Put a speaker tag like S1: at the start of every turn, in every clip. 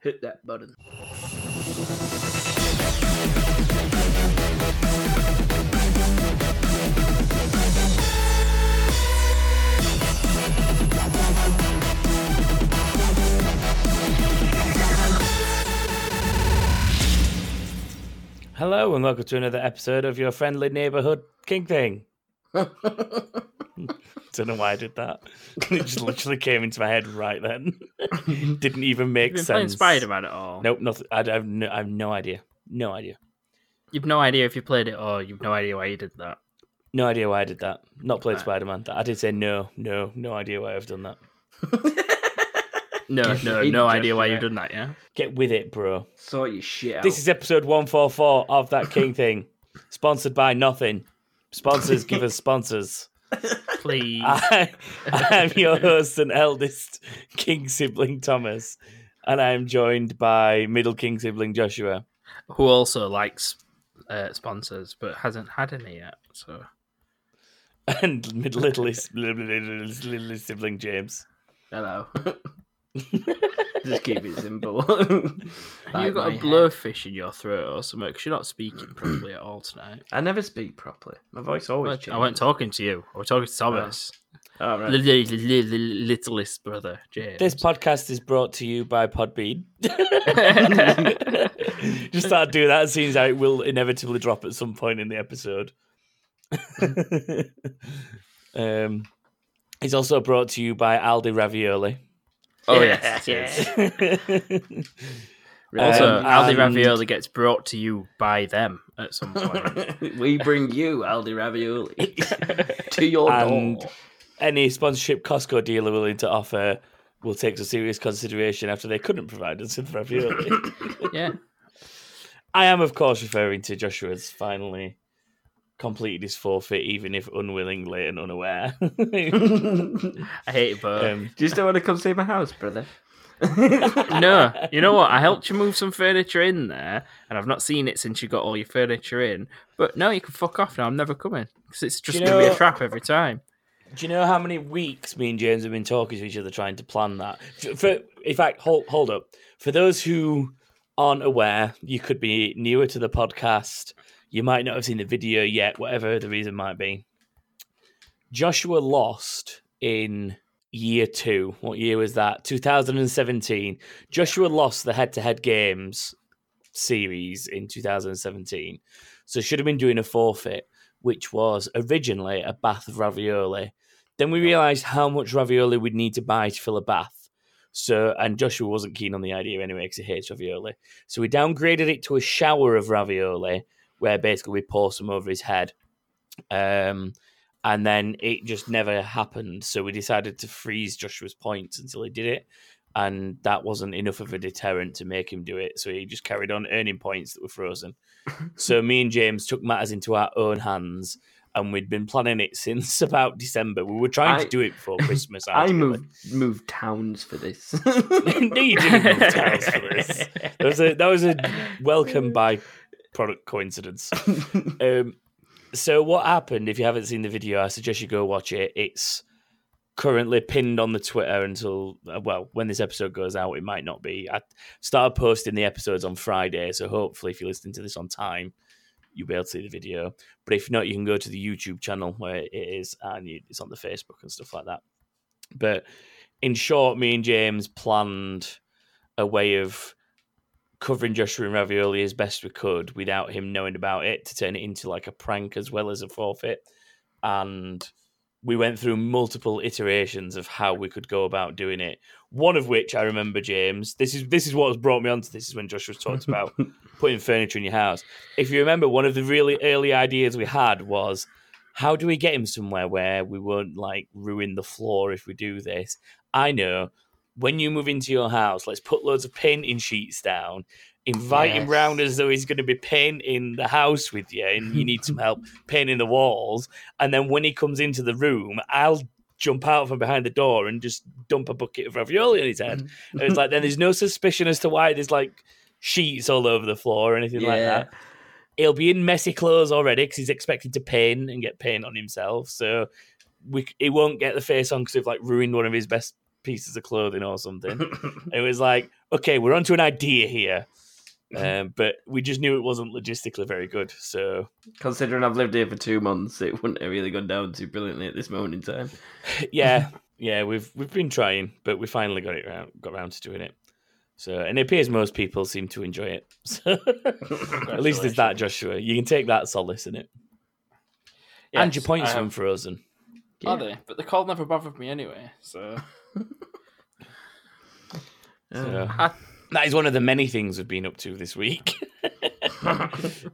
S1: hit that button.
S2: Hello, and welcome to another episode of your friendly neighborhood King Thing. Don't know why I did that. It just literally came into my head right then. Didn't even make
S1: You've been playing
S2: sense.
S1: Spider Man at all?
S2: Nope, nothing. I, I, have no, I have no idea. No idea.
S1: You've no idea if you played it or you've no idea why you did that.
S2: No idea why I did that. Not played
S1: Right.
S2: Spider Man. I did say no, no, no idea why I've done that.
S1: No, no,
S3: He
S1: no
S3: just
S1: idea why
S3: did
S1: you've
S3: it.
S1: done that. Yeah.
S2: Get with it, bro.
S3: Sort your shit out.
S2: This is episode 144 of That King Thing. Sponsored by nothing. Sponsors give us sponsors.
S1: Please.
S2: I, I'm your host and eldest king sibling Thomas, and I'm joined by middle king sibling Joshua.
S1: Who also likes uh, sponsors but hasn't had any yet. So
S2: And mid- littlest, littlest, littlest sibling James.
S3: Hello. Just keep it simple.
S1: you
S3: Like my
S1: got a
S3: head.
S1: blowfish in your throat or something because you're not speaking properly at all tonight.
S3: I never speak properly. My voice always
S1: Well,
S3: changes.
S1: I weren't talking to you. I was talking to Thomas,
S3: Oh,
S1: the,
S3: right.
S1: the- the- the- the littlest brother, James.
S2: This podcast is brought to you by Podbean. Just thought I'd do that. Seems how it will inevitably drop at some point in the episode. um, it's also brought to you by Aldi Ravioli.
S1: oh yes, yes. Also,
S2: Um,
S3: uh,
S1: Aldi
S2: and-
S1: Ravioli gets brought to you by them at some point.
S3: we bring you Aldi Ravioli to your
S2: And-
S3: door.
S2: any sponsorship Costco dealer willing to offer will take some serious consideration after they couldn't provide us with ravioli.
S1: yeah.
S2: I am, of course, referring to Joshua's finally completed his forfeit, even if unwillingly and unaware.
S1: I hate it both.
S2: um,
S3: Do you still want to come see my house, brother?
S1: no, you know what? I helped you move some furniture in there, and I've not seen it since you got all your furniture in. But no, you can fuck off now. I'm never coming because it's just
S2: you
S1: gonna be a
S2: know-
S1: trap every time.
S2: do you know how many weeks me and James have been talking to each other trying to plan that? For, for- in fact, hold, hold up. For those who aren't aware, you could be newer to the podcast. You might not have seen the video yet, whatever the reason might be. Joshua lost in year two. What year was that? 2017. Joshua lost the head to head games series in 2017. So should have been doing a forfeit, which was originally a bath of ravioli. Then we realized how much ravioli we'd need to buy to fill a bath. So, and Joshua wasn't keen on the idea anyway because he hates ravioli. So we downgraded it to a shower of ravioli, where basically we pour some over his head. Um, and then it just never happened. So we decided to freeze Joshua's points until he did it. And that wasn't enough of a deterrent to make him do it. So he just carried on earning points that were frozen. so me and James took matters into our own hands. And we'd been planning it since about December. We were trying
S3: I-
S2: to do it before Christmas.
S3: I
S2: ideally.
S3: moved moved towns for this.
S2: no, you didn't move towels for this. That was a that was a welcome by product coincidence. Um, so what happened? If you haven't seen the video, I suggest you go watch it. It's currently pinned on the Twitter until uh, well, when this episode goes out, it might not be. I started posting the episodes on Friday, so hopefully, if you're listening to this on time, you'll be able to see the video. But if not, you can go to the YouTube channel where it is, and you- it's on the Facebook and stuff like that. But in short, me and James planned a way of covering Joshua and Ravioli as best we could without him knowing about it to turn it into like a prank as well as a forfeit. And we went through multiple iterations of how we could go about doing it. One of which I remember, James. This is this is what has brought me onto this. Is when Joshua talked about putting furniture in your house. If you remember, one of the really early ideas we had was how do we get him somewhere where we won't like ruin the floor if we do this? I know. When you move into your house, let's put loads of painting sheets down. Invite him
S3: Yes.
S2: round as though he's going to be painting the house with you, and you need some help painting the walls. And then when he comes into the room, I'll jump out from behind the door and just dump a bucket of ravioli on his head. And it's like then there's no suspicion as to why there's like sheets all over the floor or anything like
S3: Yeah.
S2: that. He'll be in messy clothes already because he's expected to paint and get paint on himself. So we, c- he won't get the face on because we've like ruined one of his best pieces of clothing or something. it was like, okay, we're onto an idea here.
S1: Mm-hmm.
S2: Um, but we just knew it wasn't logistically very good. So
S3: Considering I've lived here for two months, it wouldn't have really gone down too brilliantly at this moment in time.
S2: yeah, yeah, we've we've been trying, but we finally got it round, got round to doing it. So and it appears most people seem to enjoy it. So at least there's that, Joshua. You can take that solace in it. and your
S1: Yes, um,
S2: points
S1: I
S2: from
S1: have-
S2: Frozen.
S1: Are they? But the call never bothered me anyway. So
S2: So
S1: uh,
S3: Um,
S1: I-
S2: that is one of the many things we've been up to this week.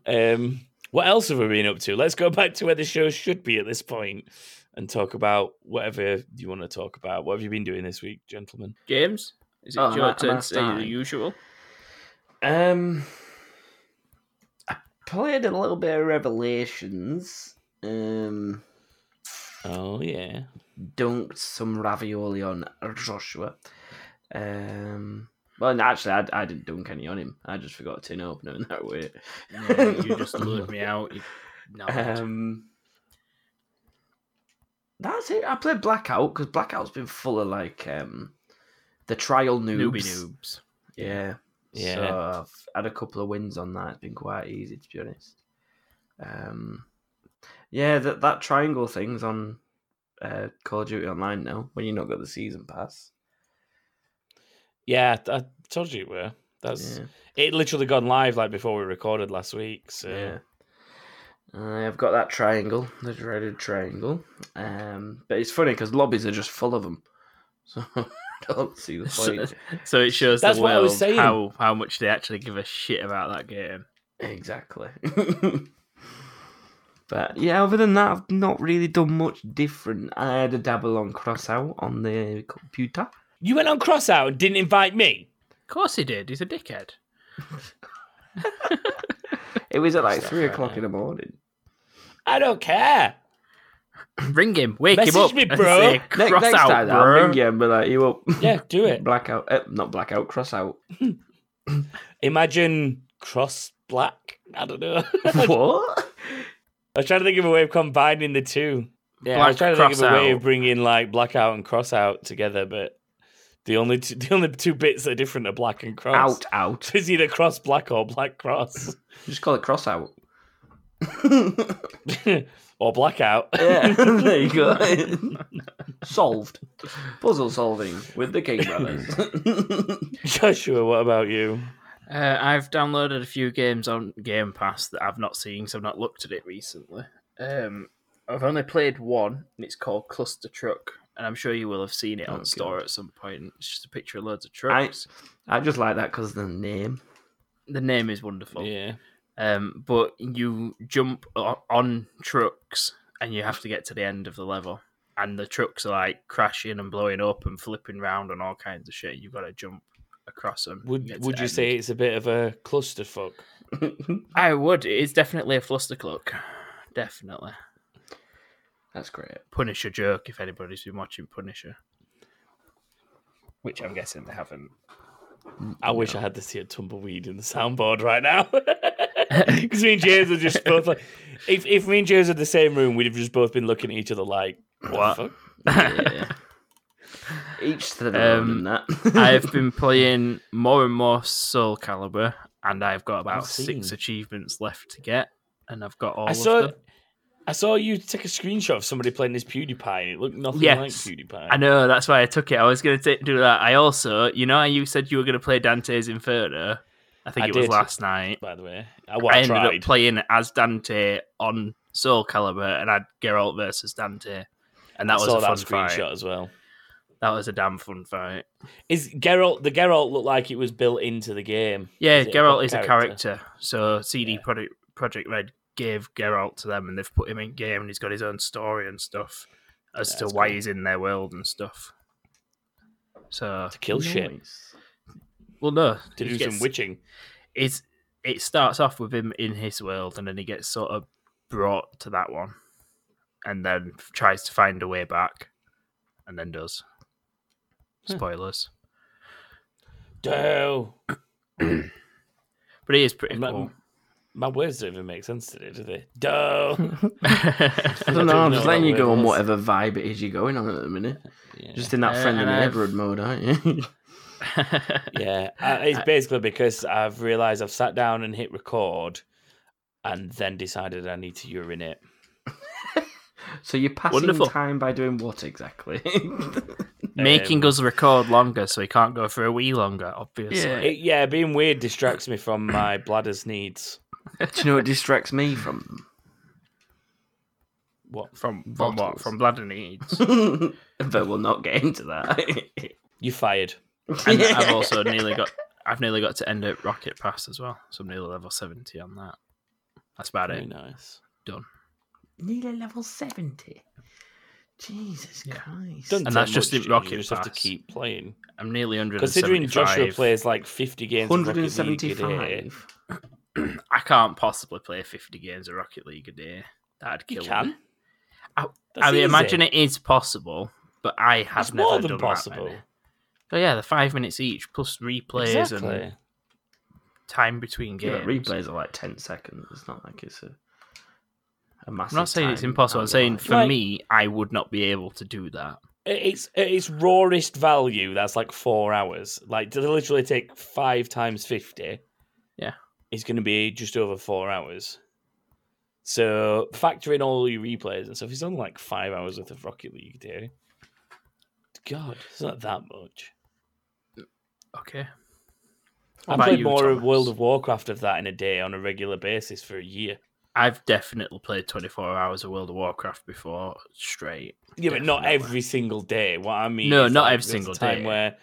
S2: um, what else have we been up to? Let's go back to where the show should be at this point and talk about whatever you want to talk about. What have you been doing this week, gentlemen?
S1: James, is it
S3: Oh, am I-
S1: your
S3: am
S1: turn
S3: I
S1: to say the
S3: starting?
S1: usual?
S3: Um, I played a little bit of Revelations. Um,
S2: Oh yeah,
S3: dunked some ravioli on Joshua. Um, well, no, actually, I, I didn't dunk any on him. I just forgot a tin opener, and that way.
S1: No, you just lured me out. You... No,
S3: Um, that's it. I played Blackout because Blackout's been full of like um, the trial noobs.
S1: newbie noobs.
S3: Yeah.
S2: Yeah.
S3: So I've had a couple of wins on that. It's been quite easy to be honest. Um, yeah, that that triangle thing's on uh, Call of Duty Online now. When you not got the season pass.
S2: yeah. I, I told you it were. That's
S3: Yeah.
S2: it. Literally gone live like before we recorded last week. So
S3: yeah. Uh, I've got that triangle, the dreaded triangle. Um, but it's funny because lobbies are just full of them. So I don't see the
S1: So-
S3: point.
S1: So it shows
S2: That's
S1: the
S2: what I
S1: world
S2: was saying.
S1: how how much they actually give a shit about that game.
S3: Exactly. but yeah, other than that, I've not really done much different. I had a dabble on Crossout on the computer.
S2: you went on Crossout and didn't invite me.
S1: Of course he did. He's a dickhead.
S3: It was at like
S2: Stuff
S3: three
S2: like
S3: o'clock
S2: that.
S3: in the morning.
S2: I don't care.
S1: Ring him. Wake him
S2: Message
S1: up.
S2: me,
S1: and
S2: bro.
S1: say,
S3: Ne-
S1: Cross
S3: next
S1: out,
S3: time
S1: bro.
S3: I'll ring you and be like, you up?
S2: Yeah, do it.
S3: blackout. Uh, not blackout. Crossout.
S2: Imagine Cross Black. I don't know. I
S3: what?
S2: was trying to think of a way of combining the two. Yeah, I was
S1: Black
S2: trying to think of a way
S1: Crossout.
S2: of bringing like Blackout and Crossout together, but the only two, the only two bits that are different are Black and Cross.
S3: Out, out.
S2: So It's either Cross Black or Black Cross
S3: Just call it Crossout.
S2: or Blackout.
S3: yeah, there you go. Solved. Puzzle solving with the King Brothers.
S2: Joshua, what about you?
S1: Uh, I've downloaded a few games on Game Pass that I've not seen, so I've not looked at it recently. Um, I've only played one, and it's called Cluster Truck, and I'm sure you will have seen it
S3: Oh,
S1: on
S3: God.
S1: store at some point. It's just a picture of loads of trucks.
S3: I just like that because the name.
S1: The name is wonderful.
S2: Yeah.
S1: Um, but you jump o- on trucks, and you have to get to the end of the level. And the trucks are like crashing and blowing up and flipping round and all kinds of shit. You've got to jump across them. and
S2: Would
S1: get to
S2: Would
S1: the
S2: you
S1: end.
S2: say it's a bit of a clusterfuck?
S1: I would. It is definitely a flustercluck. Definitely.
S3: That's great.
S1: Punisher joke if anybody's been watching Punisher. Which I'm guessing they haven't.
S2: I wish I had to see a tumbleweed in the soundboard right now. Because me and James are just both like, if, if me and James are in the same room, we'd have just both been looking at each other like, what? the fuck?
S3: Yeah. Each to their own
S1: Um,
S3: in that.
S1: I've been playing more and more Soul Calibur, and I've got about
S2: I've seen.
S1: six achievements left to get, and I've got all
S2: I
S1: of
S2: saw,
S1: them.
S2: I saw you take a screenshot of somebody playing this PewDiePie, and it looked nothing like
S1: Yes.
S2: PewDiePie.
S1: I know that's why I took it. I was going to do that. I also, you know, how you said you were going to play Dante's Inferno. I think
S2: I
S1: it was
S2: did.
S1: last night.
S2: By the way, I, well, I
S1: I ended
S2: tried.
S1: up playing as Dante on Soul Calibur, and I had Geralt versus Dante, and that
S2: I
S1: was
S2: saw
S1: a fun
S2: that screenshot
S1: fight.
S2: as well.
S1: That was a damn fun fight.
S2: Is Geralt the Geralt looked like it was built into the game?
S1: Yeah,
S2: Is it a
S1: Geralt
S2: good
S1: is a
S2: character?
S1: character, so CD
S2: Yeah.
S1: Project Project Red gave Geralt to them, and they've put him in game, and he's got his own story and stuff as to
S2: That's
S1: why
S2: cool.
S1: he's in their world and stuff. So,
S2: To kill shit,
S3: Nice.
S1: well, no,
S2: to
S1: he
S2: do
S1: gets-
S2: some witching.
S1: It's it starts off with him in his world, and then he gets sort of brought to that one, and then tries to find a way back, and then does.
S2: Huh.
S1: Spoilers,
S2: Do.
S1: but it is pretty
S2: I'm not-
S1: cool.
S2: My words don't even make sense today, do they? Duh.
S3: I don't know.
S2: don't
S3: I'm
S2: know
S3: just
S2: what
S3: letting
S2: that
S3: you go
S2: word
S3: on
S2: was.
S3: whatever vibe it is you're going on at the minute.
S2: Yeah.
S3: Just in that
S1: Uh,
S3: friend and
S1: and I've-
S3: neighborhood mode, aren't you?
S2: yeah, I- it's basically because I've realised I've sat down and hit record, and then decided I need to urinate.
S3: so you're passing
S1: Wonderful.
S3: time by doing what exactly?
S1: Making
S2: Um,
S1: us record longer so he can't go for a wee longer, obviously.
S3: Yeah.
S2: It, yeah, being weird distracts me from my bladder's needs.
S3: Do you know what distracts me from
S2: What
S1: From from what?
S3: Bottles.
S1: From bladder needs.
S3: them? but we'll not get into that.
S2: you fired?
S1: And I've also nearly got I've nearly got to end at Rocket Pass as well. So I'm nearly level seventy on that. That's about
S2: Very
S1: it.
S2: nice.
S3: nearly level seventy. Jesus
S1: Yeah.
S3: Christ!
S2: Don't
S1: And
S2: take
S1: that's just
S2: much,
S1: the
S2: do you?
S1: Rocket
S2: You just have
S1: Pass.
S2: to keep playing.
S1: I'm nearly under
S2: Considering Joshua plays like 50 games of
S3: Hundred
S2: Rocket
S3: and
S2: League a day,
S3: seventy-five.
S1: I can't possibly play fifty games of Rocket League a day. That'd
S2: you
S1: kill me.
S2: can.
S1: I-
S2: That's
S1: I mean,
S2: easy.
S1: imagine it is possible, but I have
S2: It's
S1: never
S2: more than
S1: done That
S2: possible.
S1: many. But yeah, the five minutes each plus replays and
S2: Exactly.
S1: time between games.
S3: Yeah, replays are like ten seconds. It's not like it's a a massive.
S1: I'm not saying it's
S3: time
S1: impossible. I'm saying
S3: outlay.
S1: for
S2: Like-
S1: me, I would not be able to do that.
S2: At its at its rawest value, that's like four hours. Like to literally take five times fifty.
S1: Yeah.
S2: It's gonna be just over four hours. So factor in all your replays and stuff, it's only like five hours worth of Rocket League day. God, it's not that much.
S1: Okay.
S2: I
S1: about
S2: played
S1: you,
S2: more of
S1: Thomas?
S2: World of Warcraft of that in a day on a regular basis for a year.
S1: I've definitely played 24 hours of World of Warcraft before straight.
S2: Yeah, but not
S1: Definitely.
S2: every single day. What I mean,
S1: No,
S2: is,
S1: not
S2: like,
S1: every
S2: there's a
S1: single
S2: time
S1: day.
S2: Where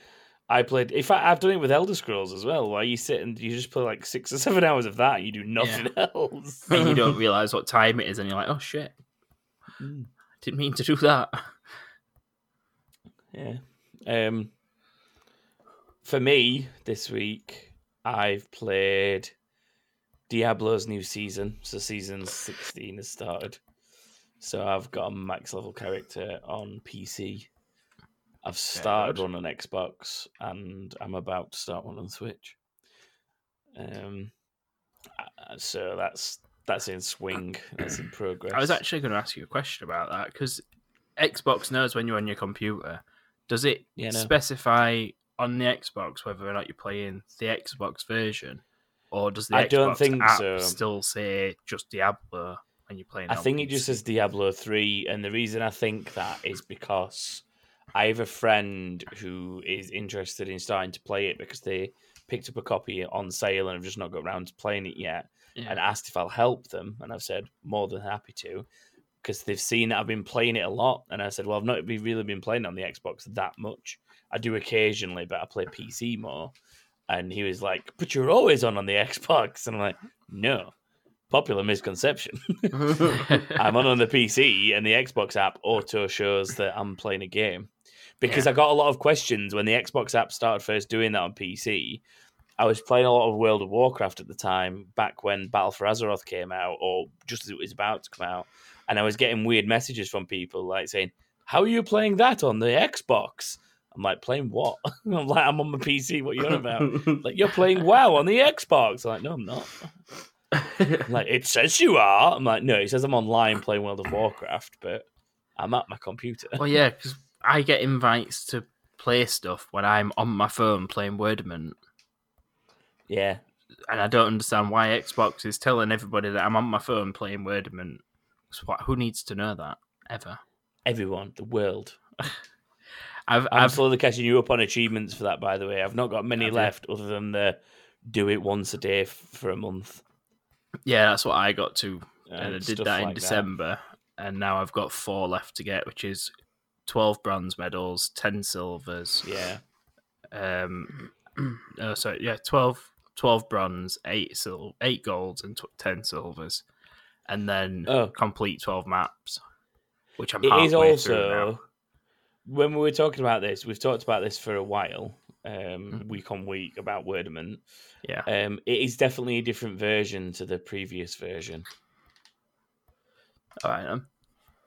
S2: I played, in fact, I've done it with Elder Scrolls as well. Where you sit and you just play like six or seven hours of that, you do nothing else.
S1: And you don't realize what time it is, and you're like, oh shit,
S2: Mm,
S1: didn't mean to do that.
S2: yeah. Um. For me this week, I've played Diablo's new season. So season sixteen has started. So I've got a max level character on PC. I've started
S1: good.
S2: one on Xbox and I'm about to start one on Switch. Um, uh, so that's that's in swing. That's in progress.
S1: I was actually going to ask you a question about that because Xbox knows when you're on your computer. Does it
S2: Yeah, no.
S1: specify on the Xbox whether or not you're playing the Xbox version, or does the
S2: I
S1: Xbox
S2: don't think
S1: app
S2: so.
S1: still say just Diablo when you're playing?
S2: I
S1: on
S2: think it
S1: PC?
S2: just says Diablo 3. And the reason I think that is because I have a friend who is interested in starting to play it because they picked up a copy on sale and have just not got around to playing it yet
S1: Yeah.
S2: and asked if I'll help them. And I've said, more than happy to. Because they've seen that I've been playing it a lot. And I said, well, I've not be- really been playing on the Xbox that much. I do occasionally, but I play PC more. And he was like, but you're always on on the Xbox. And I'm like, no, popular misconception. I'm on on the PC and the Xbox app auto shows that I'm playing a game because I got a lot of questions when the Xbox app started first doing that on PC. I was playing a lot of World of Warcraft at the time, back when Battle for Azeroth came out, or just as it was about to come out, and I was getting weird messages from people like saying, "How are you playing that on the Xbox?" I'm like, "Playing what?" I'm like, "I'm on my PC. What are you on about?" like, "You're playing WoW on the Xbox." I'm like, "No, I'm not." I'm like it says you are. I'm like, no, it says I'm online playing World of Warcraft, but I'm at my computer.
S1: well, yeah, because I get invites to play stuff when I'm on my phone playing Wordament,
S2: Yeah,
S1: and I don't understand why Xbox is telling everybody that I'm on my phone playing Wordament. 'Cause what- Who needs to know that ever?
S2: everyone, the world.
S1: I've,
S2: I'm
S1: I've
S2: slowly catching you up on achievements for that, by the way. I've not got many
S1: Have you?
S2: left other than the do it once a day f- for a month.
S1: yeah, that's what I got to, and I did
S2: stuff
S1: that in
S2: like
S1: December, and now I've got four left to get, which is twelve bronze medals, ten silvers,
S2: Yeah,
S1: um, oh sorry, yeah, 12, 12 bronze, eight sil- eight golds, and tw- ten silvers, and then
S2: Oh.
S1: complete twelve maps, which I'm
S2: it
S1: halfway
S2: is
S1: through now.
S2: also when we were talking about this. We've talked about this for a while, um, week on week about Wordament.
S1: Mm-hmm. Yeah.
S2: Um, it is definitely a different version to the previous version.
S1: All right, um,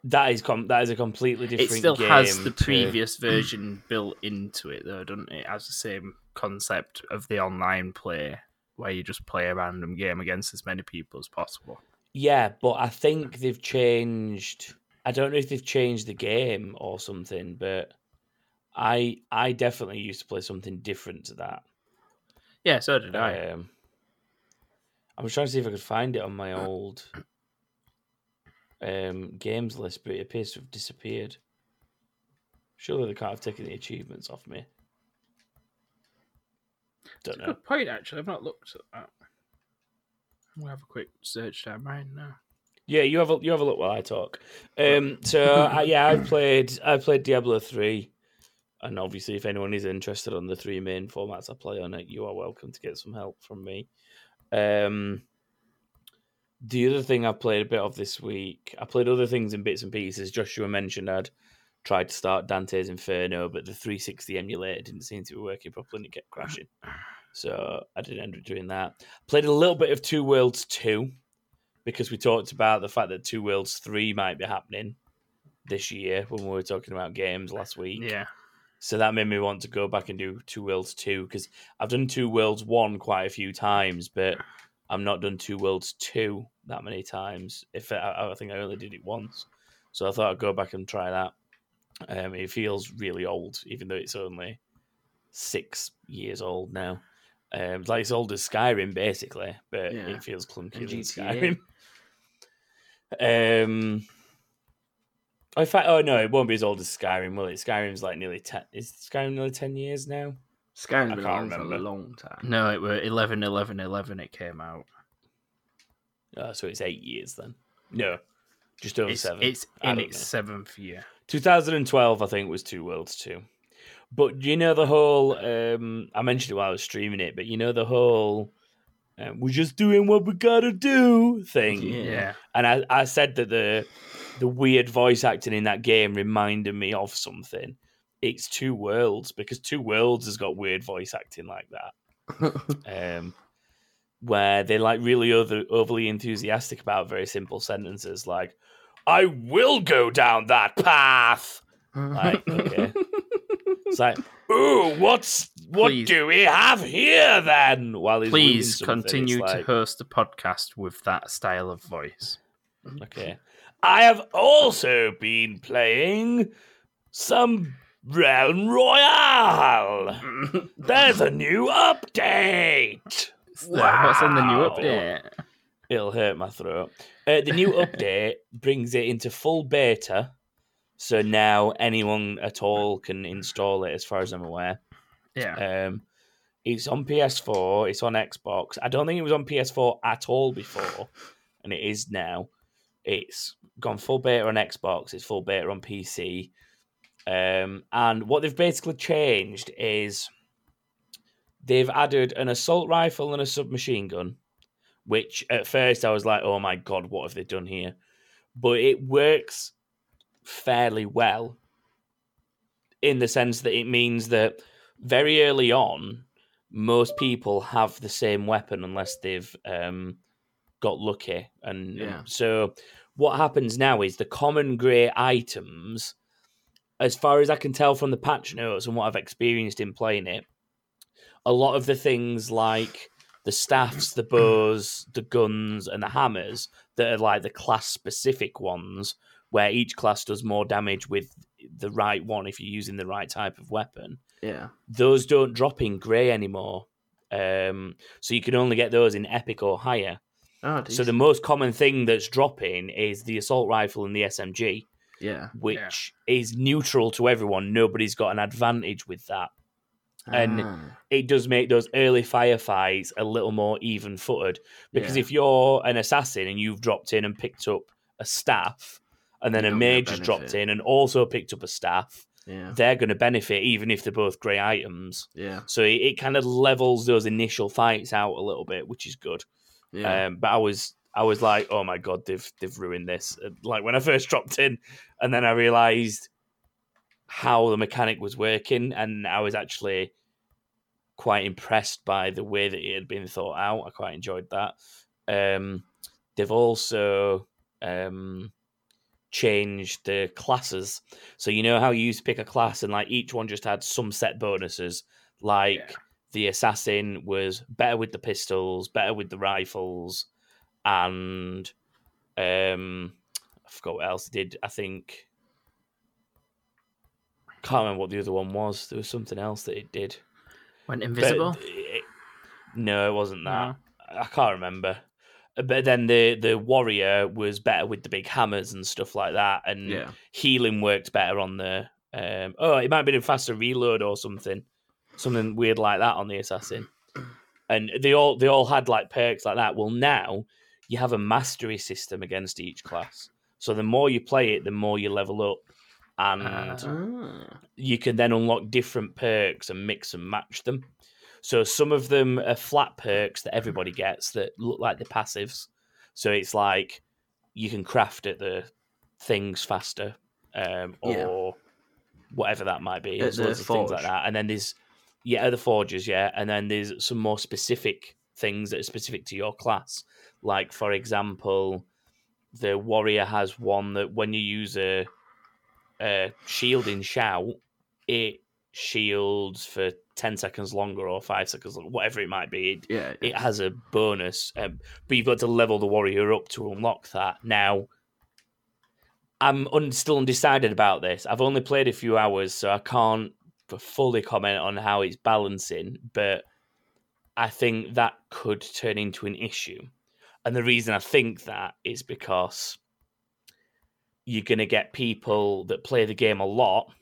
S2: That is com- that is a completely different.
S1: it still
S2: game
S1: has the
S2: to-
S1: previous version built into it, though, doesn't it? It has the same concept of the online play where you just play a random game against as many people as possible.
S2: Yeah, but I think they've changed. I don't know if they've changed the game or something, but I I definitely used to play something different to that.
S1: Yeah, so did I.
S2: Um, I'm trying to see if I could find it on my
S1: Uh,
S2: old um, games list, but it appears to have disappeared. Surely they can't have taken the achievements off me.
S1: It's
S2: Don't
S1: a
S2: know.
S1: good point, actually. I've not looked at that. I'm gonna have a quick search down mine now.
S2: Yeah, you have a you have a look while I talk. Um, so I, yeah, I played I played Diablo three, and obviously, if anyone is interested on the three main formats I play on it, you are welcome to get some help from me. Um, the other thing I played a bit of this week, I played other things in bits and pieces. Joshua mentioned I'd tried to start Dante's Inferno, but the 360 emulator didn't seem to be working properly and it kept crashing. So I didn't end up doing that. Played a little bit of Two Worlds 2 because we talked about the fact that Two Worlds 3 might be happening this year when we were talking about games last week.
S1: Yeah,
S2: So that made me want to go back and do Two Worlds 2 because I've done Two Worlds 1 quite a few times, but I've not done Two Worlds 2 that many times. If I, I think I only did it once. So I thought I'd go back and try that. Um, it feels really old, even though it's only six years old now. Um, like it's old as Skyrim, basically, but
S3: Yeah.
S2: it feels clunky
S3: And
S2: than
S3: GTA.
S2: Skyrim. Um, in fact, oh no, it won't be as old as Skyrim, will it? Skyrim's like nearly ten. Is Skyrim nearly ten years now?
S3: Skyrim's
S2: I
S3: been
S2: can't
S3: on for
S2: remember.
S3: a long time.
S1: no, it were 11, 11, 11 It came out.
S2: Oh, so it's eight years then. No, just over
S1: It's,
S2: seven.
S1: it's
S2: I
S1: in
S2: don't
S1: its
S2: know.
S1: seventh year.
S2: 2012, I think, was Two Worlds 2. But do you know the whole, um, I mentioned it while I was streaming it, but you know the whole, um, we're just doing what we gotta do thing.
S3: Yeah.
S1: Yeah,
S2: And I, I said that the the weird voice acting in that game reminded me of something. It's Two Worlds, because Two Worlds has got weird voice acting like that um, where they're like really over, overly enthusiastic about very simple sentences like i will go down that path like okay it's like ooh what's what
S1: Please.
S2: do we have here then while he's reading
S1: please
S2: something, it's
S1: continue to
S2: like,
S1: host the podcast with that style of voice.
S2: okay i have also been playing some realm royale there's a new update
S1: So, What's in the new
S2: Wow.
S1: update?
S2: It'll hurt my throat. Uh, the new update brings it into full beta, so now anyone at all can install it, as far as I'm aware.
S1: Yeah,
S2: Um, it's on PS4, it's on Xbox. I don't think it was on PS4 at all before, and it is now. It's gone full beta on Xbox, it's full beta on PC. Um, and what they've basically changed is they've added an assault rifle and a submachine gun, which at first I was like, oh my god, what have they done here? But it works fairly well in the sense that it means that very early on, most people have the same weapon unless they've um, got lucky. And
S3: Yeah.
S2: so what happens now is the common grey items, as far as I can tell from the patch notes and what I've experienced in playing it, a lot of the things like the staffs, the bows, the guns, and the hammers that are like the class specific ones, where each class does more damage with the right one if you're using the right type of weapon
S3: yeah.
S2: those don't drop in grey anymore. Um, so you can only get those in epic or higher.
S3: Oh,
S2: So the most common thing that's dropping is the assault rifle and the SMG,
S3: yeah.
S2: which is neutral to everyone. Nobody's got an advantage with that. And-
S3: Ah,
S2: It does make those early firefights a little more even footed because
S3: yeah.
S2: if you're an assassin and you've dropped in and picked up a staff, and then
S3: You
S2: a
S3: don't get
S2: mage has dropped
S3: benefit.
S2: in and also picked up a staff,
S3: yeah,
S2: they're going to benefit even if they're both grey items.
S3: yeah,
S2: So it, it kind of levels those initial fights out a little bit, which is good.
S3: yeah,
S2: Um, but I was I was like, oh my god, they've they've ruined this. Uh, Like when I first dropped in, and then I realised how the mechanic was working, and I was actually quite impressed by the way that it had been thought out. I quite enjoyed that. Um, they've also um, changed the classes, so you know how you used to pick a class, and like each one just had some set bonuses, like the assassin was better with the pistols, better with the rifles, and um, I forgot what else he did. I think can't remember what the other one was. There was something else that it did.
S1: Went
S2: But
S1: invisible.
S2: it- no, it wasn't that.
S1: No.
S2: I can't remember. But then the the warrior was better with the big hammers and stuff like that, and
S3: Yeah.
S2: healing worked better on the. Um, oh, it might have been a faster reload or something, something weird like that on the assassin. And they all they all had like perks like that. Well, now you have a mastery system against each class, so the more you play it, the more you level up, and
S1: Ah.
S3: Ah.
S2: you can then unlock different perks and mix and match them. So some of them are flat perks that everybody gets that look like the passives. So it's like you can craft at the things faster, um, or
S3: Yeah.
S2: whatever that might be.
S3: At
S2: There's
S3: the
S2: loads of things like
S3: forge.
S2: that. And then there's yeah, other forges, yeah. And then there's some more specific things that are specific to your class. Like for example, the warrior has one that when you use a, a shield in shout, it shields for ten seconds longer or five seconds, longer, whatever it might be. It,
S3: Yeah.
S2: it has a bonus, um, but you've got to level the warrior up to unlock that. Now, I'm un- still undecided about this. I've only played a few hours, so I can't f- fully comment on how it's balancing, but I think that could turn into an issue. And the reason I think that is because you're going to get people that play the game a lot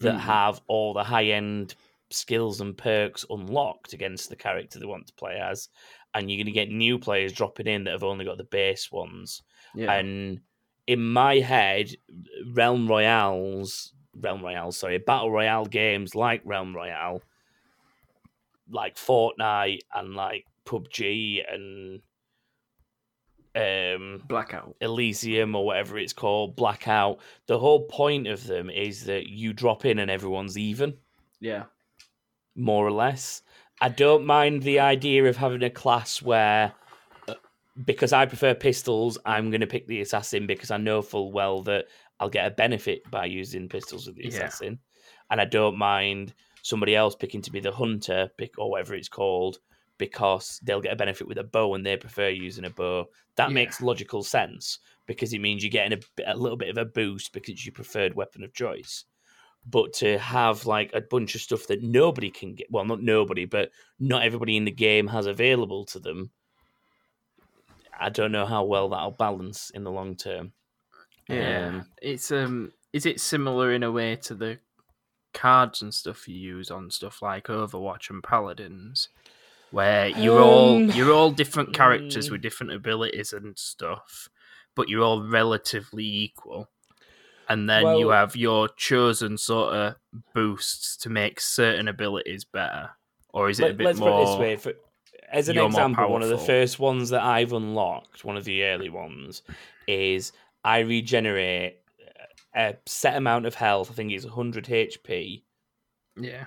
S2: that
S3: Mhm.
S2: have all the high end skills and perks unlocked against the character they want to play as. And you're going to get new players dropping in that have only got the base ones.
S3: Yeah.
S2: And in my head, Realm Royales, Realm Royale, sorry, Battle Royale games like Realm Royale, like Fortnite and like PUBG and um
S3: Blackout.
S2: Elysium or whatever it's called, Blackout. The whole point of them is that you drop in and everyone's even,
S3: Yeah.
S2: more or less. I don't mind the idea of having a class where, uh, because I prefer pistols, I'm going to pick the assassin because I know full well that I'll get a benefit by using pistols with the
S1: Yeah.
S2: assassin. And I don't mind somebody else picking to be the hunter pick or whatever it's called because they'll get a benefit with a bow and they prefer using a bow. That
S1: Yeah.
S2: makes logical sense because it means you're getting a, bit- a little bit of a boost because it's your preferred weapon of choice. But to have like a bunch of stuff that nobody can get, well, not nobody, but not everybody in the game has available to them, I don't know how well that'll balance in the long term.
S1: Yeah,
S2: Um,
S1: it's um, is it similar in a way to the cards and stuff you use on stuff like Overwatch and Paladins, where you're all
S2: Um,
S1: you're all different characters
S2: mm.
S1: with different abilities and stuff, but you're all relatively equal. And then you
S2: Well-
S1: have your chosen sort of boosts to make certain abilities better, or is it a bit
S2: let's
S1: more?
S2: put it this way: for, as an
S1: you're more
S2: example, one of the
S1: powerful.
S2: first ones that I've unlocked, one of the early ones, is I regenerate a set amount of health. I think it's 100 HP
S1: Yeah,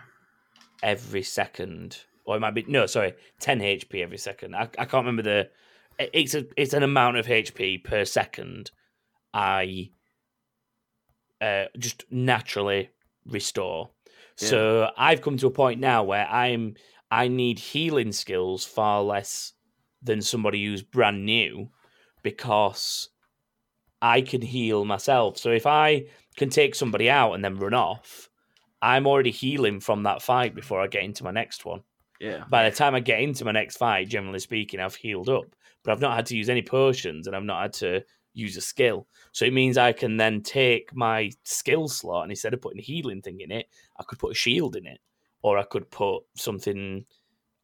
S2: every second, or it might be no, sorry, 10 HP every second. I, I can't remember the. it- It's a it's an amount of HP per second. I uh, just naturally restore.
S3: Yeah.
S2: So I've come to a point now where I'm I need healing skills far less than somebody who's brand new because I can heal myself. So if I can take somebody out and then run off, I'm already healing from that fight before I get into my next one.
S3: Yeah.
S2: By the time I get into my next fight, generally speaking, I've healed up, but I've not had to use any potions and I've not had to use a skill. So it means I can then take my skill slot and instead of putting a healing thing in it, I could put a shield in it or I could put something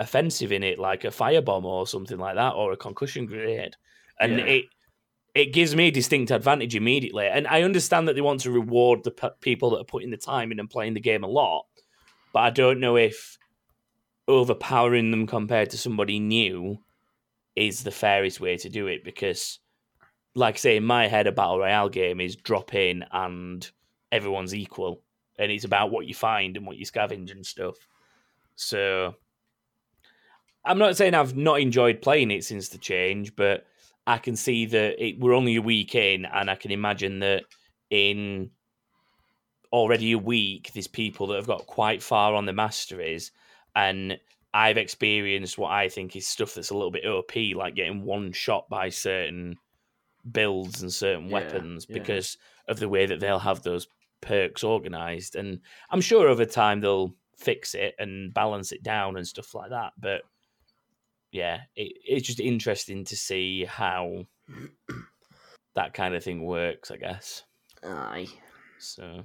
S2: offensive in it, like a firebomb or something like that, or a concussion grenade. And
S3: Yeah.
S2: it it gives me a distinct advantage immediately. And I understand that they want to reward the pe- people that are putting the time in and playing the game a lot, but I don't know if overpowering them compared to somebody new is the fairest way to do it because like I say in my head a battle royale game is drop in and everyone's equal and it's about what you find and what you scavenge and stuff so i'm not saying i've not enjoyed playing it since the change but i can see that it, we're only a week in and i can imagine that in already a week there's people that have got quite far on the masteries and I've experienced what I think is stuff that's a little bit OP, like getting one shot by certain builds and certain
S3: Yeah,
S2: weapons
S3: yeah.
S2: because of the way that they'll have those perks organized. And I'm sure over time they'll fix it and balance it down and stuff like that. But yeah, it, it's just interesting to see how that kind of thing works, I guess.
S3: Aye.
S2: So,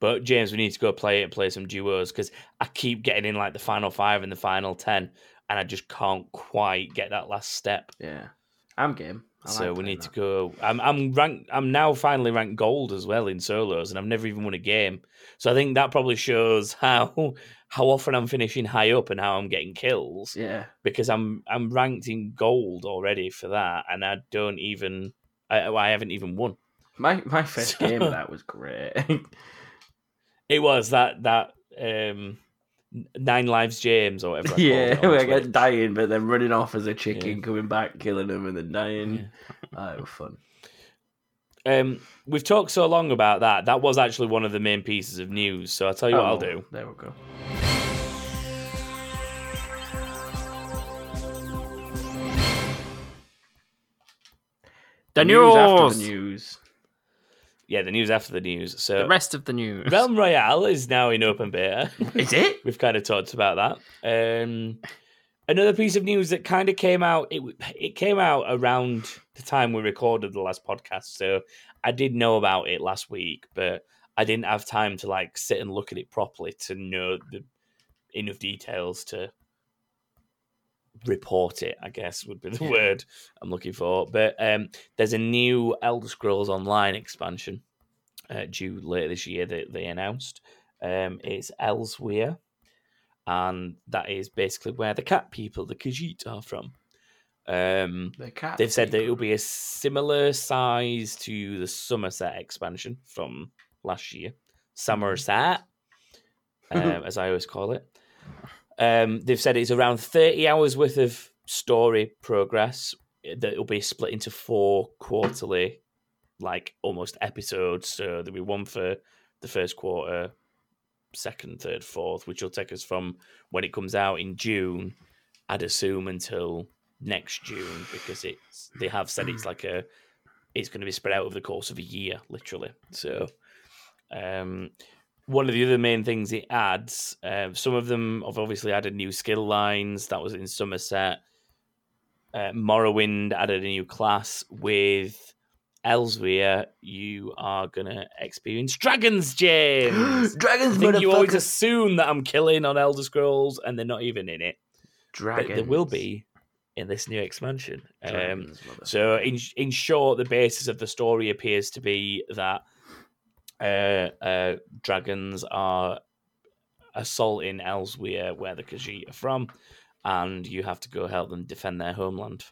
S2: but James, we need to go play it and play some duos because I keep getting in like the final five and the final ten, and I just can't quite get that last step.
S3: Yeah. I'm game. I
S2: so
S3: like
S2: we
S3: playing
S2: need
S3: that.
S2: to go. I'm I'm ranked. I'm now finally ranked gold as well in solos, and I've never even won a game. So I think that probably shows how how often I'm finishing high up and how I'm getting kills
S3: Yeah.
S2: because I'm I'm ranked in gold already for that, and I don't even I, I haven't even won.
S3: My my first
S2: So-
S3: game of that was great.
S2: It was that that um Nine Lives James or whatever. I called it
S3: yeah,
S2: on
S3: we get
S2: Twitch.
S3: dying, but then running off as a chicken, coming back, killing them, and then dying.
S2: Yeah.
S3: Oh, it was fun.
S2: Um, we've talked so long about that. That was actually one of the main pieces of news. So I'll tell you what I'll
S3: Oh,
S2: do.
S3: There we go.
S1: The
S3: News after the
S1: news!
S3: news.
S2: Yeah, the news after the news. So
S1: The rest of the news.
S2: uh, Realm Royale is now in open beta.
S3: Is it?
S2: we've kind of talked about that. Um, another piece of news that kind of came out. It w- it came out around the time we recorded the last podcast, so I did know about it last week, but I didn't have time to like sit and look at it properly to know the enough details to report it. I guess would be the
S3: Yeah.
S2: word I'm looking for. But um, there's a new Elder Scrolls Online expansion uh, due later this year that they announced. Um, it's Elsewhere and that is basically where the cat people, the Khajiit, are from. Um,
S3: The cat.
S2: they've said that
S3: people.
S2: it'll be a similar size to the Somerset expansion from last year, Somerset, um, as I always call it. Um, they've said it's around 30 hours worth of story progress eh, that will be split into four quarterly, like almost episodes. So there'll be one for the first quarter, second, third, fourth, which will take us from when it comes out in June, I'd assume until next June because it's they have said it's like a it's going to be spread out over the course of a year, literally. So, um, one of the other main things it adds, um, some of them have obviously added new skill lines. That was in Somerset. Uh, Morrowind added a new class with Elsewhere. You are gonna experience dragons, James.
S3: Dragons,
S2: I think you always
S3: motherfucker.
S2: assume that I'm killing on Elder Scrolls, and they're not even in it. But
S3: Dragons.
S2: there will be in this new expansion. Um,
S3: Dragons, motherfucker.
S2: so, in in short, the basis of the story appears to be that uh, uh, dragons are assaulting Elsewhere, where the Khajiit are from, and you have to go help them defend their homeland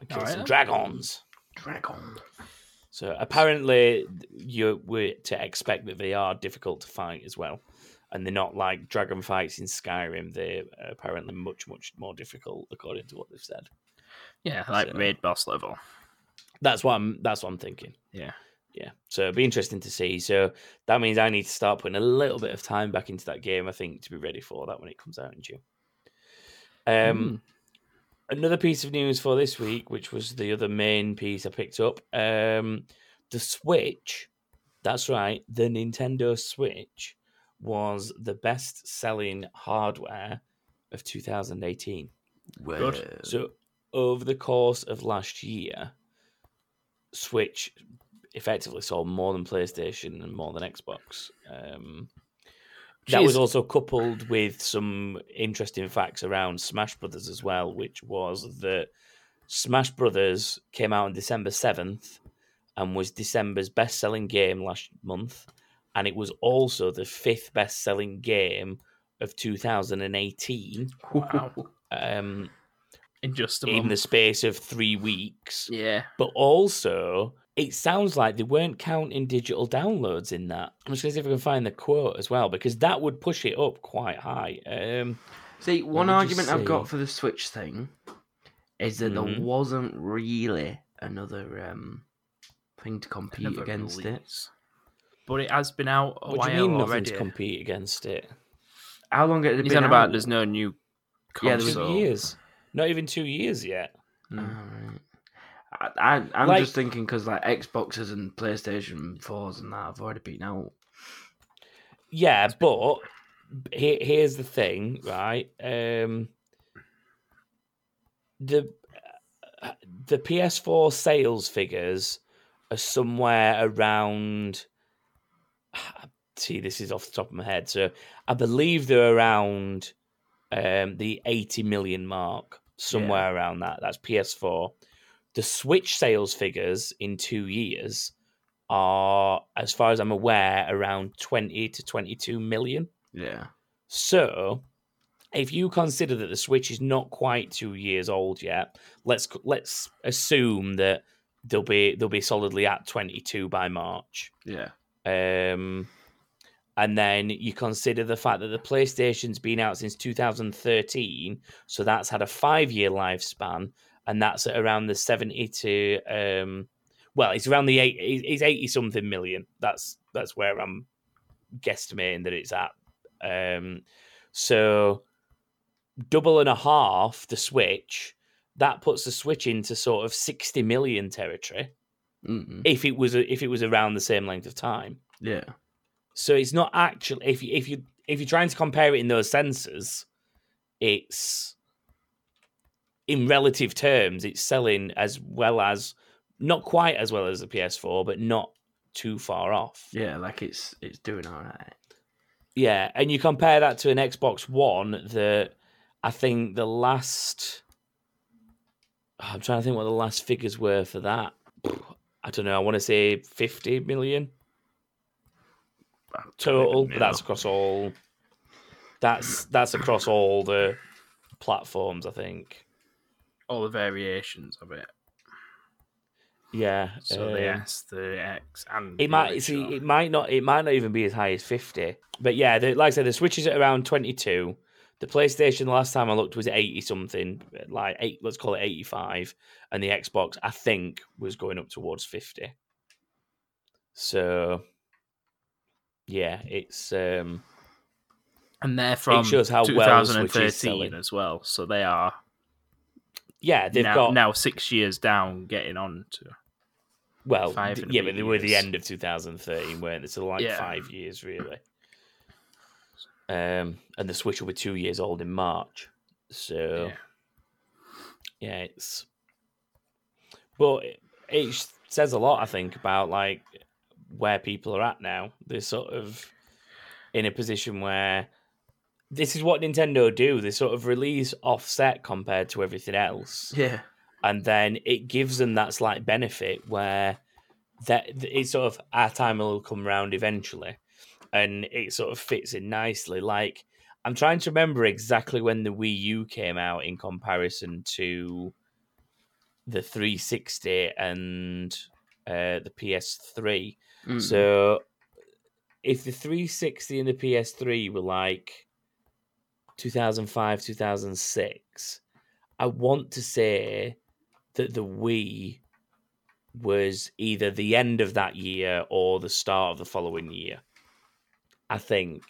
S2: and kill
S3: Oh,
S1: Alright
S2: some
S1: then.
S2: dragons.
S3: dragon.
S2: So apparently, th- you were to expect that they are difficult to fight as well, and they're not like dragon fights in Skyrim. They're apparently much, much more difficult, according to what they've said.
S1: Yeah, like
S2: So-
S1: raid boss level.
S2: That's what I'm. That's what I'm thinking.
S1: Yeah.
S2: yeah. So it'll be interesting to see. So that means I need to start putting a little bit of time back into that game. I think to be ready for that when it comes out in June. Um, another piece of news for this week, which was the other main piece I picked up. Um, the Switch, that's right, the Nintendo Switch was the best selling hardware of 2018.
S3: Word.
S2: So over the course of last year, Switch effectively sold more than PlayStation and more than Xbox. Um, that was
S1: Jeez.
S2: also coupled with some interesting facts around Smash Brothers as well, which was that Smash Brothers came out on December seventh and was December's best-selling game last month, and it was also the fifth best-selling game of 2018.
S1: Wow.
S2: Um,
S1: in just a
S2: in
S1: month.
S2: the space of three weeks.
S1: Yeah.
S2: But also, it sounds like they weren't counting digital downloads in that. I'm just going to see if I can find the quote as well, because that would push it up quite high. Um,
S3: See, one
S2: me just
S3: argument I've got
S2: see.
S3: for the Switch thing is that
S2: Mhm.
S3: there wasn't really another um thing to compete
S1: Never
S3: against it.
S1: release. But it has been out
S2: what
S1: a
S2: do
S1: while
S2: you mean nothing
S1: Oh, already.
S2: to compete against it?
S3: How long had it
S1: He's
S3: been
S1: on about
S3: out?
S1: there's no new
S3: Yeah, there's-
S2: Two
S1: console.
S2: years. Not even two years yet.
S1: Mm.
S3: Alright. I, I, I'm
S2: Like-
S3: just thinking because like Xboxes and PlayStation fours and that have already been out.
S2: Yeah, but he- here's the thing, right? Um, the the PS4 sales figures are somewhere around. See, this is off the top of my head, so I believe they're around um, the eighty million mark, somewhere around that. That's PS4. The Switch sales figures in two years are, as far as I'm aware, around 20 to 22 million.
S3: Yeah.
S2: So, if you consider that the Switch is not quite two years old yet, let's let's assume that they'll be they'll be solidly at 22 by March.
S3: Yeah.
S2: Um, and then you consider the fact that the PlayStation's been out since 2013, so that's had a five-year lifespan, and that's at around the 70 to um, well, it's around the eight, it- it's 80 something million. That's that's where I'm guesstimating that it's at. Um, so double and a half the Switch. That puts the Switch into sort of 60 million territory
S3: mm
S2: if it was if it was around the same length of time.
S3: Yeah.
S2: So it's not actually if you if you if you're trying to compare it in those senses, it's in relative terms, it's selling as well as not quite as well as the PS4, but not too far off.
S3: Yeah. Like it's it's doing all right.
S2: Yeah, and you compare that to an Xbox One that I think the last I'm trying to think what the last figures were for that. I don't know. I want to say 50 million
S3: I don't
S2: total.
S3: even
S2: But that's
S3: know.
S2: across all. That's that's across all the platforms. I think.
S1: All the variations of it.
S2: Yeah.
S1: So
S2: uh,
S1: the S, the X, and
S2: It
S1: the
S2: might see.
S1: original.
S2: It might not. It might not even be as high as fifty. But yeah, the, like I said, the Switch is at around twenty-two. The PlayStation last time I looked was eighty something, like eight. Let's call it eighty-five. And the Xbox, I think, was going up towards fifty. So, yeah, it's um,
S1: and they're from
S2: shows how well the Switch is
S1: 2013
S2: selling.
S1: as well. So they are
S2: yeah, they've
S1: now,
S2: got
S1: now six years down, getting on to
S2: Well,
S1: five
S2: d-
S1: and a
S2: yeah,
S1: bit
S2: but they were the
S1: years.
S2: end of 2013, weren't they? So like
S1: Yeah.
S2: five years really. Um, and the Switch will be two years old in March. So
S1: Yeah.
S2: yeah, it's. But it, it s- says a lot, I think, about like where people are at now. They're sort of in a position where this is what Nintendo do. They sort of release offset compared to everything else
S3: Yeah.
S2: and then it gives them that slight benefit where that it's sort of our time will come round eventually, and it sort of fits in nicely. Like I'm trying to remember exactly when the Wii U came out in comparison to the 360 and uh, the PS3.
S3: Mm.
S2: So if the 360 and the PS3 were like 2005, 2006, I want to say that the Wii was either the end of that year or the start of the following year. I think.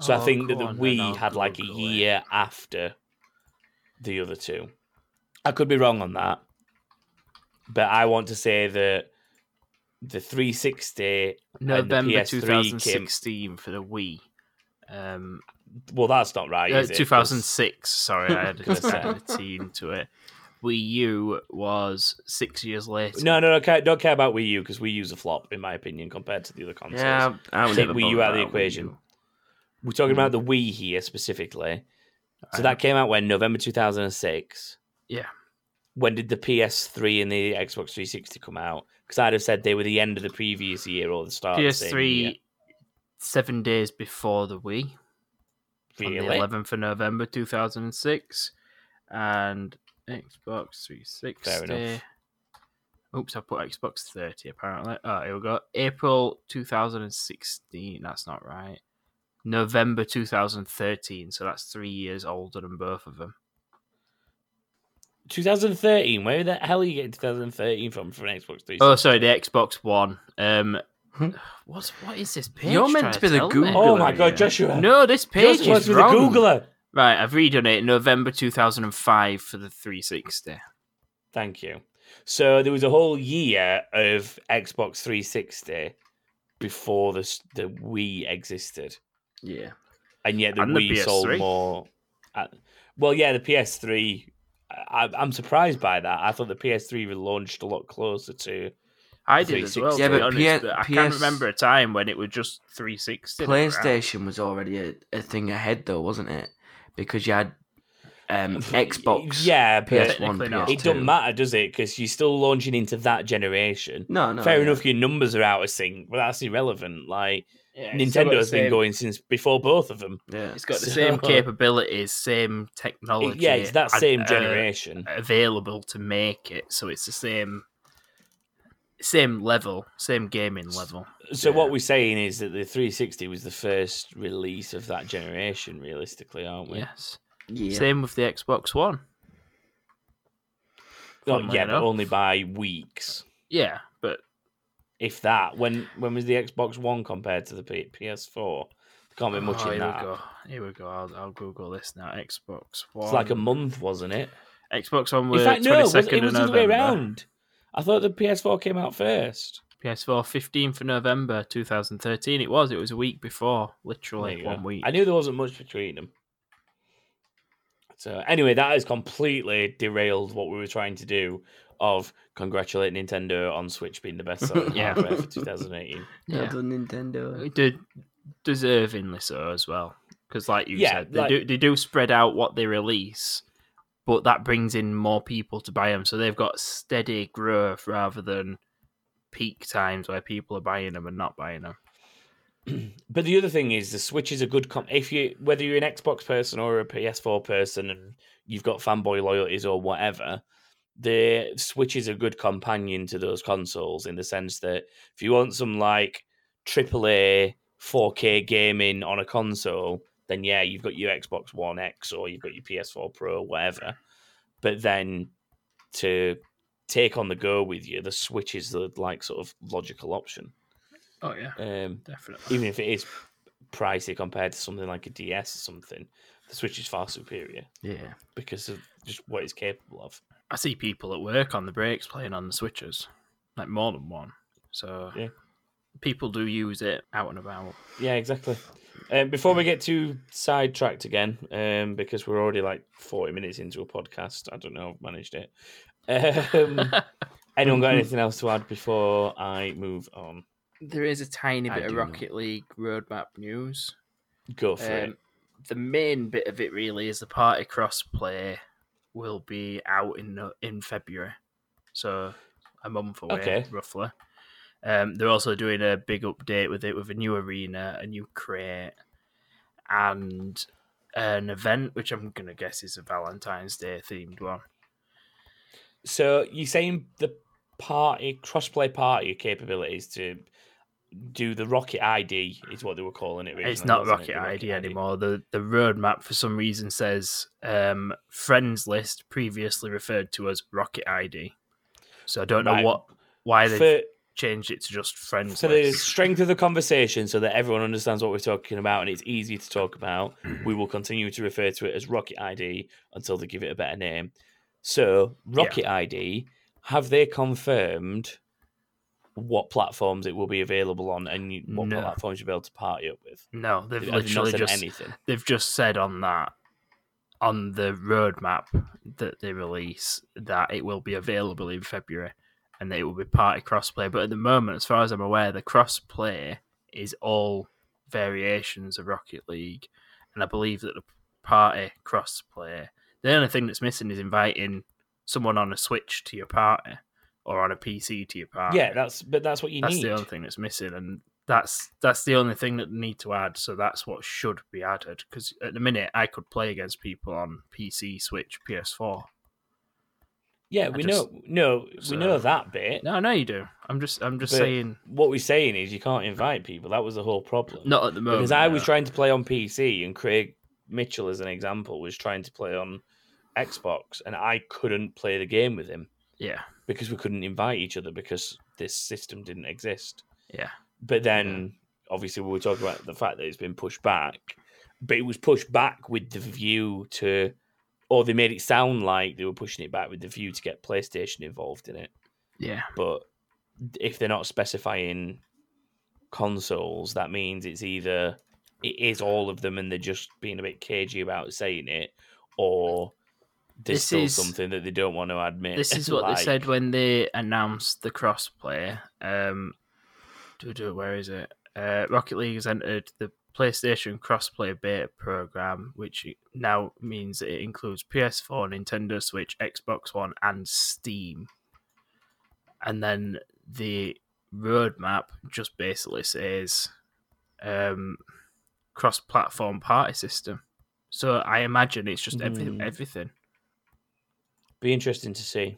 S2: So I
S1: Oh,
S2: think that
S1: go
S2: the
S1: on then, I'll
S2: Wii had like a
S1: Google it.
S2: year after the other two. I could be wrong on that, but I want to say that the 360.
S1: November
S2: PS3 came-
S1: 2016 for the Wii. Um,
S2: Well, that's not right.
S1: uh,
S2: is it? 'Cause-
S1: 2006. Sorry, I had
S2: Goodness
S1: to add a T into it. Wii U was six years later.
S2: No, no, no. ca- Don't care about Wii U because Wii U's a flop, in my opinion, compared to the other consoles.
S3: yeah. I would
S2: Take
S3: never
S2: Wii U
S3: bother
S2: out of the
S3: about Wii
S2: equation.
S3: U.
S2: We're talking about
S1: Mm.
S2: the Wii here specifically. So
S1: Right.
S2: that came out when November 2006.
S1: Uh-huh. Yeah.
S2: When did the PS3 and the Xbox 360 come out? Because I'd have said they were the end of the previous year or the start. of the same year.
S1: PS3 seven days before the Wii. on the
S2: really?
S1: 11th of November 2006, and Xbox 360.
S2: Fair enough.
S1: Oops, I put Xbox 30 apparently. Oh, here we go. April 2016. That's not right. November 2013. So that's three years older than both of them.
S2: 2013. Where the hell are you getting 2013 from for an Xbox 360?
S1: Oh, sorry, the Xbox One. Um, What's what is this page?
S3: Hmm? You're meant
S1: trying
S3: to be the
S1: tell me?
S3: Googler.
S2: Oh my
S3: yeah.
S2: god, Joshua!
S1: No, this page
S2: Joshua
S1: is
S2: with a
S1: wrong.
S2: Googler.
S1: Right, I've redone it. November 2005 for the 360.
S2: Thank you. So there was a whole year of Xbox 360 before the s- the Wii existed,
S3: Yeah.
S2: and yet the
S1: And the
S2: Wii sold
S1: PS3.
S2: more. uh, well, yeah, the PS3. I, I'm surprised by that. I thought the PS3 launched a lot closer to.
S1: I did as well.
S2: 360.
S1: Yeah,
S2: Yeah,
S1: but,
S3: but
S1: honest,
S3: P-
S1: but I can't
S3: PS
S1: remember a time when it was just 360. around.
S3: PlayStation was already a, a thing ahead though, wasn't it? Because you had
S1: Mm.
S3: um, Xbox,
S2: Yeah, but
S3: PS1,
S1: Technically not.
S3: PS2.
S2: it doesn't matter, does it? Because you're still launching into that generation.
S3: No, no.
S2: Fair
S3: yeah.
S2: enough, your numbers are out of sync, but that's irrelevant. Like
S1: Yeah, it's still got the
S2: Nintendo's been
S1: same-
S2: going since before both of them.
S3: Yeah.
S1: It's got the
S2: So-
S1: same capabilities, same
S2: It-
S1: technology.
S2: yeah, it's that
S1: and,
S2: same
S1: uh,
S2: generation.
S1: available to make it, so it's the same, same level, same gaming level.
S2: so
S3: yeah.
S2: what we're saying is that the 360 was the first release of that generation, realistically, aren't we?
S1: Yes.
S3: Yeah.
S1: Same with the Xbox One.
S2: Well,
S1: Funnily
S2: yeah, but
S1: enough.
S2: only by weeks.
S1: Yeah, but
S2: If that, when when was the Xbox One compared to the P- PS4? Can't be much
S1: Oh,
S2: in
S1: here
S2: that.
S1: we go. Here we go. I'll, I'll Google this now. Xbox One.
S2: It's like a month, wasn't it?
S1: Xbox One
S2: In
S1: was
S2: fact, no,
S1: twenty
S2: it was,
S1: second
S2: it was the
S1: of
S2: other way
S1: November.
S2: around. I thought the PS4 came out first.
S1: PS4 fifteenth of November two thousand thirteen. It was. It was a week before, literally
S2: There you
S1: one
S2: go.
S1: week.
S2: I knew there wasn't much between them. So anyway, that has completely derailed what we were trying to do of congratulate Nintendo on Switch being the best selling
S1: Yeah.
S2: hardware for 2018.
S3: Well
S1: Yeah.
S3: done, Nintendo.
S1: It did deservingly so as well, because like you
S2: Yeah,
S1: said, they
S2: like-
S1: do they do spread out what they release, but that brings in more people to buy them. So they've got steady growth rather than peak times where people are buying them and not buying them.
S2: But the other thing is the Switch is a good comp. If you whether you're an Xbox person or a PS4 person and you've got fanboy loyalties or whatever, the Switch is a good companion to those consoles in the sense that if you want some like AAA 4K gaming on a console, then yeah, you've got your Xbox One X or you've got your PS4 Pro, whatever. But then to take on the go with you, the Switch is the like sort of logical option.
S1: Oh yeah,
S2: Um,
S1: definitely.
S2: even if it is pricey compared to something like a DS or something, the Switch is far superior
S3: Yeah.
S2: because of just what it's capable of.
S1: I see people at work on the breaks playing on the switches, like more than one. So
S2: Yeah.
S1: people do use it out and about.
S2: Yeah, exactly. Um, before we get too sidetracked again, um, because we're already like 40 minutes into a podcast, I don't know, I've managed it. Um, anyone got anything else to add before I move on?
S1: There is a tiny
S3: I
S1: bit of
S3: do know.
S1: Rocket League roadmap news.
S2: Go for it.
S1: Um, the main bit of it really is the party crossplay will be out in the- in February, so a month away
S2: Okay.
S1: roughly. Um, they're also doing a big update with it with a new arena, a new crate, and an event which I'm gonna guess is a Valentine's Day themed one.
S2: So you're saying the party crossplay party capabilities to do the Rocket ID is what they were calling it. Originally,
S1: It's not
S2: wasn't it?
S1: Rocket
S2: The
S1: ID anymore. The the roadmap for some reason says um, friends list previously referred to as Rocket ID. So I don't know
S2: Right.
S1: what why they
S2: For,
S1: changed it to just friends
S2: for the
S1: list.
S2: strength of the conversation, so that everyone understands what we're talking about and it's easy to talk about,
S1: Mm-hmm.
S2: we will continue to refer to it as Rocket ID until they give it a better name. So Rocket ID, have they confirmed what platforms it will be available on and what
S1: No.
S2: platforms you'll be able to party up with?
S1: No, they've
S2: Have they not
S1: literally
S2: said
S1: just
S2: anything.
S1: they've just said on that on the roadmap that they release that it will be available in February and that it will be party crossplay. But at the moment, as far as I'm aware, the crossplay is all variations of Rocket League, and I believe that the party crossplay. The only thing that's missing is inviting someone on a Switch to your party or on a PC to your party.
S2: Yeah, that's but that's what you
S1: Ah. that's
S2: need.
S1: the only thing that's missing and that's that's the only thing that they need to add so that's what should be added because at the minute i could play against people on pc switch ps4
S2: Yeah, we
S1: just-
S2: know. No,
S1: so-
S2: we know that bit.
S1: no i know you do i'm just i'm just
S2: But-
S1: saying
S2: What we're saying is you can't invite people. That was the whole problem.
S1: not at the moment
S2: because I was
S1: no.
S2: trying to play on PC, and Craig Mitchell, as an example, was trying to play on Xbox, and I couldn't play the game with him
S1: yeah
S2: because we couldn't invite each other because this system didn't exist.
S1: yeah
S2: But then, obviously, we were talking about the fact that it's been pushed back, but it was pushed back with the view to, or they made it sound like they were pushing it back with the view to get PlayStation involved in it.
S1: Yeah.
S2: But if they're not specifying consoles, that means it's either it is all of them and they're just being a bit cagey about saying it, or there's
S1: This
S2: still
S1: is-
S2: something that they don't want to admit.
S1: This is what
S2: Like,
S1: they said when they announced the crossplay. Um, do do where is it? Uh, Rocket League has entered the PlayStation crossplay beta program, which now means it includes PS4, Nintendo Switch, Xbox One, and Steam. And then the roadmap just basically says um, cross-platform party system. So I imagine it's just every-
S2: Hmm.
S1: everything.
S2: Be interesting to see.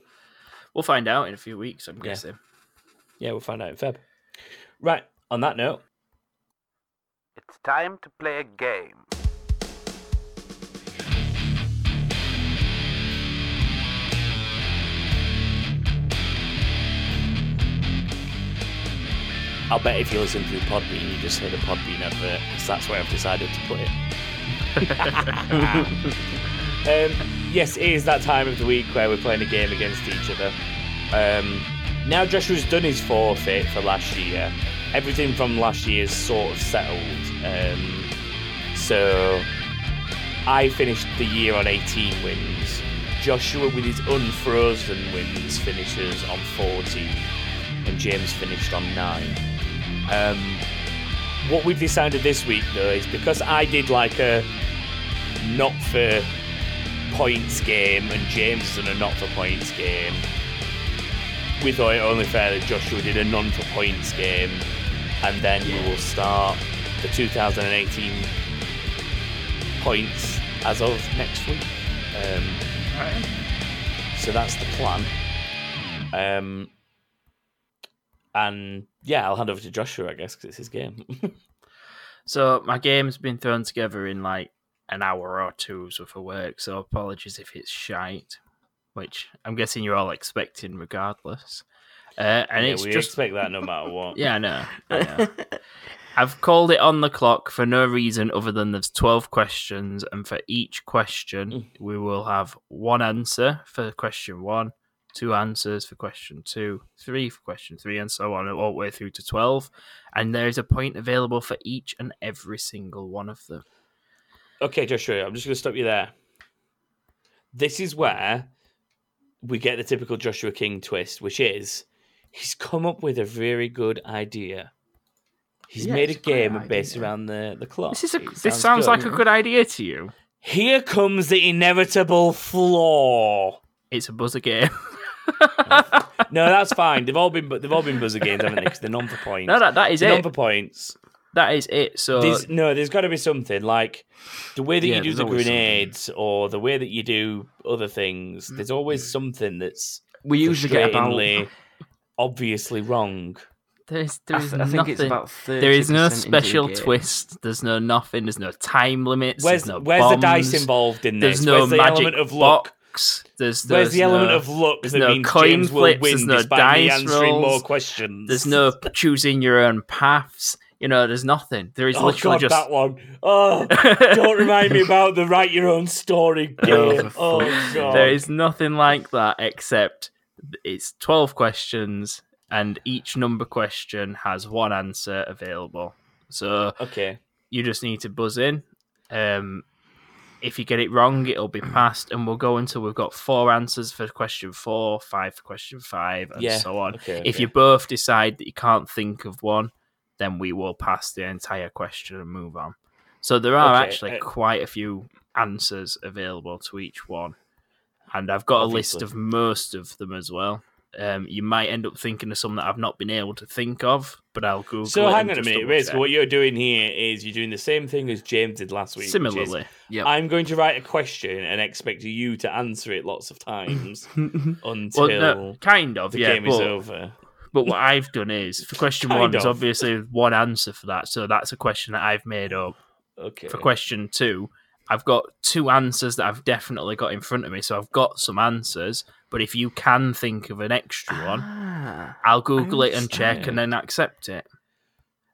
S1: We'll find out in a few weeks, I'm
S2: Yeah.
S1: guessing.
S2: Yeah, we'll find out in Feb. Right. On that note,
S4: It's time to play a game.
S2: I'll bet if you listen through Podbean, you just hear the Podbean advert because that's where I've decided to put it. um, yes, it is that time of the week where we're playing a game against each other. Um, now Joshua's done his forfeit for last year. Everything from last year's sort of settled. Um, so I finished the year on 18 wins. Joshua, with his unfrozen wins, finishes on 14, and James finished on 9. Um, what we've decided this week, though, is because I did like a not for points game and James has done a not for points game, we thought it only fair that Joshua did a non for points game, and then we will start the 2018 points as of next week. Um, So that's the plan. Um, and yeah, I'll hand over to Joshua, I guess, because it's his game.
S1: So my game's been thrown together in like an hour or two's worth of work, so apologies if it's shite, which I'm guessing you're all expecting regardless. Uh, and
S2: Yeah,
S1: it's
S2: we
S1: just
S2: expect that no matter what.
S1: yeah, I know. I know. I've called it on the clock for no reason other than there's 12 questions, and for each question,
S3: Mm.
S1: we will have one answer for question one, two answers for question two, three for question three, and so on, all the way through to 12. And there is a point available for each and every single one of them.
S2: Okay, Joshua, I'm just going to stop you there. This is where we get the typical Joshua King twist, which is he's come up with a very good idea. He's
S3: Yeah,
S2: made a
S3: it's a great
S2: game based
S3: idea.
S2: around the, the
S3: Oh,
S2: clock.
S1: This is a,
S2: It
S1: this sounds
S2: good.
S1: like a good idea to you.
S2: Here comes the inevitable flaw.
S1: It's a buzzer game.
S2: No, that's fine. They've all been they've all been buzzer games, haven't they? Because they're non for points.
S1: no, that, that is
S2: They're non
S1: it.
S2: for points.
S1: That is it. So
S2: There's, no, there's got to be something like the way that
S1: Yeah,
S2: you do
S1: there's
S2: the
S1: always something.
S2: grenades or the way that you do other things. There's always something that's
S3: we usually get about.
S2: frustratingly, obviously wrong.
S1: there is,
S3: I,
S1: there is
S3: th- I think it's
S1: nothing-
S3: about 30
S1: There is no special twist. There's no nothing. There's no time limits.
S2: Where's
S1: there's no
S2: where's the dice
S1: bombs,
S2: involved in this?
S1: There's no
S2: where's the
S1: magic
S2: element of luck?
S1: box. There's,
S2: Where's
S1: there's
S2: the element
S1: no-
S2: of luck
S1: there's
S2: that
S1: no
S2: means
S1: coin
S2: James will
S1: flips,
S2: win
S1: there's no
S2: despite me
S1: dice
S2: answering more
S1: rolls,
S2: questions?
S1: There's no p- choosing your own paths. You know, there's nothing. There is
S2: oh
S1: literally
S2: god, that one. Oh,
S1: just.
S2: don't remind me about the write your own story
S3: Oh,
S2: game.
S3: for
S2: Oh,
S3: fuck's sake.
S2: god.
S1: there is nothing like that except it's 12 questions and each number question has one answer available. So
S2: Okay.
S1: you just need to buzz in. Um, if you get it wrong, it'll be passed, and we'll go until we've got four answers for question four, five for question five, and
S2: Yeah,
S1: so on.
S2: okay,
S1: If
S2: okay.
S1: you both decide that you can't think of one, then we will pass the entire question and move on. So there are
S2: Okay,
S1: actually
S2: uh,
S1: quite a few answers available to each one, and I've got a list
S2: Obviously.
S1: of most of them as well. Um, you might end up thinking of some that I've not been able to think of, but I'll Google.
S2: So
S1: it
S2: hang on
S1: and
S2: a
S1: just
S2: minute.
S1: double
S2: Basically,
S1: check.
S2: what you're doing here is you're doing the same thing as James did last week. which is,
S1: Similarly,
S2: I'm going to write a question and expect you to answer it lots of times until
S1: well, no, kind of,
S2: the
S1: yeah.
S2: game
S1: but,
S2: is over.
S1: but what I've done is for question
S2: Kind
S1: one, there's
S2: of.
S1: obviously one answer for that, so that's a question that I've made up.
S2: Okay.
S1: For question two, I've got two answers that I've definitely got in front of me, so I've got some answers. But if you can think of an extra one,
S3: Ah,
S1: I'll Google
S3: I
S1: it and check,
S2: understand.
S1: and then accept it.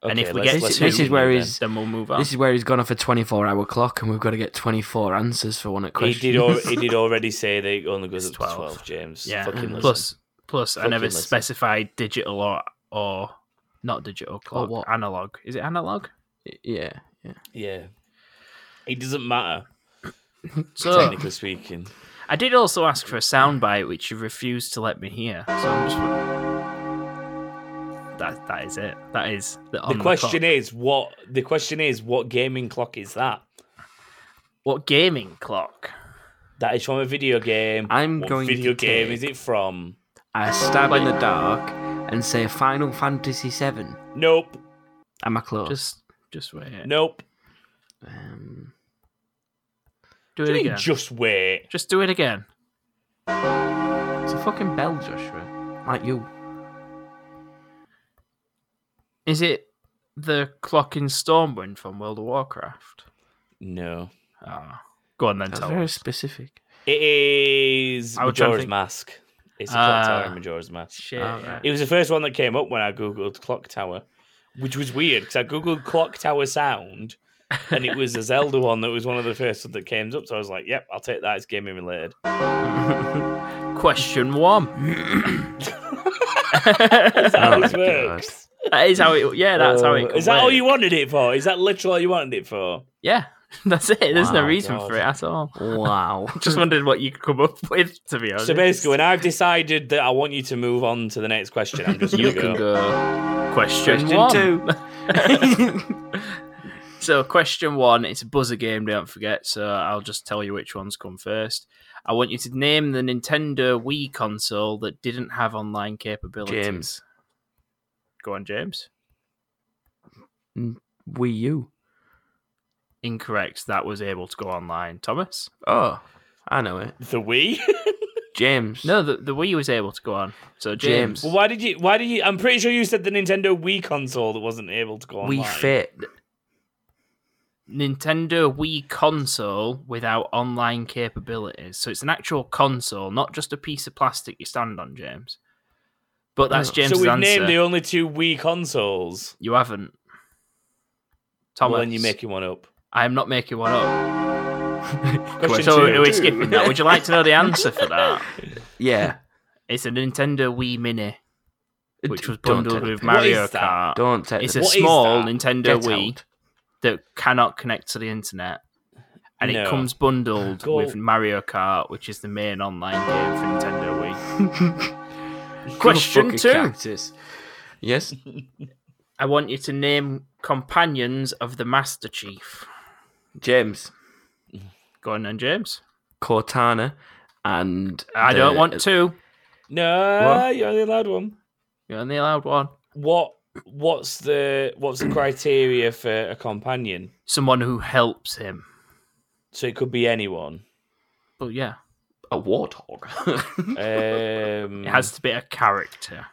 S1: and if we
S2: let's-
S1: get
S2: let's
S1: to
S3: this
S2: move
S3: is where
S2: on then.
S3: he's-
S1: then we'll move on.
S3: This is where he's gone off a 24 hour clock and we've got to get 24 answers for one at
S2: He
S3: question.
S2: did. Al- he did already say that it only goes
S1: It's
S2: up to
S1: 12.
S2: twelve. James.
S1: yeah.
S2: Fucking listen.
S1: plus, plus, I
S2: Fucking
S1: never
S2: listen.
S1: specified digital or or not digital clock.
S3: what?
S1: Analog. Is it analog?
S3: yeah, yeah.
S2: Yeah. It doesn't matter,
S1: So
S2: technically speaking.
S1: I did also ask for a soundbite, which you refused to let me hear. So I'm just. That that is it. That is the, on
S2: The question
S1: clock.
S2: is what. The question is what gaming clock is that?
S1: what gaming clock?
S2: That is from a video game.
S3: I'm
S2: what
S3: going
S2: Video
S3: to
S2: game
S3: take-
S2: is it from?
S3: I stab in the dark and say Final Fantasy VII.
S2: Nope.
S3: Am I
S2: Oh.
S3: close?
S1: Just just wait.
S2: Nope.
S3: Um,
S1: do
S2: What do
S1: it
S2: you mean
S1: again.
S2: just wait.
S1: Just do it again.
S3: it's a fucking bell, Joshua. Like you.
S1: Is it the clock in Stormwind from World of Warcraft?
S2: No.
S1: Ah, go on then.
S3: That's
S1: Tell
S3: very
S1: us.
S3: specific.
S2: It is
S1: I was trying to
S2: Majora's
S1: think-
S2: Mask. It's a clock tower
S1: Ah.
S2: in Majora's Mask.
S1: Shit.
S3: All
S1: yeah.
S3: right.
S2: It was the first one that came up when I googled clock tower, which was weird because I googled clock tower sound, and it was a Zelda one that was one of the first that came up. So I was like, "Yep, I'll take that. It's gaming related."
S1: Question one.
S2: That's how
S3: Oh
S2: this
S3: my
S2: works.
S1: that is how it. Yeah, that's how
S2: Uh,
S1: it.
S2: Is that all
S1: works.
S2: you wanted it for? Is that literally all you wanted it for?
S1: Yeah, that's it. There's no
S3: Wow,
S1: reason
S2: God.
S1: for it at all.
S3: Wow.
S1: Just wondered what you could come up with, to be honest.
S2: So basically, when I've decided that I want you to move on to the next question, I'm just
S3: you
S2: gonna
S3: can
S2: go.
S3: go.
S1: question,
S3: Question
S1: one.
S3: two.
S1: So question one, it's a buzzer game. Don't forget. So I'll just tell you which ones come first. I want you to name the Nintendo Wii console that didn't have online capabilities.
S3: James.
S1: Go on, James.
S3: Wii U.
S1: Incorrect. That was able to go online. Thomas.
S3: Oh, I know it.
S2: The Wii?
S3: James.
S1: No, the, the Wii was able to go on. So James.
S3: James.
S2: well, why did you? Why did you? I'm pretty sure you said the Nintendo Wii console that wasn't able to go online.
S3: Wii Fit.
S1: Nintendo Wii console without online capabilities. So it's an actual console, not just a piece of plastic you stand on, James. But that's
S3: Oh.
S1: James'
S2: Uh, so we've
S1: answer.
S2: named the only two Wii consoles.
S1: You haven't. Thomas,
S2: Well, then you're making one up.
S1: I am not making one up.
S2: Question
S1: So
S2: two.
S1: are we skipping that? Would you like to know the answer for that?
S3: Yeah.
S1: It's a Nintendo Wii Mini, which was
S3: Don't
S1: bundled
S3: take
S1: with
S3: the-
S1: Mario
S2: is that?
S1: Kart.
S3: Don't take
S1: It's
S3: the
S1: a
S2: What is
S1: small
S2: that?
S1: Nintendo
S3: Get
S1: Wii
S3: out.
S1: that cannot connect to the internet. And
S2: No.
S1: it comes bundled
S2: Go-
S1: with Mario Kart, which is the main online game for Nintendo Wii. Question
S3: Fucking
S1: two.
S3: cactus. Yes.
S1: I want you to name companions of the Master Chief.
S3: James.
S1: Go on then, James.
S3: Cortana. And
S1: I
S3: the-
S1: don't want two.
S2: No,
S3: What?
S2: you're only allowed one.
S1: You're only allowed one.
S2: What? What's the What's the criteria for a companion?
S1: Someone who helps him.
S2: So it could be anyone.
S1: But yeah,
S3: a warthog.
S2: Um, it
S1: it has
S3: Mm.
S1: to be a character.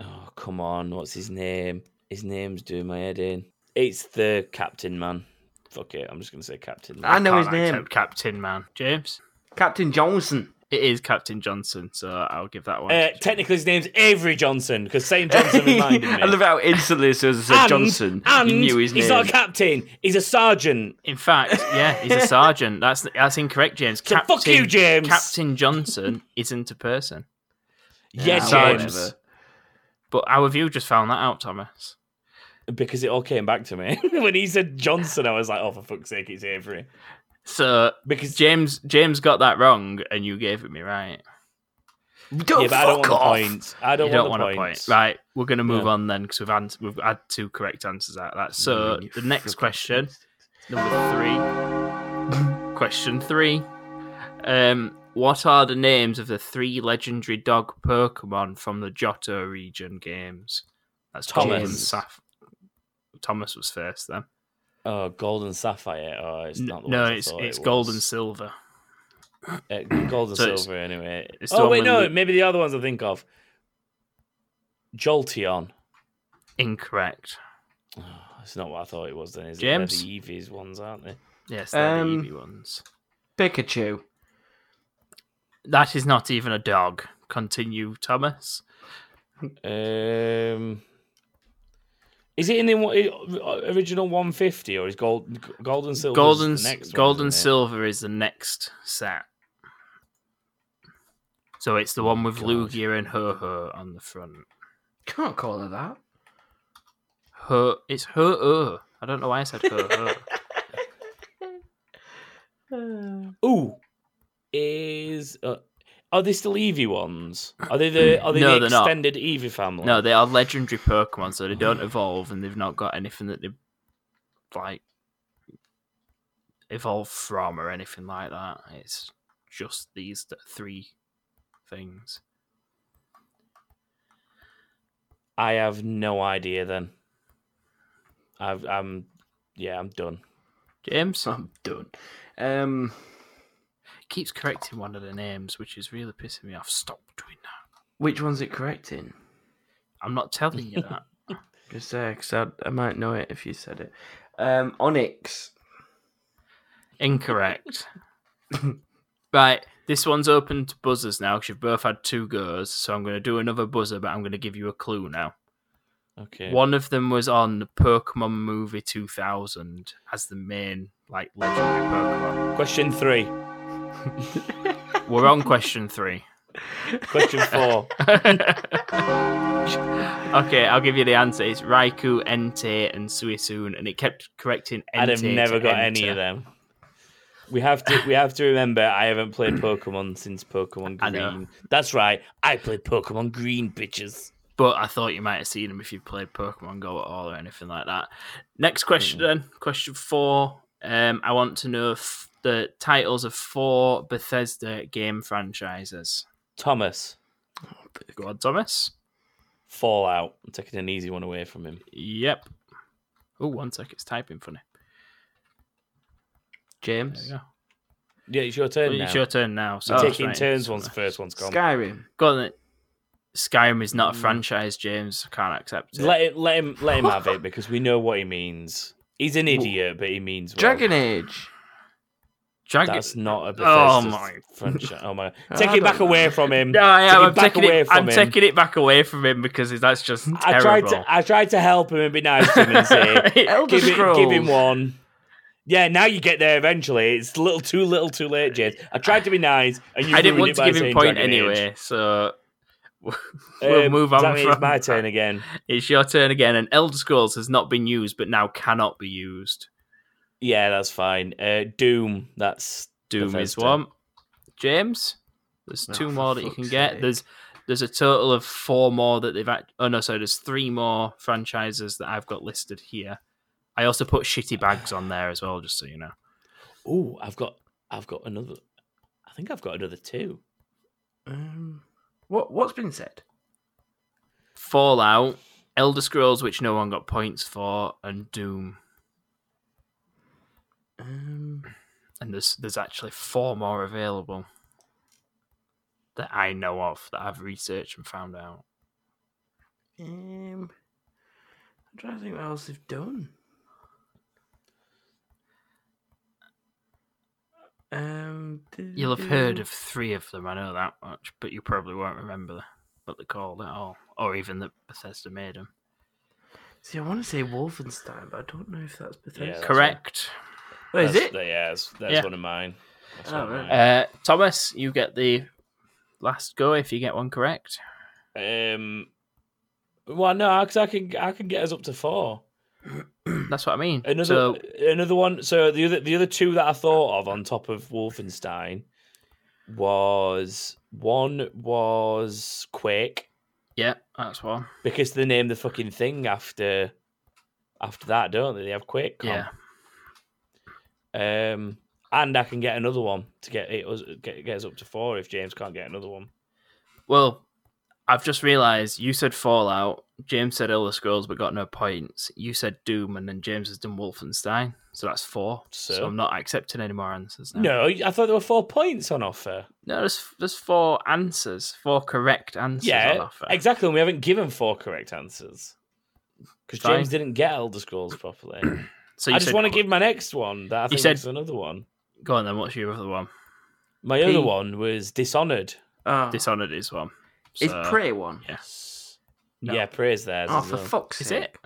S2: Oh come on! What's his name? His name's doing my head in. It's the Captain Man. Fuck it. I'm just gonna say Captain Man.
S1: Ah,
S3: I know his
S1: Can't
S3: name.
S1: accept Captain Man. James?
S3: Captain Johnson.
S1: It is Captain Johnson, so I'll give that one.
S2: Uh,
S1: to James.
S2: technically, his name's Avery Johnson because Saint Johnson reminded me.
S3: I love how instantly as soon as I said
S2: And-
S3: Johnson,
S2: and
S3: you knew his name.
S2: he's not a captain. He's a sergeant.
S1: In fact, yeah, he's a sergeant. That's that's incorrect, James.
S2: So fuck you, James.
S1: Captain Johnson isn't a person.
S2: Yeah,
S1: Sergeant.
S2: James.
S3: whatever.
S1: But our view just found that out, Thomas.
S2: because it all came back to me when he said Johnson. I was like, oh for fuck's sake, it's Avery.
S1: So
S2: Because
S1: James James got that wrong, and you gave it me right.
S3: Don't
S2: yeah, but I don't want
S3: fuck off.
S2: the points. I don't,
S1: you don't
S2: want,
S1: want,
S2: the
S1: a
S2: points.
S1: point, right? We're gonna move
S2: Yeah.
S1: on then because we've ans- we've had two correct answers out of that. So
S3: You
S1: the next
S3: fucking
S1: question, number three, question three. Um, what are the names of the three legendary dog Pokemon from the Johto region games? That's Golden
S2: Thomas.
S1: Saf- Thomas was first then.
S2: Oh, golden sapphire. Oh, it's
S1: N-
S2: not. The
S1: no,
S2: ones I
S1: it's
S2: thought
S1: it's
S2: it
S1: gold and
S2: was.
S1: silver.
S2: Uh, gold and
S1: So it's-
S2: silver. Anyway.
S1: it's the
S2: Oh
S1: one
S2: wait,
S1: with
S2: no.
S1: Lu-
S2: Maybe the other ones I think of. Jolteon.
S1: Incorrect.
S2: Oh, it's not what I thought it was. Then is
S1: James?
S2: it? They're the Eevees ones, aren't they?
S1: Yes, they're
S3: Um,
S1: the Eevee ones.
S3: Pikachu.
S1: That is not even a dog. Continue, Thomas.
S2: Um, Is it in the one- original 150 or is gold gold and silver?
S1: Gold and
S2: the
S1: s-
S2: next one,
S1: gold and
S2: isn't it?
S1: silver is the next set. So it's the
S2: Oh
S1: one with
S2: God.
S1: Lugia and Ho Ho on the front.
S3: Can't call her that.
S1: Ho, it's Ho Oh. I don't know why I said Ho Ho.
S2: Uh. Ooh, is uh, are they still Eevee ones? Are they the are they
S1: No,
S2: the
S1: they're not.
S2: extended Eevee family?
S1: no, they are legendary Pokemon, so they don't evolve, and they've not got anything that they like evolve from or anything like that. It's just these th- three things.
S2: I have no idea. Then I've, I'm yeah, I'm done.
S1: James
S3: I'm done. Um,
S1: keeps correcting one of the names, which is really pissing me off. Stop doing that.
S3: which one's it correcting?
S1: I'm not telling you that.
S3: Just there, because uh, I, I might know it if you said it. Um, Onyx.
S1: Incorrect. right, this one's open to buzzers now because you've both had two goes. So I'm going to do another buzzer, but I'm going to give you a clue now.
S2: Okay.
S1: One of them was on the Pokemon Movie 2000 as the main, like, legendary Pokemon.
S2: Question three.
S1: We're on question three.
S2: Question four.
S1: Okay, I'll give you the answer. It's Raikou, Entei, and Suicune, and it kept correcting Entei.
S2: I'd have never
S1: to
S2: got any
S1: Enter.
S2: of them. We have to we have to remember I haven't played Pokemon since Pokemon
S1: I know.
S2: Green. That's right. I played Pokemon Green bitches.
S1: but I thought you might have seen them if you've played Pokemon Go at all or anything like that. Next
S2: Hmm.
S1: question, then. Question four. Um, I want to know f- the titles of four Bethesda game franchises.
S2: Thomas,
S1: Go on, Thomas.
S2: Fallout. I'm taking an easy one away from him.
S1: Yep. Oh, one sec. It's typing funny. There
S3: James.
S1: you go.
S2: Yeah, it's your turn. now.
S1: It's your turn now. So
S2: We're
S1: that's
S2: taking
S1: Oh, right.
S2: turns once the first one's gone.
S3: Skyrim.
S1: Go on. then. Skyrim is not a franchise, James. I can't accept it.
S2: Hmm. Let it, let him let him have it because we know what he means. He's an idiot, but he means well.
S3: Dragon Age.
S1: Dragon.
S2: That's not a
S1: Oh
S2: Bethesda
S1: my-
S2: franchise. Oh my!
S3: I
S2: Take it back
S3: don't
S2: away from him.
S1: No, I
S2: Take
S1: am.
S2: it
S1: I'm,
S2: back
S1: taking
S2: away
S1: it,
S2: from
S1: I'm
S2: him.
S1: taking it back away from him because that's just terrible.
S2: I tried to I tried to help him and be nice to him and say
S3: Elder
S2: give, it, give
S3: Scrolls.
S2: him one. Yeah, now you get there eventually. It's a little too little too late, James. I tried to be nice, and you
S1: I didn't
S2: ruined
S1: want
S2: it
S1: to
S2: by
S1: give him
S2: saying
S1: point
S2: Dragon Age.
S1: anyway, so we'll
S2: Um,
S1: move
S2: does
S1: on.
S2: that mean it's
S1: from
S2: my
S1: that.
S2: turn again.
S1: It's your turn again, and Elder Scrolls has not been used, but now cannot be used.
S2: Yeah, that's fine. Uh, Doom. That's
S1: Doom is
S2: Bethesda.
S1: one. James, there's
S3: Oh,
S1: two
S3: for
S1: more that you can
S3: fuck's
S1: get.
S3: sake.
S1: There's there's a total of four more that they've. Act- oh no, sorry. There's three more franchises that I've got listed here. I also put shitty bags on there as well, just so you know.
S2: Ooh, I've got I've got another. I think I've got another two.
S3: Um, what what's been said?
S1: Fallout, Elder Scrolls, which no one got points for, and Doom.
S3: Um,
S1: and there's there's actually four more available that I know of that I've researched and found out.
S3: um, I'm trying to think what else they've done. Um, did
S1: You'll
S3: they
S1: have heard
S3: do-
S1: of three of them, I know that much, but you probably won't remember what they called at all, or even that Bethesda made them.
S3: See, I want to say Wolfenstein, but I don't know if that's Bethesda.
S2: that's
S1: Correct.
S3: What is
S2: That's-
S3: it?
S2: Yeah, that's, that's
S1: Oh, Yeah.
S2: one of mine. That's
S3: Oh,
S2: one of
S3: right.
S2: mine.
S1: Uh, Thomas, you get the last go if you get one correct.
S2: Um, well, no, because I can I can get us up to four.
S1: That's what I mean.
S2: Another
S1: So
S2: another one. So the other the other two that I thought of on top of Wolfenstein was one was Quake
S1: yeah, that's one.
S2: because they name the fucking thing after after that, don't they? They have Quake.
S1: Yeah.
S2: Um, and I can get another one to get it us- get, get us up to four if James can't get another one.
S1: Well, I've just realised you said Fallout, James said Elder Scrolls but got no points. You said Doom and then James has done Wolfenstein, so that's four. So,
S2: So?
S1: I'm not accepting any more answers now.
S2: No, I thought there were four points on offer.
S1: No, there's there's four answers, four correct answers on
S2: yeah,
S1: offer.
S2: exactly. And we haven't given four correct answers because
S1: Fine.
S2: James didn't get Elder Scrolls properly.
S1: So
S2: I just
S1: said
S2: want to
S1: qu-
S2: give my next one. That I think
S1: said-
S2: is another one.
S1: Go on then, what's your other one?
S2: My
S3: P.
S2: other one was Dishonored.
S3: Oh,
S1: Dishonored is one.
S3: it's
S1: So-
S2: uh,
S3: Prey one.
S1: Yeah.
S2: Yeah, praise theirs.
S3: Oh,
S2: as
S3: for
S2: well.
S3: fuck's
S1: Is
S3: sake!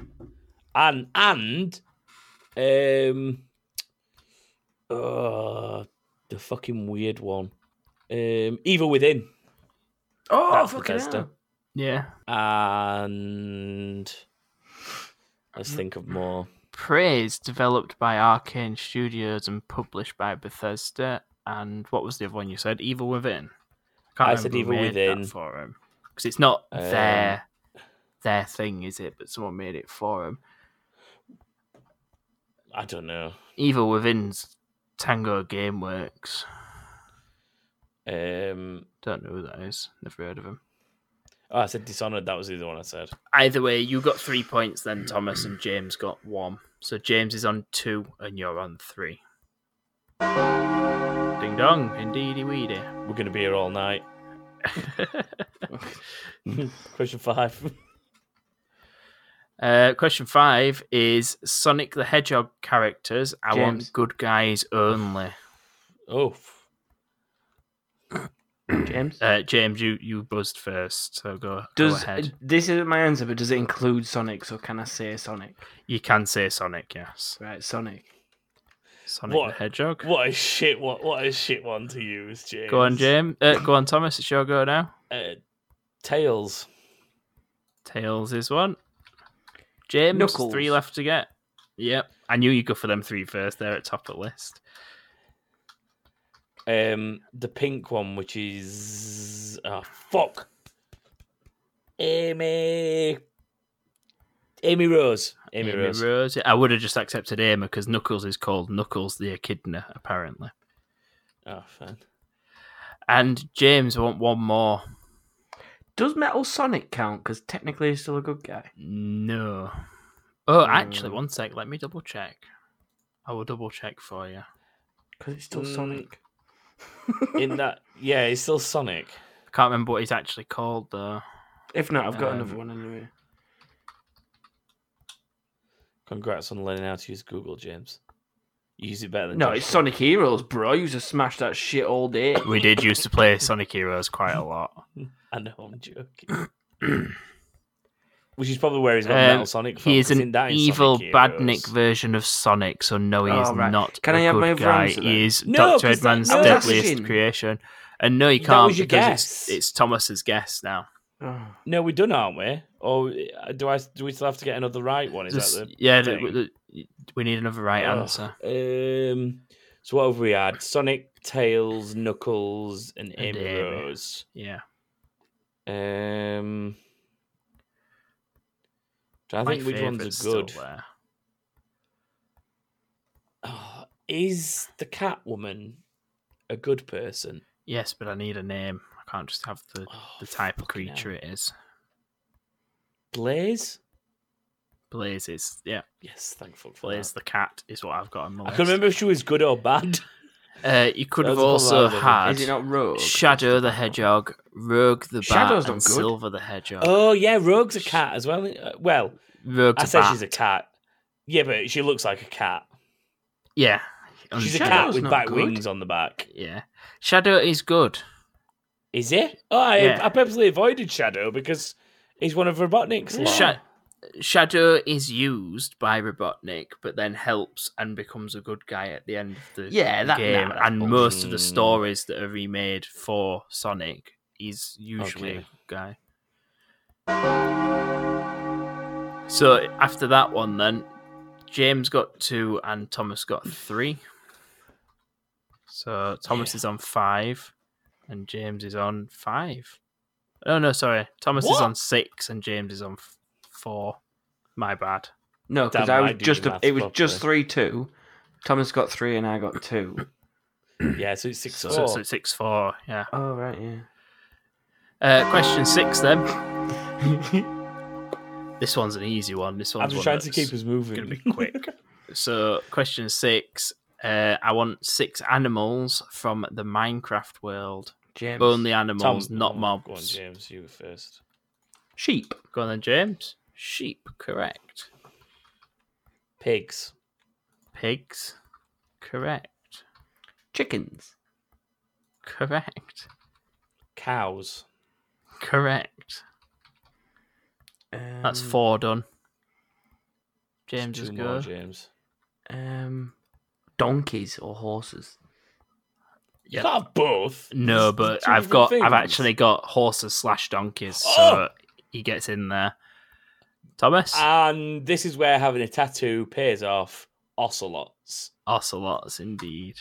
S1: it?
S2: and and um, uh, the fucking weird one, um, Evil Within
S3: Oh,
S2: That's
S3: fucking
S2: Bethesda.
S3: hell.
S1: Yeah.
S2: and let's think of more.
S1: Praise developed by Arcane Studios and published by Bethesda. And what was the other one you said? Evil Within.
S2: I said
S1: remember who
S2: Evil
S1: made that
S2: Within.
S1: for him because it's not
S2: Um,
S1: their their thing, is it? But someone made it for him.
S2: I don't know.
S1: Evil Within's Tango Gameworks.
S2: Um,
S1: Don't know who that is. Never heard of him.
S2: oh, I said Dishonored. That was the other one I said.
S1: Either way, you got three points then, Thomas, and James got one. So James is on two and you're on three. Ding dong, indeedy weedy.
S2: We're gonna be here all night. Question five.
S1: uh, question five is Sonic the Hedgehog characters. I
S3: James.
S1: want good guys only.
S2: Oh, f-
S3: James.
S1: Uh, James, you, you buzzed first, so go,
S3: Does
S1: go ahead.
S3: this isn't my answer, but does it include Sonic? So can I say Sonic?
S1: You can say Sonic, yes.
S3: Right, Sonic.
S1: Sonic
S2: What?
S1: the Hedgehog.
S2: what a shit! What what a shit one to use, James.
S1: Go on, James. Uh, go on, Thomas. It's your go now.
S2: Uh, Tails.
S1: Tails is one. James,
S3: Knuckles.
S1: three left to get. Yep. I knew you'd go for them three first. They're at top of the list.
S2: Um, the pink one, which is oh fuck, Amy, Amy Rose, Amy, Rose.
S1: Rose. I would have just accepted Amy because Knuckles is called Knuckles the Echidna, apparently.
S2: Oh, fine.
S1: And James, I want one more.
S3: Does Metal Sonic count? Because technically he's still a good guy.
S1: No. Oh, actually,
S3: Mm.
S1: one sec. Let me double check. I will double check for you
S3: Because it's still
S2: Mm.
S3: Sonic.
S2: In that, yeah, it's still Sonic.
S1: I can't remember what he's actually called though.
S3: If not, I've got another
S1: Um,
S3: one anyway.
S2: Congrats on learning how to use Google, James. You use it better than
S3: No,
S2: Josh
S3: it's
S2: does.
S3: Sonic Heroes, bro. You used to smash that shit all day.
S1: We did used to play Sonic Heroes quite a lot.
S2: I know I'm joking. Which is probably where he's got
S1: Um,
S2: Metal Sonic from.
S1: He is
S2: 'cause
S1: an
S2: in that he's
S1: evil
S2: Sonic
S1: badnik
S2: Heroes.
S1: version of Sonic, so no, he is
S3: Oh, right.
S1: not.
S3: Can
S1: a
S3: I have
S1: good
S3: my other
S1: guy.
S3: answer,
S1: He
S3: then?
S1: is
S2: No,
S1: not
S2: 'cause that-
S1: Treadman's
S2: no,
S3: that's
S1: deadliest
S3: asking.
S1: creation, and no, you
S2: That
S1: can't
S2: was your
S1: because
S2: guess.
S1: it's it's Thomas's guess now.
S3: Oh.
S2: No, we done, aren't we? Or uh, do I? Do we still have to get another right one? Is
S1: This-
S2: that the
S1: yeah,
S2: thing?
S1: the- the- we need another right
S2: Ugh.
S1: answer.
S2: Um, so what have we had? Sonic, Tails, Knuckles, and
S1: And
S2: Amy
S1: Amy.
S2: Rose.
S1: Yeah,
S2: Um, I
S1: My
S2: think which ones
S1: favourite's
S2: are
S1: still
S2: good.
S1: there.
S2: Oh, is the Catwoman a good person?
S1: Yes, but I need a name. I can't just have the
S2: Oh,
S1: the type of
S2: fucking hell.
S1: creature it is.
S2: Blaze.
S1: Blazes, yeah,
S2: Yes, thank fuck for
S1: Blaze
S2: Blaze.
S1: the cat is what I've got on my
S2: I
S1: list.
S2: can not remember if she was good or bad.
S1: Uh, you could
S2: That
S1: have
S2: was a
S1: also
S2: problem I
S1: had
S3: Is it not Rogue?
S1: Shadow the Hedgehog, Rogue the Bat,
S3: Shadow's not
S1: and
S3: good.
S1: Silver the Hedgehog.
S2: Oh yeah, Rogue's a cat as well. Uh, Well,
S1: Rogue the
S2: I said
S1: Bat.
S2: she's a cat. Yeah, but she looks like a cat.
S1: yeah.
S2: She's a
S1: Shadow-
S2: cat
S3: Shadow's
S2: with
S3: not
S2: back
S3: good.
S2: wings on the back.
S1: Yeah, Shadow is good.
S2: Is it? Oh, I,
S1: Yeah.
S2: I purposely avoided Shadow because he's one of Robotnik's. lot.
S1: Sha- Shadow is used by Robotnik, but then helps and becomes a good guy at the end of the
S3: Yeah, that- nah,
S1: game.
S3: that's
S1: and
S3: bullshit.
S1: most of the
S2: Mm.
S1: stories that are remade for Sonic, he's usually a
S2: Okay.
S1: guy. So after that one, then James got two and Thomas got three. So Thomas is on five, and James is on five. Oh no, sorry. Thomas is
S2: What?
S1: on six, and James is on f- four. My bad.
S3: No, because
S2: Damn,
S3: I
S2: I
S3: was
S2: do
S3: just
S2: the
S3: a,
S2: maths
S3: it was just
S2: properly.
S3: three two. Thomas got three and I got two.
S2: Yeah, so it's six
S1: So,
S2: four.
S1: so, so six four. Yeah.
S3: oh right, yeah.
S1: Uh, question six then. this one's an easy one. This one's
S2: I'm just
S1: one
S2: trying to
S1: that's
S2: keep us moving.
S1: gonna be quick. so question six. Uh, I want six animals from the Minecraft world.
S3: James.
S1: Only animals,
S2: Tom-
S1: not mobs.
S2: Go on, James, you first.
S3: sheep.
S1: Go on then, James. Sheep, correct.
S2: Pigs.
S1: Pigs, correct.
S3: Chickens.
S1: Correct.
S2: Cows.
S1: Correct. That's
S3: Um,
S2: Mm.
S1: four done. James's
S2: Two more,
S1: go.
S2: James.
S3: Um, donkeys or horses?
S1: Yeah.
S2: You can't have both. It's-
S1: No,
S2: it's
S1: but
S2: two
S1: I've
S2: different
S1: got I've
S2: things.
S1: actually got horses slash donkeys,
S2: Oh! Uh,
S1: so he gets in there. Thomas
S2: And this is where having a tattoo pays off ocelots.
S1: ocelots indeed.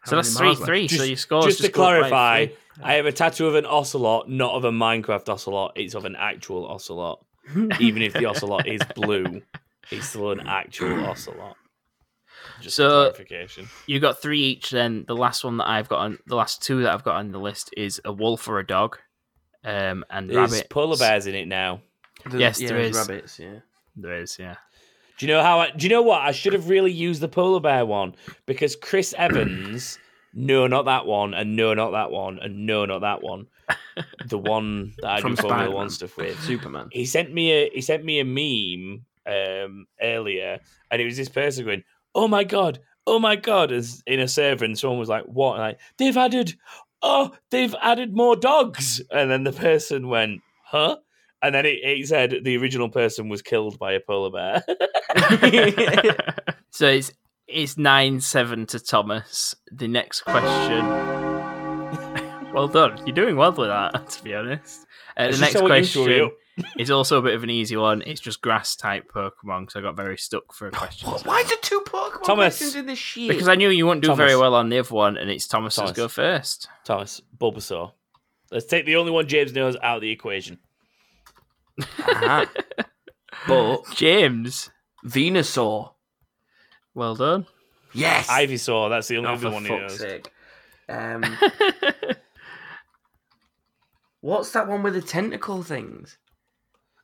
S3: How
S1: So
S3: many
S1: that's three
S3: miles
S1: three. so
S2: Just-
S1: your scores
S2: just to
S1: go up by
S2: clarify,
S1: three.
S2: I have a tattoo of an ocelot, not of a Minecraft ocelot. It's of an actual ocelot. Even if the ocelot is blue, it's still an actual ocelot. Just for
S1: So-
S2: clarification.
S1: you got three each. Then the last one that I've got on the last two that I've got on the list is a wolf or a dog, um, and
S2: There's
S1: rabbit.
S2: polar bears in it now.
S3: The-
S1: Yes,
S3: yeah,
S1: there
S3: there's
S1: is.
S3: rabbits. Yeah.
S1: There is, yeah.
S2: Do you know how? I, do you know what? I should have really used the polar bear one because Chris Evans, no, not that one, and no, not that one, and no, not that one. The one that I
S3: From
S2: do Formula
S3: Spider-Man.
S2: One stuff with.
S3: Superman.
S2: He sent me a he sent me a meme um, earlier, and it was this person going, "Oh my god, oh my god!" As in a server, and someone was like, "What?" And like they've added, oh, they've added more dogs, and then the person went, "Huh?" And then it, it said the original person was killed by a polar bear.
S1: so it's it's nine seven to Thomas. The next question. well done. You're doing well with that, to be honest. Uh, the
S2: It's just
S1: next
S2: how I used to
S1: question
S2: it.
S1: is also a bit of an easy one. It's just grass type Pokemon because I got very stuck for a question.
S3: Why is there two Pokemon
S2: Thomas.
S3: questions in this sheet?
S1: Because I knew you wouldn't do very
S2: Thomas.
S1: well on the other one, and it's Thomas's
S2: Thomas.
S1: go first.
S2: Thomas Bulbasaur. Let's take the only one James knows out of the equation.
S3: Uh-huh. but
S1: James,
S3: Venusaur.
S1: well done.
S3: Yes.
S2: Ivysaur. That's the only
S3: Oh,
S2: other
S3: for
S2: one he
S3: fuck's
S2: knows.
S3: sake. Um, what's that one with the tentacle things?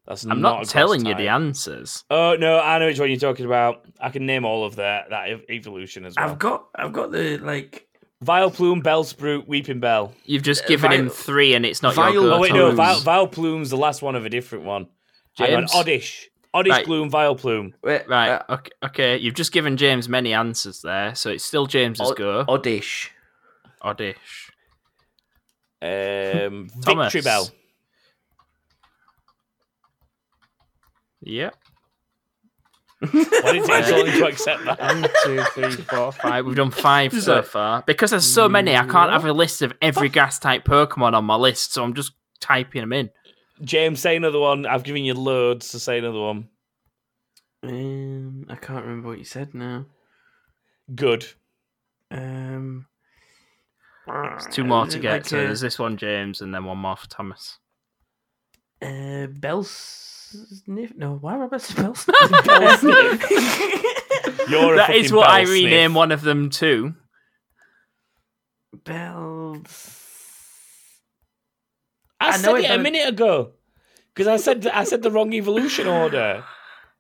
S2: That's
S1: I'm
S2: a
S1: not,
S2: grass
S1: telling you
S2: type.
S1: the answers.
S2: Oh no, I know which one you're talking about. I can name all of that that ev- evolution as well.
S3: I've got, I've got the like.
S2: Vileplume, Bellsprout, Weeping Bell.
S1: You've just
S3: Uh,
S1: given him
S3: Violet-
S1: three, and it's not your
S3: Violet-
S1: go.
S2: Oh wait, no,
S1: Thomas.
S2: Vile, Vileplume's the last one of a different one. Hang on,
S1: James?
S2: Oddish, Oddish
S1: Right.
S2: Gloom, Vileplume.
S3: Wait,
S1: Right.
S3: uh,
S1: okay, okay. You've just given James many answers there, so it's still James's
S3: Od-
S1: go.
S3: Oddish.
S1: Oddish.
S2: Um,
S1: Thomas.
S2: Victory Bell.
S1: Yep.
S2: Why did it take so long to accept that?
S1: One, two, three, four, five. We've done five so far. Because there's so many, I can't have a list of every grass type Pokemon on my list, so I'm just typing them in.
S2: James, say another one. I've given you loads, so say another one.
S3: Um, I can't remember what you said now.
S2: Good.
S3: Um, uh,
S1: There's two more to get.
S3: Like
S1: so
S3: a-
S1: there's this one, James, and then one more for Thomas.
S2: Eh,
S3: Uh, Belsniff? No, why am I about to say Belsniff?
S2: You're a
S1: That is
S2: fucking
S1: what
S2: bell
S1: I
S2: sniff.
S1: rename one of them to.
S3: Bels.
S2: I,
S3: I know it,
S2: said it, a
S3: but-
S2: minute ago because I said I said the wrong evolution order.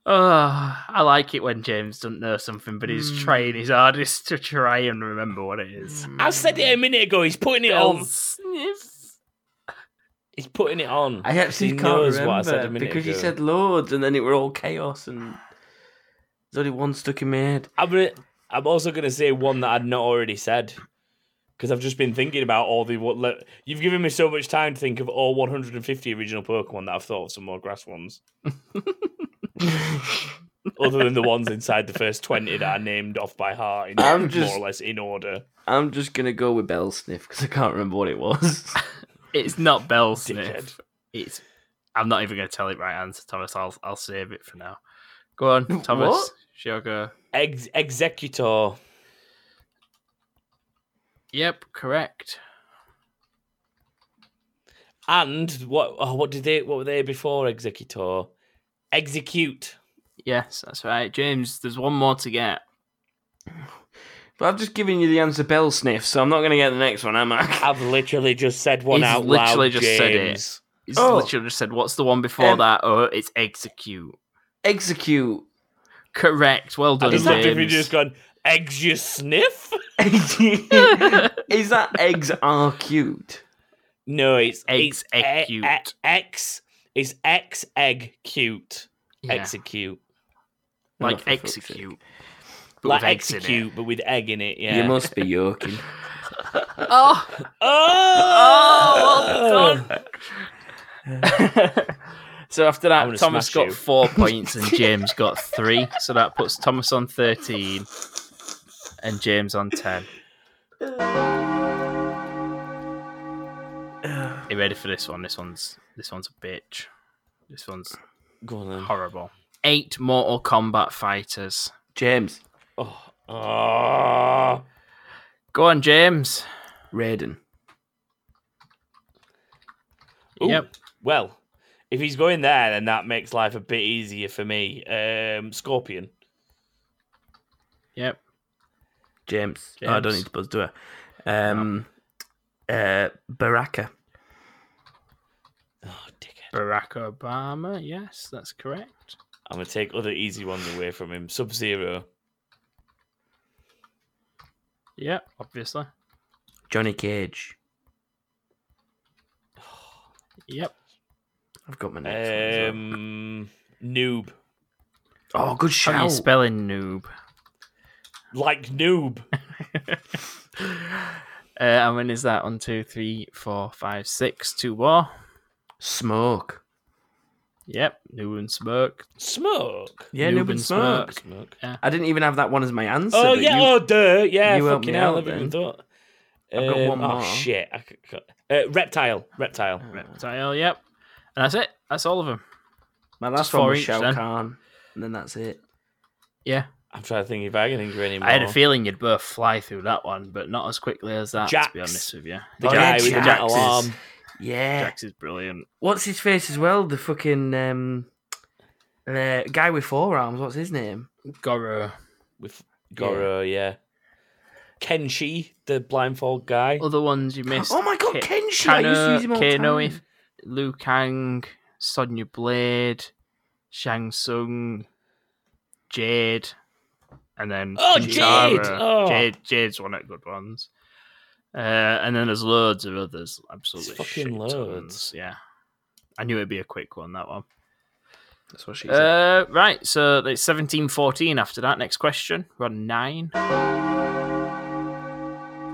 S1: Oh, I like it when James doesn't know something, but he's
S3: Hmm.
S1: trying his hardest to try and remember what it is.
S2: I said it a minute ago. He's putting it on. He's putting it on.
S3: I actually
S2: He
S3: can't
S2: knows
S3: remember
S2: what I said a minute
S3: because you
S2: ago.
S3: said Lords, and then it were all chaos, and there's only one stuck in my head.
S2: I'm gonna, I'm also gonna say one that I'd not already said because I've just been thinking about all the what. le- You've given me so much time to think of all 150 original Pokemon that I've thought of some more grass ones, other than the ones inside the first 20 that I named off by heart, in,
S3: I'm just-
S2: more or less in order.
S3: I'm just gonna go with Belsniff because I can't remember what it was.
S1: It's not Bell
S2: Dickhead.
S1: Sniff. It's. I'm not even going to tell it right answer, Thomas. I'll I'll save it for now. Go on, Thomas.
S3: What?
S1: Sure, go.
S2: Ex- Executor.
S1: Yep, correct.
S2: And what? Oh, what did they? What were they before Executor? Execute.
S1: Yes, that's right, James. There's one more to get.
S3: but I've just given you the answer Belsniff, so I'm not gonna get the next one, am I?
S2: I've literally just said one
S1: He's
S2: out
S1: literally
S2: loud.
S1: just said it.
S2: James.
S1: He's
S3: Oh.
S1: literally just said, "What's the one before
S3: Um,
S1: that?" Oh, it's execute.
S3: Execute.
S1: Correct. Well
S2: I
S1: done,
S2: just looked at him and
S1: James.
S2: just gone. Eggs you sniff?
S3: Is that eggs are cute?
S2: No, it's
S1: Eggs
S2: it's e-
S1: cute.
S2: e- X is X egg cute.
S1: Yeah,
S2: Execute.
S3: Oh,
S1: like
S3: for fuck's sake.
S1: execute. But
S2: Like
S1: with eggs in it.
S2: execute, but with egg in it. Yeah.
S3: You must be yoking.
S1: Oh,
S2: Oh,
S1: Oh, well done. So after
S2: I'm
S1: that,
S2: gonna
S1: Thomas
S2: smash
S1: got
S2: you.
S1: four points and James got three. So that puts Thomas on 13 and James on 10. Are you ready for this one? This one's this one's a bitch. This one's
S2: Go on then.
S1: horrible. Eight Mortal Kombat fighters.
S3: James
S2: Oh. Ah.
S1: Go on, James.
S3: Raiden.
S2: Ooh,
S1: Yep.
S2: Well, if he's going there, then that makes life a bit easier for me. Um, Scorpion.
S1: Yep.
S3: James. Oh, I don't
S1: James.
S3: need to buzz, do I? Um, uh, Baraka.
S2: Oh, dickhead.
S1: Barack Obama. Yes, that's correct.
S2: I'm gonna take other easy ones away from him. Sub Zero.
S1: Yep, obviously.
S3: Johnny Cage.
S1: Yep.
S3: I've got my next one as well.
S2: Um, noob.
S3: Oh, good
S1: How are you
S3: shout.
S1: spelling noob?
S2: Like noob.
S1: Uh, and when is that? One, two, three, four, five, six. Two more.
S3: Smoke.
S1: Yep. Noob and Smoke.
S2: Smoke.
S3: Yeah,
S1: Noob
S3: Noob and
S1: and
S3: Smoke.
S2: Smoke.
S3: I didn't even have that one as my answer.
S2: oh
S3: but
S2: yeah.
S3: you-
S2: oh duh. Yeah.
S3: you helped
S2: fucking
S3: me
S2: hell.
S3: out
S2: I've even
S3: then.
S2: thought.
S3: I've got one
S2: Um, Oh
S3: more.
S2: shit. I c- c- uh, reptile. Reptile.
S1: Reptile. Yep. And that's it. That's all of them.
S3: my
S1: Just
S3: last
S1: four
S3: one was
S1: each
S3: Shao
S1: then.
S3: Kahn. And then that's it.
S1: Yeah.
S2: I'm trying to think if I can think of any more.
S1: I had a feeling you'd both fly through that one, but not as quickly as that. To be
S2: Jax.
S1: honest with you,
S2: The
S3: Oh,
S2: guy
S3: yeah,
S2: with the
S3: Jax
S2: metal
S3: is-
S2: arm.
S3: Yeah.
S1: Jax is brilliant.
S3: What's his face as well? The fucking um, uh, guy with forearms. What's his name?
S1: Goro.
S2: with Goro, yeah. Kenshi, the blindfold guy.
S1: Other ones you missed.
S3: Oh my god,
S1: Ki-
S3: Kenshi! I used to
S1: Kano,
S3: use him all the
S1: Kano,
S3: time.
S1: if Liu Kang, Sonya Blade, Shang Tsung, Jade, and then
S2: Oh,
S1: Chintara.
S2: Jade! Oh.
S1: Jade, Jade's one of the good ones. Uh, and then there's loads of others. Absolutely,
S2: There's fucking
S1: shit tons.
S2: loads.
S1: Yeah, I knew it'd be a quick one. That one.
S3: That's what she said.
S1: Uh, right, so it's seventeen fourteen. After that, next question. We're on nine.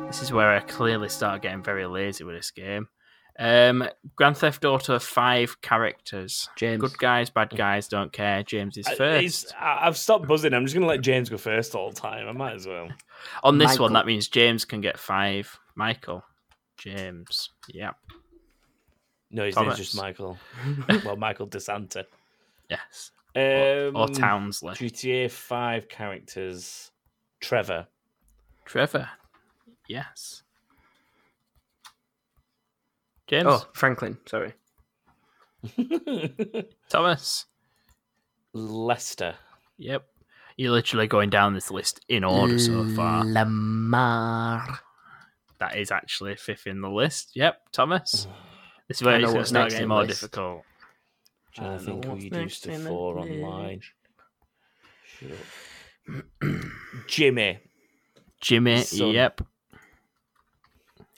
S1: This is where I clearly start getting very lazy with this game. Um, Grand Theft Auto Five characters.
S3: James. Uh,
S1: Good guys, bad guys, don't care. James is
S2: I-
S1: first.
S2: he's- I, have stopped buzzing. I'm just going to let James go first all the time. I might as well.
S1: On this
S3: Michael.
S1: one, that means James can get five. Michael, James, yeah,
S2: No, his
S1: Thomas.
S2: name's just Michael. well, Michael DeSanta.
S1: yes,
S2: Um,
S1: or Townsley,
S2: GTA 5 characters. Trevor.
S1: Trevor, yes, James,
S3: Oh, Franklin. Sorry.
S1: Thomas,
S2: Lester.
S1: Yep. You're literally going down this list in order so far.
S3: Lamar.
S1: That is actually fifth in the list. Yep, Thomas. This
S3: I
S1: is where
S3: know
S1: it's going to
S3: what's
S1: start
S3: next
S1: getting
S3: in
S1: more
S3: list.
S1: difficult.
S2: Trying to
S3: don't know
S2: think who
S3: what's
S2: you'd
S3: next
S2: used to
S3: in the
S2: four online.
S3: list.
S2: Shut up. Jimmy.
S1: Jimmy,
S2: His son.
S1: yep.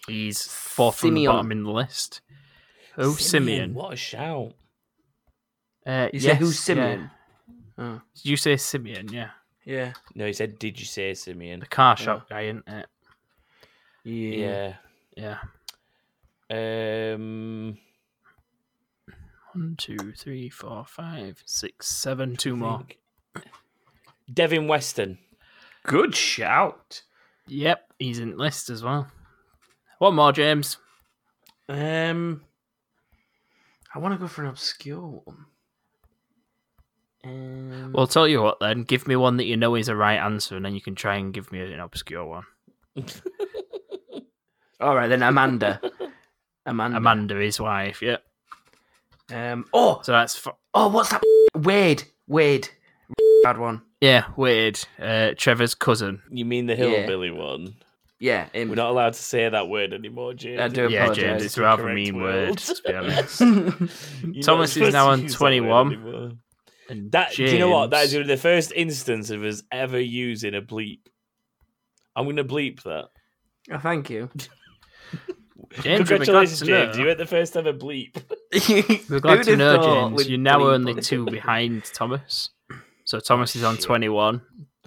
S1: He's fourth from the
S3: Simeon.
S1: bottom in the list. Who? Oh, Simeon.
S2: What a shout.
S1: Uh,
S3: You
S1: yes,
S3: say who's
S1: yeah.
S3: Simeon? Oh,
S1: You say Simeon, yeah.
S3: yeah.
S2: No, he said, Did you say Simeon?
S1: The car shop guy, isn't it?
S3: Yeah.
S2: Yeah.
S1: Yeah.
S2: Um,
S1: One, two, three, four, five, six, seven. Two more.
S2: think- Devin Weston.
S3: Good shout.
S1: Yep, he's in the list as well. One more, James.
S3: Um, I want to go for an obscure one. Um,
S1: Well, tell you what then. Give me one that you know is a right answer, and then you can try and give me an obscure one.
S3: all right then, Amanda. Amanda.
S1: Amanda, his wife. Yep.
S3: Um. Oh.
S1: So that's f
S3: Oh. What's that? Wade. Wade. Bad one.
S1: yeah. Weird. Uh, Trevor's cousin.
S2: You mean the hillbilly one?
S3: Yeah. Him.
S2: We're not allowed to say that word anymore, James.
S3: I do
S1: yeah,
S3: apologise,
S1: James.
S3: it's
S1: It's
S2: the
S1: a rather
S2: correct
S1: mean
S2: world.
S1: word. To be honest.
S2: You're not
S1: Thomas is
S2: supposed
S1: now
S2: to
S1: on
S2: use that word
S1: 21.
S2: anymore.
S1: And
S2: That do you know what? That is
S1: James-
S2: gonna be the first instance of us ever using a bleep. I'm gonna bleep that.
S3: oh, thank you.
S1: James, we're glad
S2: Congratulations,
S1: to know-
S2: James! You were the first ever bleep.
S1: We're glad to know,
S3: thought
S1: James.
S3: we'd
S1: You're now
S3: bleep
S1: only
S3: on-
S1: two behind Thomas.
S3: Oh,
S1: So Thomas is on
S2: shit.
S1: 21.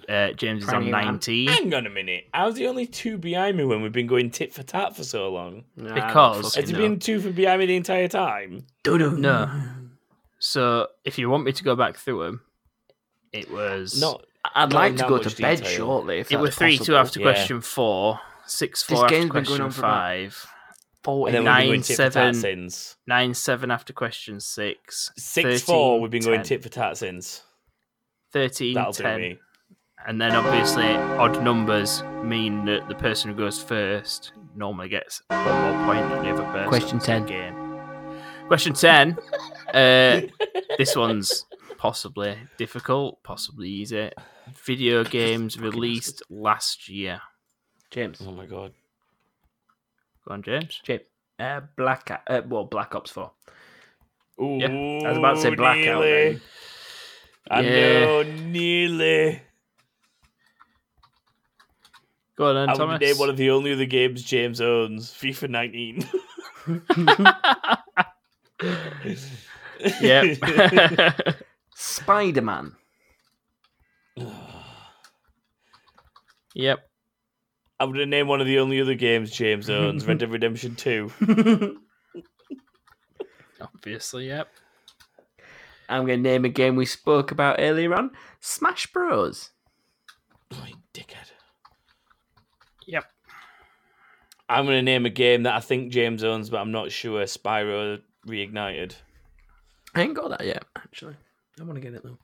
S1: Uh, James is on
S3: 21.
S1: 19.
S2: Hang on a minute. How's the only two behind me when we've been going tit for tat for so long?
S3: Nah,
S1: Because-
S3: fuck
S2: Has
S3: it.
S2: it
S1: No.
S2: been two for behind me the entire time?
S3: Doo-doo.
S1: No. So if you want me to go back through them, it was
S2: Not
S3: I'd
S2: Not
S3: like
S2: in
S3: to
S2: that
S3: go to
S2: much
S3: bed
S2: detail.
S3: shortly. If
S1: it
S3: that's
S1: was three two
S3: possible.
S1: after
S2: yeah.
S1: question four, six
S3: This
S1: four after
S3: game's been going
S1: question
S3: on for about
S1: five,
S2: and
S3: Forty
S2: then we've been going
S1: nine,
S2: tit for tat
S1: seven,
S2: since
S1: nine seven after question six,
S2: six four.
S1: 13,
S2: We've been going
S1: 10,
S2: tit for tat since.
S1: 13,
S2: That'll do
S1: 10.
S2: me.
S1: And then obviously odd numbers mean that the person who goes first normally gets one more point than the other person.
S3: Question
S1: It's a
S3: 10.
S1: Game. Question ten. uh, this one's possibly difficult, possibly easy. Video games released last year.
S3: James,
S2: Oh my god.
S1: Go on, James.
S3: James, uh, Black, O- uh, well, Black Ops Four.
S2: Ooh,
S1: Yeah,
S2: I
S3: I was about to say Blackout.
S2: Oh, Nearly.
S3: then.
S2: I
S1: Yeah.
S2: know, nearly.
S1: Go on, then,
S2: I would name
S1: Thomas.
S2: one of the only other games James owns, FIFA 19.
S1: yep.
S3: Spider Man.
S1: yep.
S2: I would name one of the only other games James owns, Red Dead Redemption 2.
S1: Obviously, yep.
S3: I'm going to name a game we spoke about earlier on Smash Bros.
S2: Oh, you dickhead.
S1: Yep.
S2: I'm going to name a game that I think James owns, but I'm not sure. Spyro Reignited.
S3: I ain't got that yet, actually. I want to get it though.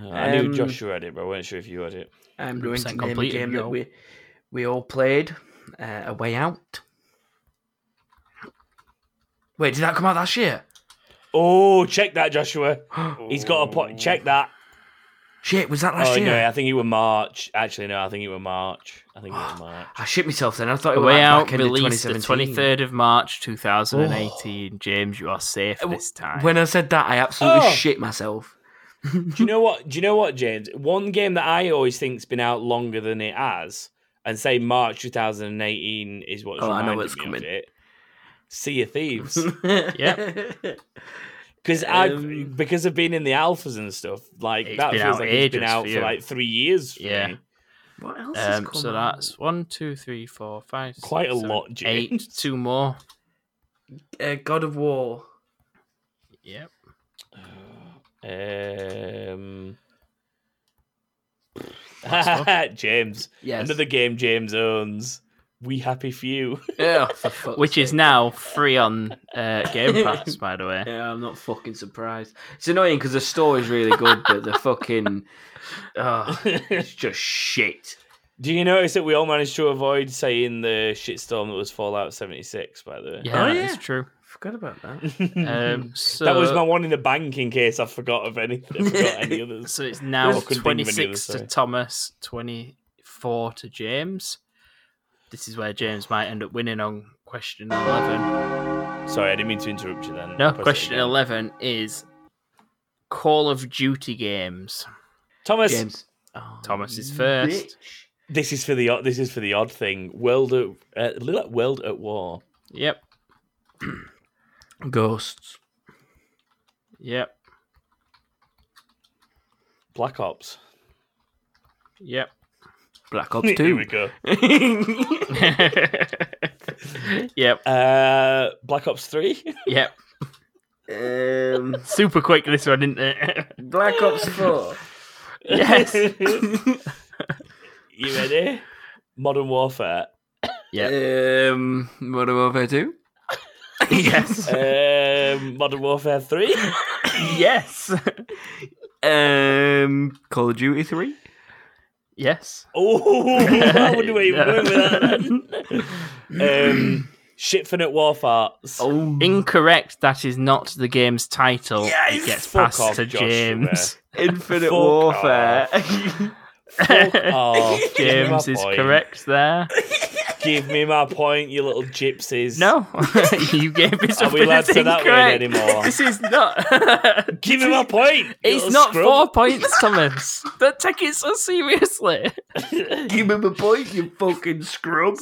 S2: Uh, I knew
S3: Um,
S2: Joshua had it, but I weren't sure if you had it.
S3: I'm going
S1: 100%
S3: to name a
S1: completed,
S3: game
S1: yo.
S3: that we, we all played uh, A Way Out. Wait, did that come out last year?
S2: Oh, check that, Joshua. He's got a point. Check that.
S3: Shit, was that last
S2: Oh,
S3: year?
S2: no, I think it was March. Actually, no, I think it was March. I think it was March.
S3: I shit myself then. I thought it
S1: The
S3: was
S1: way
S3: like
S1: out
S3: back end of
S1: released the
S3: 2017.
S1: 23rd of March 2018. James, you are safe
S3: Uh, w-
S1: this time.
S3: When I said that, I absolutely
S2: Oh.
S3: shit myself.
S2: Do you know what? Do you know what, James? One game that I always think's been out longer than it has, and say March 2018 is what's
S3: Oh, I know
S2: reminded
S3: what's
S2: me
S3: coming.
S2: of it. Sea of Thieves,
S3: yeah.
S2: because I
S3: Um,
S2: because I've been in the alphas and stuff like
S1: It's
S2: that
S1: been
S2: feels
S1: out
S2: like it's been
S1: ages
S2: out
S1: for
S2: for,
S1: you.
S2: like three years. For
S1: Yeah.
S2: me.
S3: What else is
S1: Um,
S3: coming?
S1: so that's one, two, three, four, five, six,
S2: Quite a
S1: seven,
S2: lot, James.
S1: Eight, two more.
S3: uh, God of War.
S1: Yep.
S2: Um,
S1: Last
S2: James,
S3: Yes.
S2: another game James owns. We happy few.
S3: Yeah, for fuck's
S1: Which is
S3: sake.
S1: now free on uh, Game Pass, by the way.
S3: Yeah, I'm not fucking surprised. It's annoying because the story's really good, but the fucking oh, it's just shit.
S2: Do you notice that we all managed to avoid saying the shitstorm that was Fallout 76, by the way?
S1: Yeah,
S3: Oh,
S1: that is
S3: yeah.
S1: true.
S3: Forgot about that.
S1: Um, so,
S2: that was my one in the bank in case I forgot of any, I forgot any others.
S1: so it's now
S2: I couldn't think of any other,
S1: 26 to
S2: sorry.
S1: Thomas, 24 to James. This is where James might end up winning on question 11.
S2: Sorry, I didn't mean to interrupt you then.
S1: No,
S2: Press it
S1: question
S2: again.
S1: 11 is Call of Duty games.
S2: Thomas,
S3: James. Oh,
S1: Thomas is
S3: you
S1: first.
S3: bitch.
S2: this is for the odd- this is for the odd thing. World at uh, look like World at War.
S1: Yep,
S3: Ghosts.
S1: yep,
S2: Black Ops.
S1: yep.
S3: Black Ops
S2: Here we
S3: Two.
S2: go.
S1: yep,
S2: Uh, Black Ops 3.
S1: yep.
S3: um,
S1: Super quick, this one, isn't it?
S3: Black Ops Four.
S1: yes.
S2: you ready? Modern Warfare.
S1: Yep.
S3: Um, Modern Warfare Two.
S1: yes.
S2: Um, Modern Warfare 3.
S1: yes.
S3: Um, Call of Duty Three.
S1: Yes.
S2: Oh, I wonder where you were
S1: No.
S2: going with that. Then. um, Shitfinite Warfarts.
S3: Oh,
S1: Incorrect. That is not the game's title.
S2: Yes!
S1: It gets
S2: Fuck
S1: passed
S2: off,
S1: to
S2: Joshua.
S1: James.
S3: Infinite
S2: Fuck
S3: Warfare.
S2: Fuck off. Give me my
S1: James is
S2: point.
S1: correct there.
S2: Give me my point, you little gypsies.
S1: No, you gave me something
S2: allowed
S1: that's
S2: to that word
S1: incorrect.
S2: anymore?
S1: This is not.
S2: Give me my point. you
S1: It's
S2: little
S1: not
S2: scrub.
S1: four points, Thomas. Don't take it so seriously.
S3: Give him a point, you fucking scrub.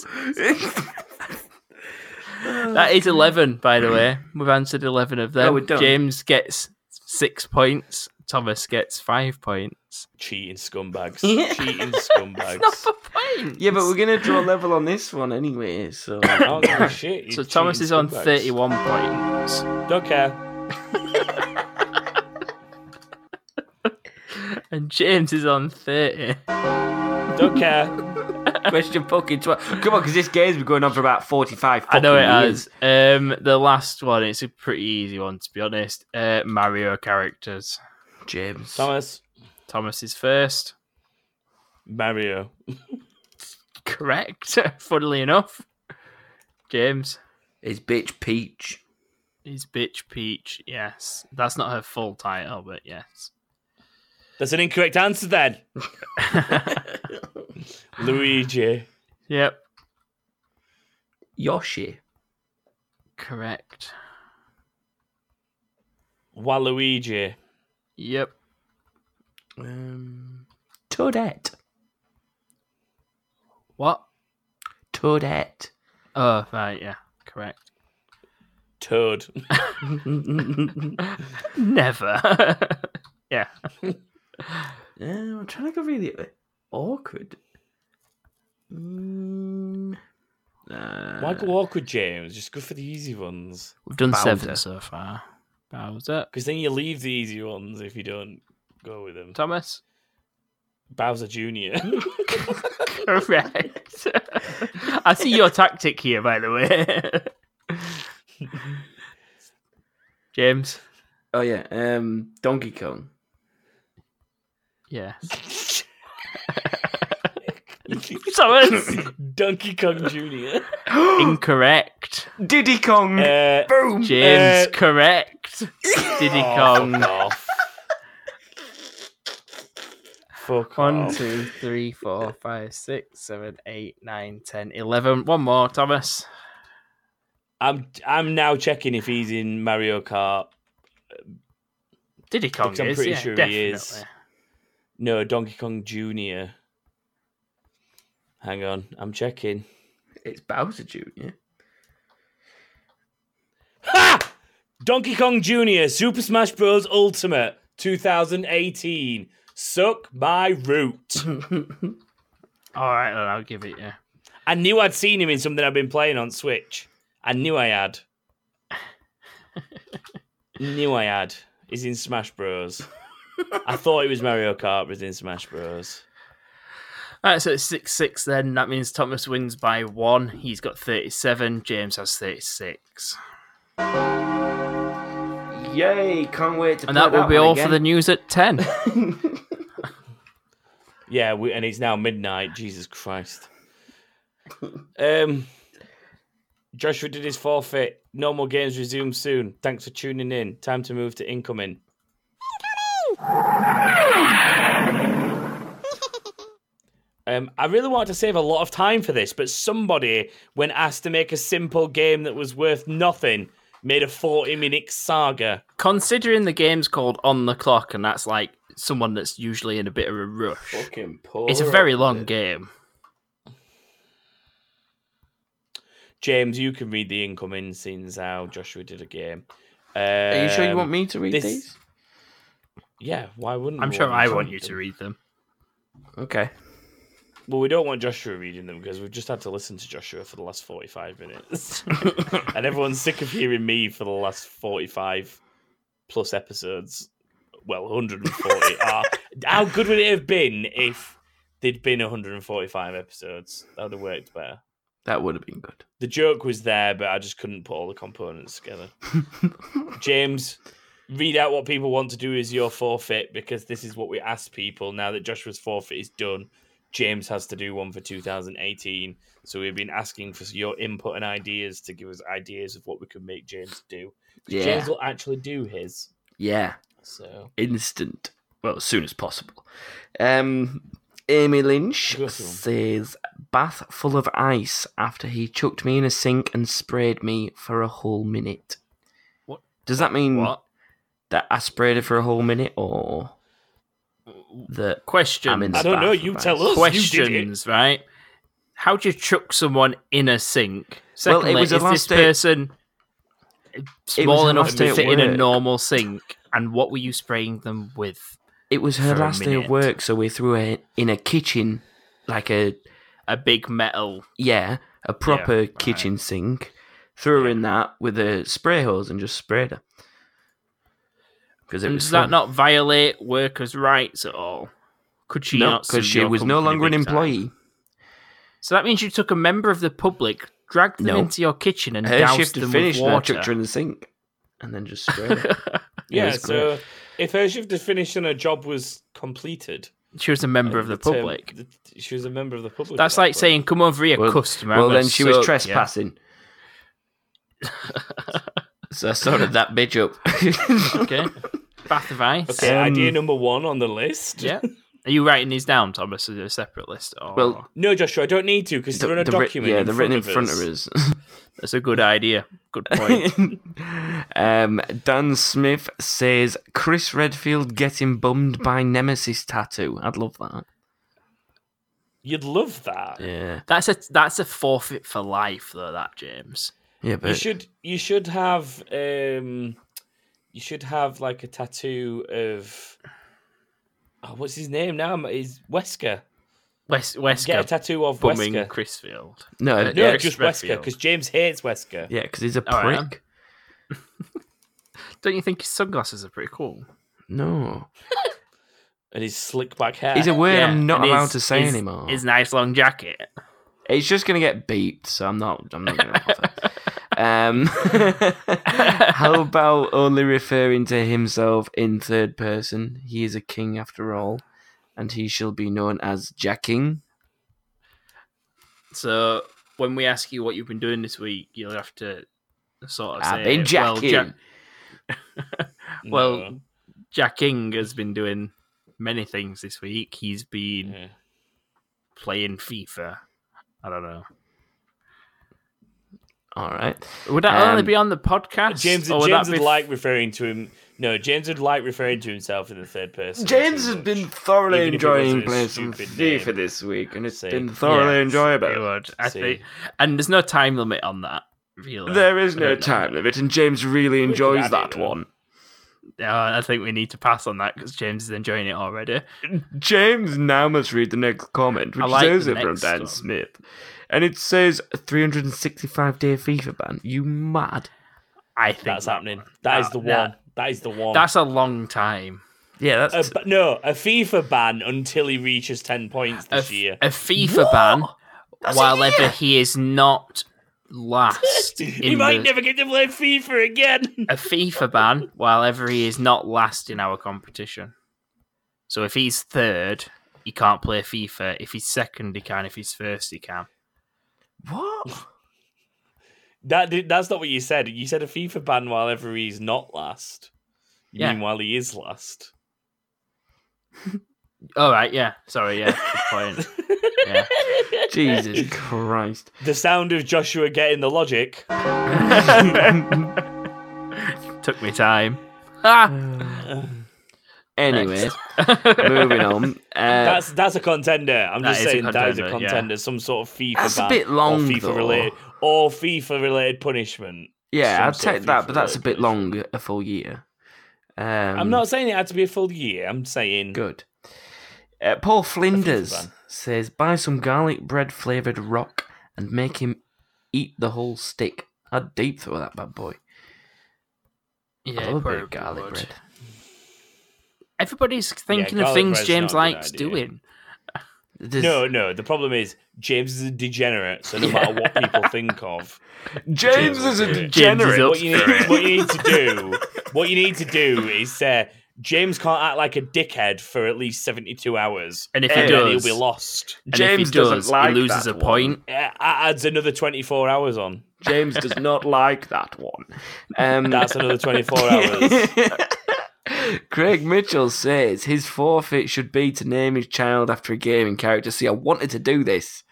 S1: That is 11, by the way. We've answered 11 of them.
S3: Oh, we're done.
S1: James gets six points. Thomas gets five points.
S2: Cheating scumbags. Cheating scumbags.
S1: Not for points.
S3: yeah, but we're gonna draw level on this one anyway. So
S2: I don't give a shit, you
S1: So Thomas
S2: cheating
S1: is on
S2: scumbags.
S1: 31 points.
S2: Don't care.
S1: and James is on 30.
S2: Don't care.
S3: Question fucking twelve. Come on, because this game's been going on for about forty-five.
S1: I know it
S3: fucking years.
S1: has. Um, the last one, it's a pretty easy one, to be honest. Uh, Mario characters.
S3: James.
S2: Thomas,
S1: Thomas is first.
S2: Mario.
S1: Correct, funnily enough. James
S3: His bitch Peach.
S1: is Bitch Peach. Yes. That's not her full title, but yes.
S2: That's an incorrect answer then. Luigi.
S1: Yep.
S3: Yoshi.
S1: Correct.
S2: Waluigi.
S1: Yep.
S3: Um, Toadette.
S1: What?
S3: Toadette.
S1: Oh, right. Yeah. Correct.
S2: Toad.
S1: Never. yeah.
S3: Um, I'm trying to go really awkward. Mm, uh,
S2: Why go awkward, James? Just go for the easy ones.
S1: We've done
S3: Bowser.
S1: seven so far. Bowser.
S2: Because then you leave the easy ones if you don't go with them.
S1: Thomas.
S2: Bowser Jr.
S1: Correct. I see your tactic here, by the way. James.
S3: Oh yeah. Um, Donkey Kong.
S1: Yes. Thomas.
S2: Donkey Kong Jr.
S1: Incorrect.
S3: Diddy Kong.
S2: Uh,
S3: Boom.
S1: James.
S2: Uh,
S1: correct. Diddy
S2: oh,
S1: Kong.
S2: Fuck off. Fuck
S1: One,
S2: off.
S1: two, three, four, five, six, seven, eight, nine, ten, eleven. One more, Thomas.
S2: I'm I'm now checking if he's in Mario Kart.
S1: Did he come?
S2: Because I'm
S1: is,
S2: pretty
S1: yeah,
S2: sure
S1: definitely.
S2: he is. No, Donkey Kong Jr. Hang on, I'm checking.
S3: It's Bowser Jr.
S2: Ha! Donkey Kong Jr. Super Smash Bros. Ultimate 2018. Suck my root.
S1: All right, then I'll give it you.
S2: I knew I'd seen him in something I've been playing on Switch. I knew I had. knew I had. He's in Smash Bros. I thought it was Mario Kart, but he's in Smash Bros.
S1: All right, so it's six six. Then that means Thomas wins by one. He's got thirty seven. James has thirty six.
S3: Yay! Can't wait to.
S1: And
S3: play
S1: that will be
S3: one
S1: all for the
S3: again.
S1: news at ten.
S2: Yeah, we, and it's now midnight. Jesus Christ. Um, Joshua did his forfeit. No more games resume soon. Thanks for tuning in. Time to move to incoming. Um, I really wanted to save a lot of time for this, but somebody, when asked to make a simple game that was worth nothing, made a 40 minute saga.
S1: Considering the game's called On the Clock, and that's like someone that's usually in a bit of a rush.
S2: Oh,
S3: Fucking poor.
S1: It's a very long game.
S2: James, you can read the incoming scenes how Joshua did a game. Um,
S3: Are you sure you want me to read
S2: this-
S3: these?
S2: Yeah, why wouldn't
S1: I'm
S2: we
S1: sure
S2: him
S1: I
S2: to
S1: want
S2: read
S1: you to
S2: them?
S1: read them.
S3: Okay.
S2: Well, we don't want Joshua reading them because we've just had to listen to Joshua for the last 45 minutes. and everyone's sick of hearing me for the last 45 plus episodes. Well, 140. Ah, how good would it have been if there'd been 145 episodes? That would have worked better.
S3: That would have been good.
S2: The joke was there, but I just couldn't put all the components together. James, read out what people want to do is your forfeit because this is what we asked people. Now that Joshua's forfeit is done, James has to do one for 2018. So we've been asking for your input and ideas to give us ideas of what we could make James do.
S3: Yeah.
S2: James will actually do his.
S3: Yeah.
S2: So
S3: Instant. Well, as soon as possible. Um, Amy Lynch
S2: Go to 'em.
S3: says, "Bath full of ice after he chucked me in a sink and sprayed me for a whole minute."
S1: What?
S3: does that mean?
S1: What
S2: Hmm.
S3: That I sprayed her for a whole minute, or that
S1: question?
S3: I'm in
S2: I don't know. You
S3: Bath
S2: tell us. You did it.
S1: questions, right? How do you chuck someone in a sink?
S3: Well, it
S1: Secondly,
S3: was the
S1: is this
S3: last day-
S1: person small
S3: her
S1: enough
S3: last day
S1: to
S3: at
S1: fit in a
S3: work.
S1: normal sink? And what were you spraying them with?
S3: It was her
S1: for a
S3: last day of
S1: minute.
S3: work, so we threw her in a kitchen, like a
S1: A big metal.
S3: yeah, a proper kitchen sink. Threw her in that with a spray hose and just sprayed her. because it
S1: And
S3: was
S1: does that
S3: fun.
S1: not violate workers' rights at all? Could she
S3: no
S1: not? sue
S3: because she
S1: your
S3: was no
S1: company
S3: longer an
S1: big time?
S3: employee.
S1: So that means you took a member of the public, dragged them
S3: No.
S1: into your kitchen, and
S3: Her
S1: doused
S3: shift had
S1: them
S3: finished,
S1: with
S3: and I
S1: water.
S3: chucked her in the sink, and then just sprayed her.
S2: Yeah,
S3: was
S2: so if her shift had finished and her job was completed,
S1: she was a member of the
S2: term-
S1: public.
S2: th- she was a member of the public. at
S1: That's
S2: that
S1: like
S2: point.
S1: saying, "Come over here,
S3: Well-
S1: customer." I'm
S3: well,
S1: gonna
S3: then she was
S1: soak ya."
S3: trespassing. so I sorted that bitch up.
S1: Okay, bath of ice.
S2: Okay,
S3: Um,
S2: idea number one on the list.
S1: Yeah. Are you writing these down, Thomas, as a separate list? Oh, Or...
S3: Well,
S2: No, Joshua, I don't need to because they're in a
S3: The- the writ-
S2: document.
S3: yeah,
S2: in
S3: they're
S2: front
S3: written in
S2: of
S3: front of
S2: us.
S3: us.
S1: that's a good idea. Good point.
S3: um, Dan Smith says Chris Redfield getting bummed by Nemesis tattoo. I'd love that.
S2: You'd love that.
S3: Yeah,
S1: that's a that's a forfeit for life, though. That James.
S3: yeah,
S2: You
S3: but
S2: should you should have um you should have like a tattoo of oh, what's his name now? Is Wesker.
S1: West
S2: Get a
S1: Wesker
S2: tattoo of
S1: bumming
S2: Wesker.
S1: Chrisfield.
S3: no,
S1: Uh,
S2: No,
S3: yeah,
S1: Chris
S2: just Wesker,
S1: Redfield.
S2: because James hates Wesker.
S3: yeah, because he's a
S1: All right.
S3: prick.
S1: Don't you think his sunglasses are pretty cool?
S3: No,
S2: And his slick back hair.
S3: he's a word I'm not
S1: and his-
S3: allowed to say
S1: his-
S3: anymore.
S1: His nice long jacket.
S3: It's just gonna get beeped, so I'm not. I'm not gonna bother. um, how about only referring to himself in third person? He is a king after all, and he shall be known as Jacking.
S1: So when we ask you what you've been doing this week, you'll have to sort of say,
S3: I've been jacking.
S1: Well,
S2: No.
S1: well, Jack King has been doing many things this week. He's been
S2: Yeah.
S1: playing FIFA. I don't know.
S3: all right.
S1: Would that
S3: Um,
S1: only be on the podcast?
S2: James,
S3: oh,
S1: or would
S2: James
S1: that
S2: would
S1: be-
S2: like referring to him. No, James would like referring to himself in the third person. too much.
S3: thoroughly
S2: Even if it enjoying wasn't a playing some stupid FIFA name.
S3: this week, and
S2: it's Same. been
S1: thoroughly enjoyable. It would, I
S2: See.
S1: think. And there's no time limit on that. Really,
S3: is
S1: no time
S3: limit, and James really
S2: could enjoys add it, that though. one.
S1: Uh, I think we need to pass on that because James is enjoying it already.
S3: James now must read the next comment, which
S1: I like
S3: is
S1: the
S3: also from
S1: next
S3: Dan
S1: one.
S3: Smith. And it says 365 day FIFA ban. You mad?
S1: I think
S2: That's
S1: that-
S2: happening. that is the one.
S1: that-
S2: that is the one.
S1: That's a long time.
S3: Yeah,
S2: a,
S3: that's.
S2: ba- no, a FIFA ban until he reaches ten points
S1: A,
S2: this
S1: f-
S2: year.
S1: a FIFA ban, while ever he is not last.
S2: he
S1: in
S2: might
S1: the-
S2: never get to play FIFA again.
S1: a FIFA ban, while ever he is not last in our competition. So if he's third, he can't play FIFA. If he's second, he can. If he's first, he can.
S3: What?
S2: That did, that's not what you said. You said a FIFA ban while ever he's not last. You
S1: Yeah.
S2: mean while he is last?
S1: All right, yeah. Sorry, yeah. Good point. Yeah.
S3: Jesus Christ.
S2: The sound of Joshua getting the logic.
S1: Took me time. Ah!
S3: anyway, moving on. Uh,
S2: that's that's a contender. I'm
S1: That
S2: just
S1: is a
S2: saying that is a
S1: contender, yeah.
S2: contender. Some sort of FIFA
S3: That's a
S2: ban
S3: bit
S2: or
S3: long,
S2: FIFA
S3: though.
S2: related or FIFA related punishment. some
S3: yeah, I'd
S2: sort of
S3: take that, but
S2: FIFA
S3: that's a bit
S2: related
S3: long, a full year. Um,
S2: I'm not saying it had to be a full year. I'm saying
S3: Good. Uh, Paul Flinders
S2: ban.
S3: says buy some garlic bread flavoured rock and make him eat the whole stick. I'd deep throw that bad boy.
S1: Yeah,
S3: I love a bit
S1: probably
S3: of garlic
S1: would.
S3: bread.
S1: Everybody's thinking of
S2: garlic
S1: things
S2: bread's
S1: James
S2: not a good
S1: likes
S2: idea.
S1: doing.
S3: There's-
S2: no, no. The problem is James is a degenerate. So no matter what people think of,
S3: James is a
S2: James is
S3: degenerate.
S1: up
S2: what you need, what you need to do, what you need to do is say James can't act like a dickhead for at least seventy-two hours,
S1: And if he
S2: and then he'll
S1: does,
S2: be lost.
S1: and if he
S3: James doesn't
S1: does,
S3: like
S1: he loses
S3: that
S1: a point.
S2: Yeah, That adds another twenty-four hours on.
S3: James does not like that one. Um,
S2: That's another twenty-four hours.
S3: Craig Mitchell says his forfeit should be to name his child after a gaming character. See, I wanted to do this,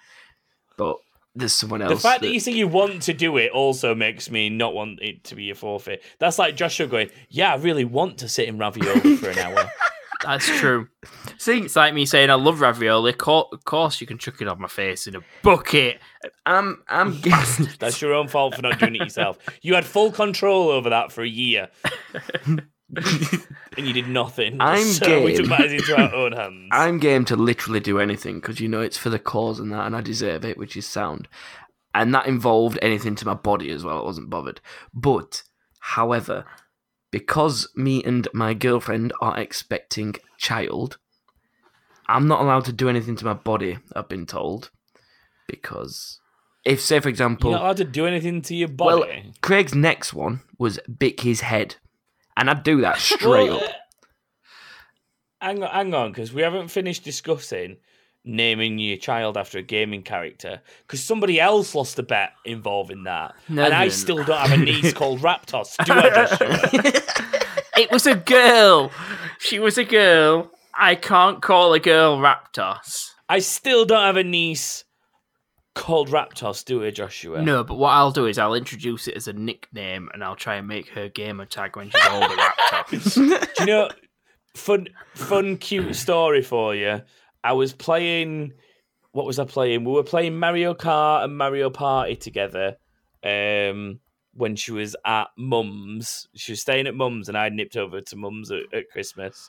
S3: but there's someone else.
S2: The fact that you say you want to do it also makes me not want it to be a forfeit. That's like Joshua going, "Yeah, I really want to sit in ravioli for an hour."
S1: That's true.
S3: see,
S1: It's like me saying I love ravioli. Co- Of course, you can chuck it on my face in a bucket.
S3: I'm, I'm,
S2: That's your own fault for not doing it yourself. You had full control over that for a year, and you did nothing.
S3: I'm
S2: so we took
S3: game.
S2: matters into our own hands.
S3: I'm game to literally do anything because you know it's for the cause and that, and I deserve it, which is sound. And that involved anything to my body as well. I wasn't bothered. But, however, because me and my girlfriend are expecting child, I'm not allowed to do anything to my body. I've been told because if, say, for example,
S2: You're not allowed to do anything to your
S3: Well,
S2: body.
S3: Craig's next one was bick his head, and I'd do that straight
S2: Well,
S3: up.
S2: Hang on, hang on, because we haven't finished discussing naming your child after a gaming character. Because somebody else lost a bet involving that,
S3: No,
S2: and I
S3: no,
S2: still
S3: no.
S2: don't have a niece called Raptos. Do I? Joshua?
S1: It was a girl. She was a girl. I can't call a girl Raptos.
S2: I still don't have a niece called Raptos. Do I, Joshua?
S1: No, but what I'll do is I'll introduce it as a nickname and I'll try and make her gamer tag when she's older Raptos.
S2: Do you know fun fun cute story for you? I was playing what was I playing? We were playing Mario Kart and Mario Party together. Um when she was at mum's, she was staying at mum's, and I nipped over to mum's at, at Christmas.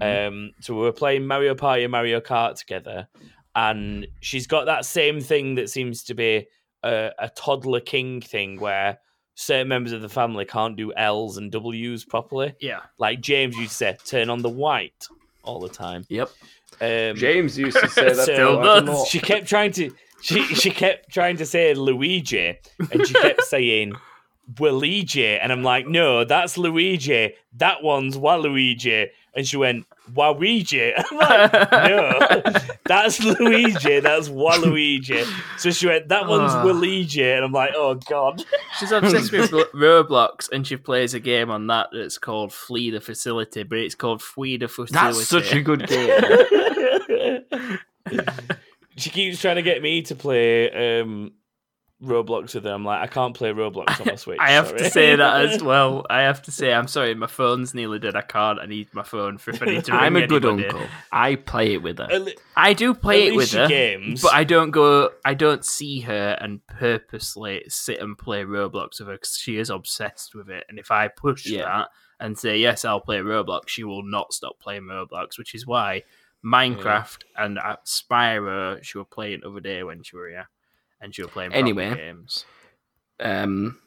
S2: Um, so we were playing Mario Party and Mario Kart together, and she's got that same thing that seems to be a, a toddler king thing, where certain members of the family can't do L's and W's properly
S1: yeah.
S2: like James used to say, turn on the white all the time.
S3: Yep.
S2: Um,
S3: James used to say
S2: so
S1: Still
S3: quite a
S1: does.
S3: lot.
S2: she kept trying to she she kept trying to say Luigi, and she kept saying Waluigi, and I'm like, no, that's Luigi. That one's Waluigi, and she went Waluigi. I'm like, no, that's Luigi. That's Waluigi. So she went, that one's
S1: Ah.
S2: Waluigi, and I'm like, oh god.
S1: She's obsessed with Ro- Roblox and she plays a game on that that's called Flee the Facility, but it's called Flee the Facility.
S3: That's such a good game.
S2: she keeps trying to get me to play um, Roblox with her. I'm like, I can't play Roblox on my Switch.
S1: I have to
S2: sorry."
S1: say that as well. I have to say, I'm sorry, my phone's nearly dead. I can't. I need my phone for if I need to.
S3: I'm
S1: ring
S3: a good
S1: anybody.
S3: uncle. I play it with her.
S2: At, le- at
S1: I do play it with
S2: least she
S1: her,
S2: games.
S1: but I don't go. I don't see her and purposely sit and play Roblox with her because she is obsessed with it. And if I push
S3: Yeah.
S1: that and say yes, I'll play Roblox, she will not stop playing Roblox, which is why Minecraft and uh, Spyro she were playing the other day when she were here, and she were playing proper
S3: Anyway.
S1: games.
S3: Um,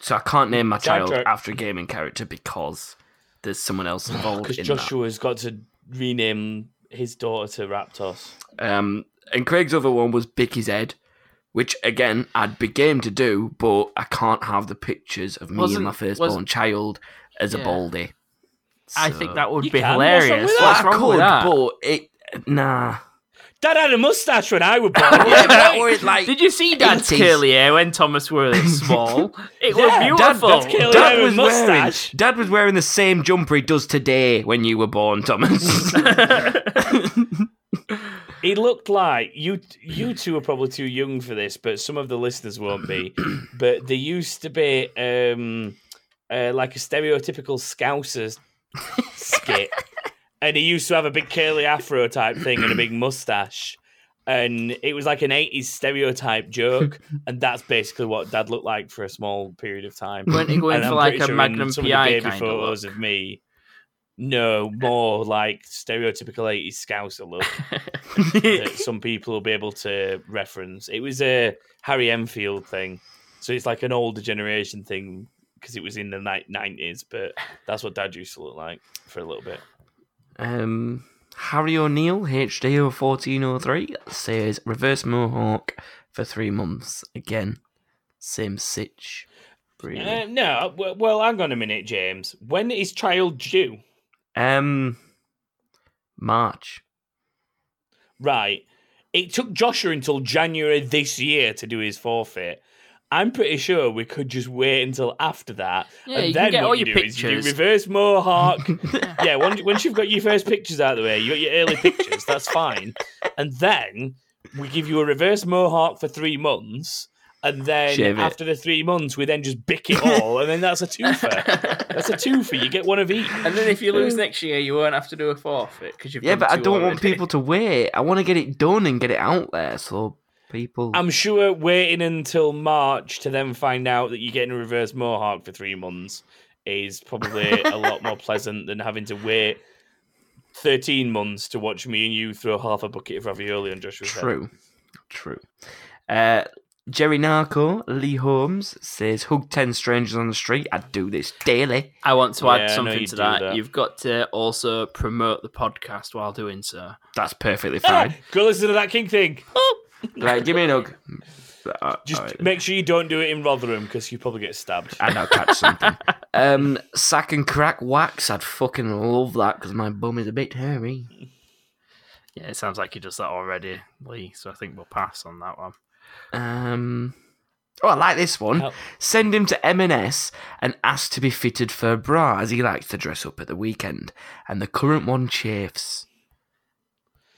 S3: so I can't name my child
S2: Sidetrack.
S3: after a gaming character because there's someone else involved
S2: because
S3: in
S2: Joshua's got to rename his daughter to Raptos.
S3: that. Um, and Craig's other one was Bicky's head, which again I'd be game to do, but I can't have the pictures of me
S1: Wasn't-
S3: and my firstborn
S1: wasn't-
S3: child as a
S1: Yeah.
S3: baldy.
S1: I
S3: So-
S1: think that would
S2: You
S1: be
S2: can, what's wrong
S1: hilarious.
S2: with
S1: What's
S3: I
S1: wrong with
S3: could,
S1: that?
S3: but it nah.
S2: Dad had a mustache when I was born.
S3: Yeah, but that was like
S1: Did you see Dad's
S3: 80s?
S1: curly hair when Thomas were small? It
S2: Yeah,
S1: was
S2: Dad-
S1: beautiful.
S2: Dad's curly hair.
S3: Dad was
S2: wearing
S3: wearing.
S2: mustache.
S3: Dad was wearing the same jumper he does today when you were born, Thomas.
S2: He looked like you. You two are probably too young for this, but some of the listeners won't be. but there used to be um, uh, like a stereotypical Scouser skit, and he used to have a big curly afro type thing and a big mustache, and it was like an '80s stereotype joke, and that's basically what Dad looked like for a small period of time.
S1: Weren't he going
S2: And
S1: for
S2: I'm
S1: like
S2: pretty
S1: a
S2: sure in
S1: Magnum
S2: some of the
S1: PI
S2: baby
S1: kind
S2: photos
S1: of
S2: of me. No, more like stereotypical 80s scouser look that some people will be able to reference. It was a Harry Enfield thing, so it's like an older generation thing because it was in the nineties. But that's what Dad used to look like for a little bit.
S3: Um, Harry O'Neill, HDO1403, says reverse mohawk for three months. Again, same sitch.
S2: Uh,
S3: Really.
S2: no, w- well, hang on a minute, James. When is child due?
S3: Um, March.
S2: Right. It took Joshua until January this year to do his forfeit. I'm pretty sure we could just wait until after that.
S1: Yeah,
S2: and
S1: you can
S2: then
S1: get
S2: what
S1: all
S2: you
S1: your
S2: do is you do
S1: pictures.
S2: reverse mohawk. yeah, once, once you've got your first pictures out of the way, you got your early pictures, that's fine. And then we give you a reverse mohawk for three months. And then
S3: Shave it.
S2: after the three months, we then just bick it all. and then that's a twofer. That's a twofer. You get one of each.
S1: and then if you lose next year, you won't have to do a forfeit because you've
S3: Yeah,
S1: done
S3: but I
S1: two
S3: don't want
S1: already.
S3: people to wait. I want to get it done and get it out there so people.
S2: I'm sure waiting until March to then find out that you're getting a reverse mohawk for three months is probably a lot more pleasant than having to wait 13 months to watch me and you throw half a bucket of ravioli on Joshua's head.
S3: True. True. Uh, Jerry Narco, Lee Holmes says, hug 10 strangers on the street. I do this daily.
S1: I want to
S2: Yeah, I
S1: add
S2: know
S1: something
S2: you
S1: to
S2: do
S1: that.
S2: that.
S1: You've got to also promote the podcast while doing so.
S3: That's perfectly fine.
S2: Ah, go listen to that King thing.
S3: like, give me a hug. Uh,
S2: Just
S3: alright.
S2: make sure you don't do it in Rotherham because you probably get stabbed.
S3: and I'll catch something. um, sack and crack wax. I'd fucking love that because my bum is a bit hairy.
S1: Yeah, it sounds like you does that already, Lee. So I think we'll pass on that one.
S3: Um, oh, I like this one.
S2: Oh.
S3: Send him to M&S and ask to be fitted for a bra, as he likes to dress up at the weekend. And the current one chafes.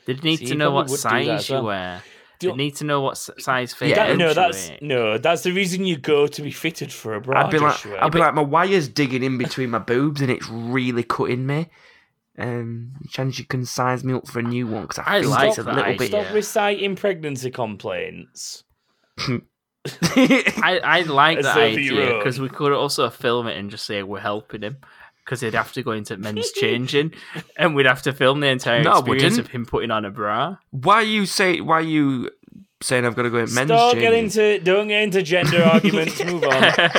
S1: They'd need
S2: See,
S1: to
S2: you
S1: know
S2: probably
S1: what
S2: would do that
S1: size
S2: as
S1: you
S2: well.
S1: wear.
S2: Do-
S1: They need to know what s- size fits.
S3: Yeah,
S2: That- no,
S1: you
S2: that's
S1: in.
S2: no, that's the reason you go to be fitted for a bra.
S3: I'd be like,
S2: Joshua.
S3: I'd be like, my wire's digging in between my boobs, and it's really cutting me. Um, chance you can size me up for a new one because I,
S1: I
S3: feel
S1: like
S3: it's a
S1: that
S3: little
S1: idea.
S2: Stop reciting pregnancy complaints.
S3: bit.
S1: I, I like
S2: That's
S1: that
S2: so for your
S1: idea
S2: own.
S1: because we could also film it and just say we're helping him because he'd have to go into men's changing and we'd have to film the entire
S3: No, I
S1: experience
S3: wouldn't.
S1: of him putting on a bra.
S3: why you say? Why you saying I've got to go in men's?
S2: Stop
S3: changes?
S2: getting into don't get into gender arguments. Move on.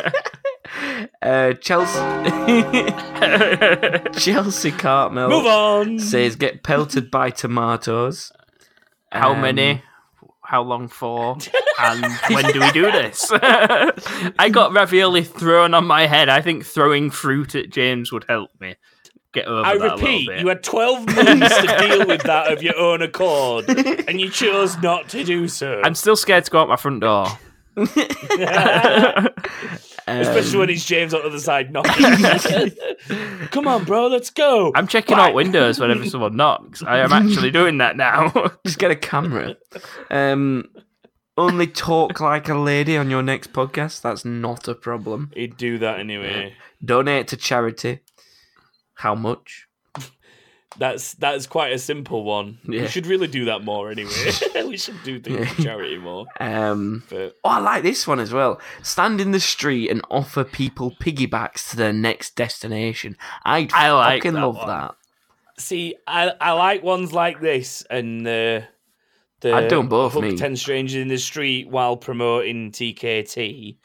S3: uh, Chelsea. Chelsea Cartmel
S2: Move on.
S3: says get pelted by tomatoes.
S1: How
S3: Um,
S1: many? How long for? And when do we do this? I got ravioli thrown on my head. I think throwing fruit at James would help me get over
S2: I
S1: that a little
S2: repeat,
S1: bit.
S2: you had 12 months to deal with that of your own accord, and you chose not to do so.
S1: I'm still scared to go out my front door.
S2: Especially
S3: Um,
S2: when it's James on the other side knocking. Come on, bro, let's go.
S1: I'm checking out windows whenever someone knocks. I am actually doing that now.
S3: Just get a camera. Um, only talk like a lady on your next podcast. That's not a problem.
S2: He'd do that anyway.
S3: donate to charity. How much?
S2: That's that's quite a simple one.
S3: Yeah.
S2: We should really do that more anyway. we should do things for charity more.
S3: Um,
S2: But
S3: oh, I like this one as well. Stand in the street and offer people piggybacks to their next destination. I,
S1: I like
S3: fucking
S1: that
S3: love
S1: one.
S3: that.
S2: see, I, I like ones like this and the the
S3: I'd done both,
S2: hook
S3: me.
S2: ten strangers in the street while promoting TKT.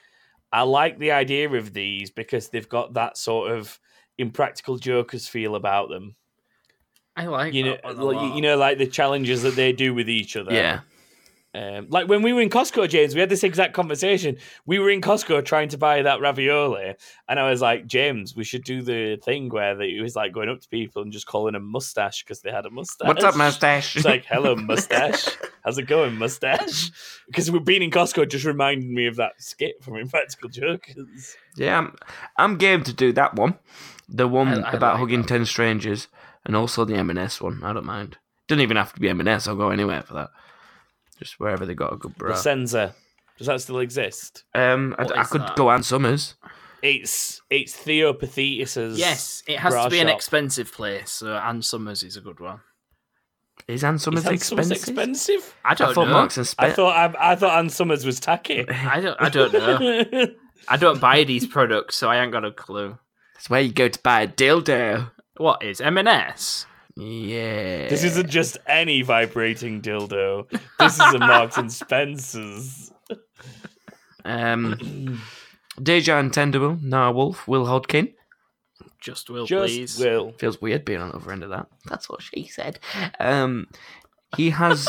S2: I like the idea of these because they've got that sort of impractical jokers feel about them.
S1: I like
S2: You know, like, you know, like the challenges that they do with each other.
S3: Yeah.
S2: Um, like when we were in Costco, James, we had this exact conversation. We were in Costco trying to buy that ravioli, and I was like, James, we should do the thing where that he was like going up to people and just calling them mustache because they had a mustache.
S3: What's up, mustache?
S2: It's like, hello, mustache. How's it going, mustache? Because we've been in Costco, just reminded me of that skit from Impractical Jokers.
S3: yeah, I'm, I'm game to do that one. The one
S1: I- I
S3: about
S1: like
S3: hugging ten strangers, and also the M&S one. I don't mind. Doesn't even have to be M&S. I'll go anywhere for that. Just wherever they got a good
S2: The
S3: bra.
S2: censor. Does that still exist?
S3: Um, I,
S1: What
S3: I
S1: is
S3: could
S1: that?
S3: go Anne Summers.
S2: It's it's Theopathetus's.
S1: Yes, it has
S2: bra
S1: to be an
S2: shop.
S1: expensive place. So Anne Summers is a good one.
S3: Is Anne
S2: Is
S3: Summers
S2: that Summers
S3: expensive?
S2: expensive?
S1: I
S3: I
S1: don't
S3: thought
S1: know.
S3: Marks and
S2: I
S3: Spencer.
S2: thought I, I thought Anne Summers was tacky.
S1: I don't. I don't know. I don't buy these products, so I ain't got a clue.
S3: That's where you go to buy a dildo.
S1: What is M&S?
S3: Yeah.
S2: This isn't just any vibrating dildo. This is a Marks and Spencer's.
S3: um Deja Intendable, Narwolf, Will Hodkin.
S1: Just will
S2: Just
S1: please.
S2: will.
S3: Feels weird being on the other end of that. That's what she said. Um he has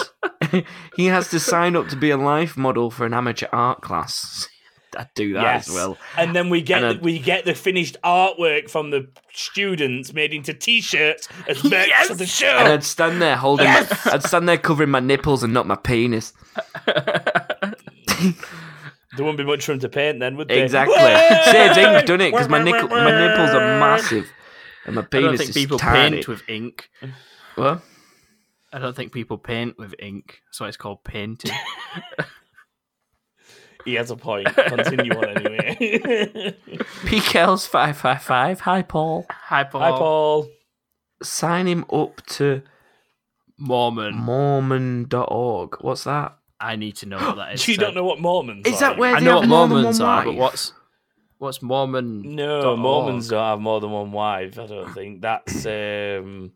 S3: he has to sign up to be a life model for an amateur art class. I'd do that
S2: Yes.
S3: as well.
S2: And then we get
S3: And uh, a-
S2: the, we get the finished artwork from the students made into t-shirts as merch for the
S3: And
S2: show.
S3: I'd stand there holding my, I'd stand there covering my nipples and not my penis.
S2: There wouldn't be much for him to paint then, would there?
S3: Exactly.
S2: Whey!
S3: Saves ink, doesn't it? Because my,
S2: Whey,
S3: nickel-
S2: whey,
S3: my nipples are
S2: whey.
S3: massive. And my
S1: I
S3: penis
S1: don't think
S3: is
S1: people
S3: tiny.
S1: paint with ink.
S3: What?
S1: I don't think people paint with ink. That's why it's called painting.
S2: He has a point. Continue on anyway.
S3: PKL's five five five. Hi Paul.
S1: Hi, Paul.
S2: Hi, Paul.
S3: Sign him up to
S1: Mormon.
S3: Mormon.org. What's that?
S1: I need to know what that is.
S2: You
S1: so-
S2: don't know what Mormons
S3: Is
S2: are,
S3: that
S2: you
S3: where
S1: I
S3: they
S1: know
S3: have
S1: what
S3: more than
S1: Mormons
S3: one
S1: are, but
S3: wife?
S1: what's what's Mormon?
S2: No,
S1: dot
S2: Mormons
S1: org?
S2: don't have more than one wife. I don't think that's. um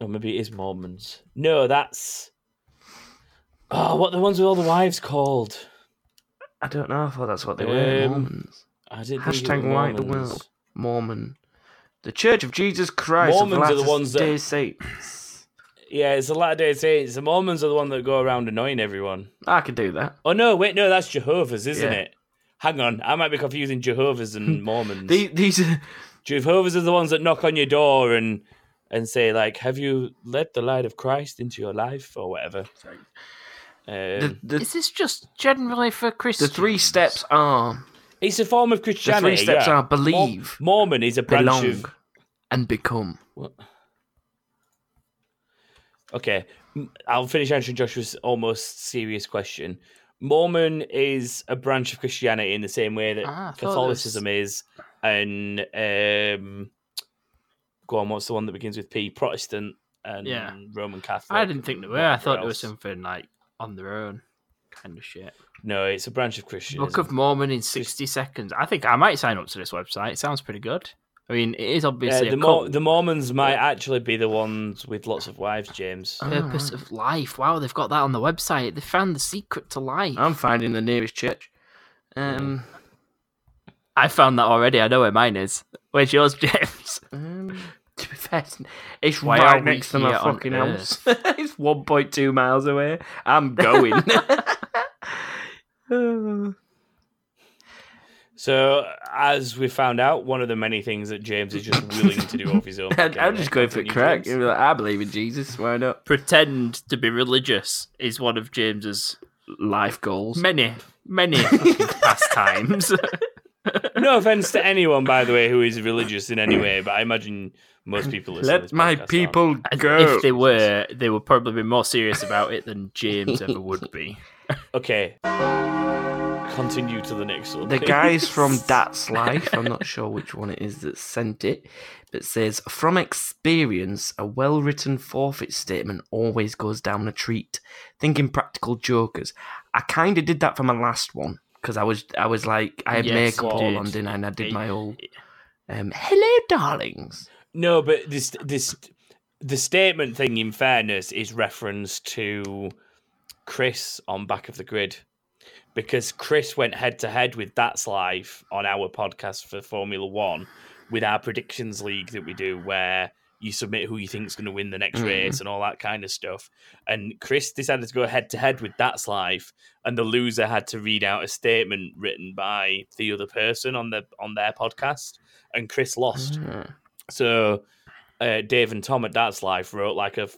S2: Or maybe it is oh, Mormons. No, that's. Oh, what are the ones with all the wives called?
S3: I don't know. I thought that's what they were.
S2: Um,
S3: Mormons.
S2: I didn't
S3: Hashtag
S2: think it was
S3: white the
S2: Mormons.
S3: world. Mormon. The Church of Jesus Christ. of
S2: Mormons are the
S3: Latter
S2: ones that-
S3: Day Saints.
S2: Yeah, it's the Latter Day Saints. The Mormons are the one that go around annoying everyone.
S3: I could do that.
S2: Oh no, wait, no, that's Jehovah's, isn't
S3: Yeah.
S2: it? Hang on, I might be confusing Jehovah's and Mormons.
S3: The- These are
S2: Jehovah's are the ones that knock on your door and and say like, "Have you let the light of Christ into your life or whatever?"
S3: the,
S2: Um,
S3: the,
S1: Is this just generally for
S3: the
S1: Christians?
S3: three steps are
S2: it's a form of
S3: the
S2: Christianity.
S3: three steps
S2: yeah.
S3: are believe,
S2: Mor- Mormon is a branch
S3: belong,
S2: of
S3: and become.
S2: What? Okay, m- I'll finish answering Joshua's almost serious question. Mormon is a branch of Christianity in the same way that
S1: Ah, I thought
S2: Catholicism is, and um, go on, what's the one that begins with P? Protestant and
S1: Yeah.
S2: Roman Catholic.
S1: I didn't think they were. I thought it was
S2: else.
S1: something like on their own kind of shit.
S2: No, it's a branch of Christianism.
S1: Book of Mormon in 60 seconds. I think I might sign up to this website. It sounds pretty good. I mean, it is
S2: Yeah,
S1: obviously
S2: the,
S1: a
S2: Mor-
S1: cult.
S2: the Mormons might actually be the ones with lots of wives, James.
S1: purpose of life. Wow, they've got that on the website. They found the secret to life.
S3: I'm finding the nearest church. Um,
S1: I found that already. I know where mine is. Where's yours, James?
S3: um, to be fair, it's- it's
S1: Why
S3: right
S1: are we
S3: next to my
S1: here on
S3: fucking house. it's 1.2 miles away. I'm going. Uh,
S2: So, as we found out, one of the many things that James is just willing to do off his own.
S3: I'd- I'm just going for it,
S2: Continue,
S3: crack.
S2: James.
S3: You're like, I believe in Jesus. Why not?
S1: Pretend to be religious is one of James's
S3: Life goals.
S1: many, many pastimes.
S2: No offense to anyone, by the way, who is religious in any way, but I imagine most people. listening to
S3: Let
S2: this
S3: my
S2: podcast aren't.
S3: people
S1: And
S3: go.
S1: if they were, they would probably be more serious about it than James ever would be.
S2: Okay. Continue to the next one.
S3: The
S2: please.
S3: guys from Dat's Life, I'm not sure which one it is that sent it, but says, From experience, a well written forfeit statement always goes down a treat. Thinking practical jokers. I kind of did that for my last one because I was I was like, I had
S1: Yes,
S3: makeup
S1: you
S3: all
S1: did.
S3: on, didn't I? And I did
S1: Hey.
S3: my whole, um, hello, darlings.
S2: No, but this this the statement thing. In fairness, is reference to Chris on Back of the Grid because Chris went head to head with That's Life on our podcast for Formula One with our predictions league that we do where. You submit who you think's going to win the next
S3: Mhm.
S2: race and all that kind of stuff. And Chris decided to go head to head with That's Life, and the loser had to read out a statement written by the other person on the on their podcast. And Chris lost.
S3: Ah.
S2: So uh, Dave and Tom at Dad's Life wrote like a f-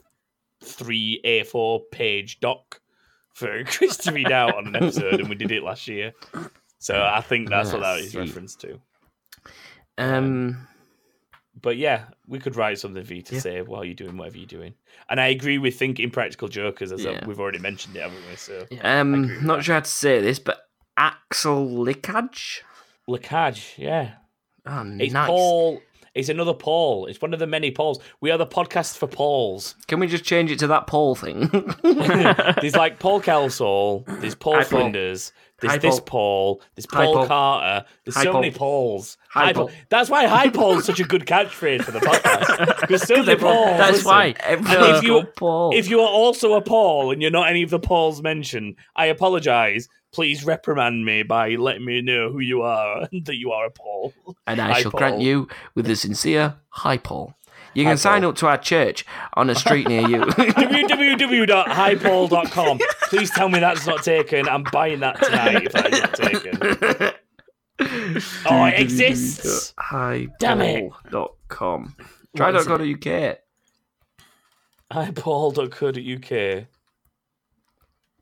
S2: three A4 page doc for Chris to read out on an episode, and we did it last year. So I think that's what that
S3: I
S2: is
S3: see.
S2: reference to.
S3: Um,
S2: But yeah, we could write something for you to
S3: Yeah.
S2: say while you're doing whatever you're doing. And I agree with thinking practical jokers, as I-
S3: Yeah.
S2: we've already mentioned it, haven't we? So I agree
S3: um,
S2: with
S3: not
S2: that.
S3: sure how to say this, but Axel Lickage.
S2: Lacage, yeah,
S3: Oh,
S2: it's
S3: nice.
S2: Paul. It's another Paul. It's one of the many Pauls. We are the podcast for Pauls.
S3: Can we just change it to that Paul thing?
S2: there's like Paul Kelsall, there's Paul
S3: Hi, Paul.
S2: Flinders, there's
S3: Hi,
S2: this
S3: Paul.
S2: Paul, there's
S3: Hi,
S2: Paul,
S3: Paul.
S2: Carter, there's
S3: Hi,
S2: so
S3: Paul.
S2: many Pauls.
S3: Hi,
S2: Hi,
S3: Paul.
S2: Paul. That's why Hi Paul is such a good catchphrase for the podcast. Because so many Pauls.
S1: That's
S2: listen.
S1: why.
S3: Everyone's
S2: if you-
S3: got Paul.
S2: If you are also a Paul and you're not any of the Pauls mentioned, I apologise. Please reprimand me by letting me know who you are and that you are a Paul.
S3: and I
S2: Hi,
S3: shall grant
S2: Paul.
S3: you with a sincere hi, Paul. You
S2: Hi,
S3: can sign
S2: Paul.
S3: up to our church on a street near you.
S2: www.highpaul.com. Please tell me that's not taken. I'm buying that tonight if that's not taken. Oh, it exists.
S3: Hi,
S2: Damn it.
S3: Dot com. Try
S1: What
S3: dot
S1: is
S3: go to UK.
S2: iPaul.co.uk.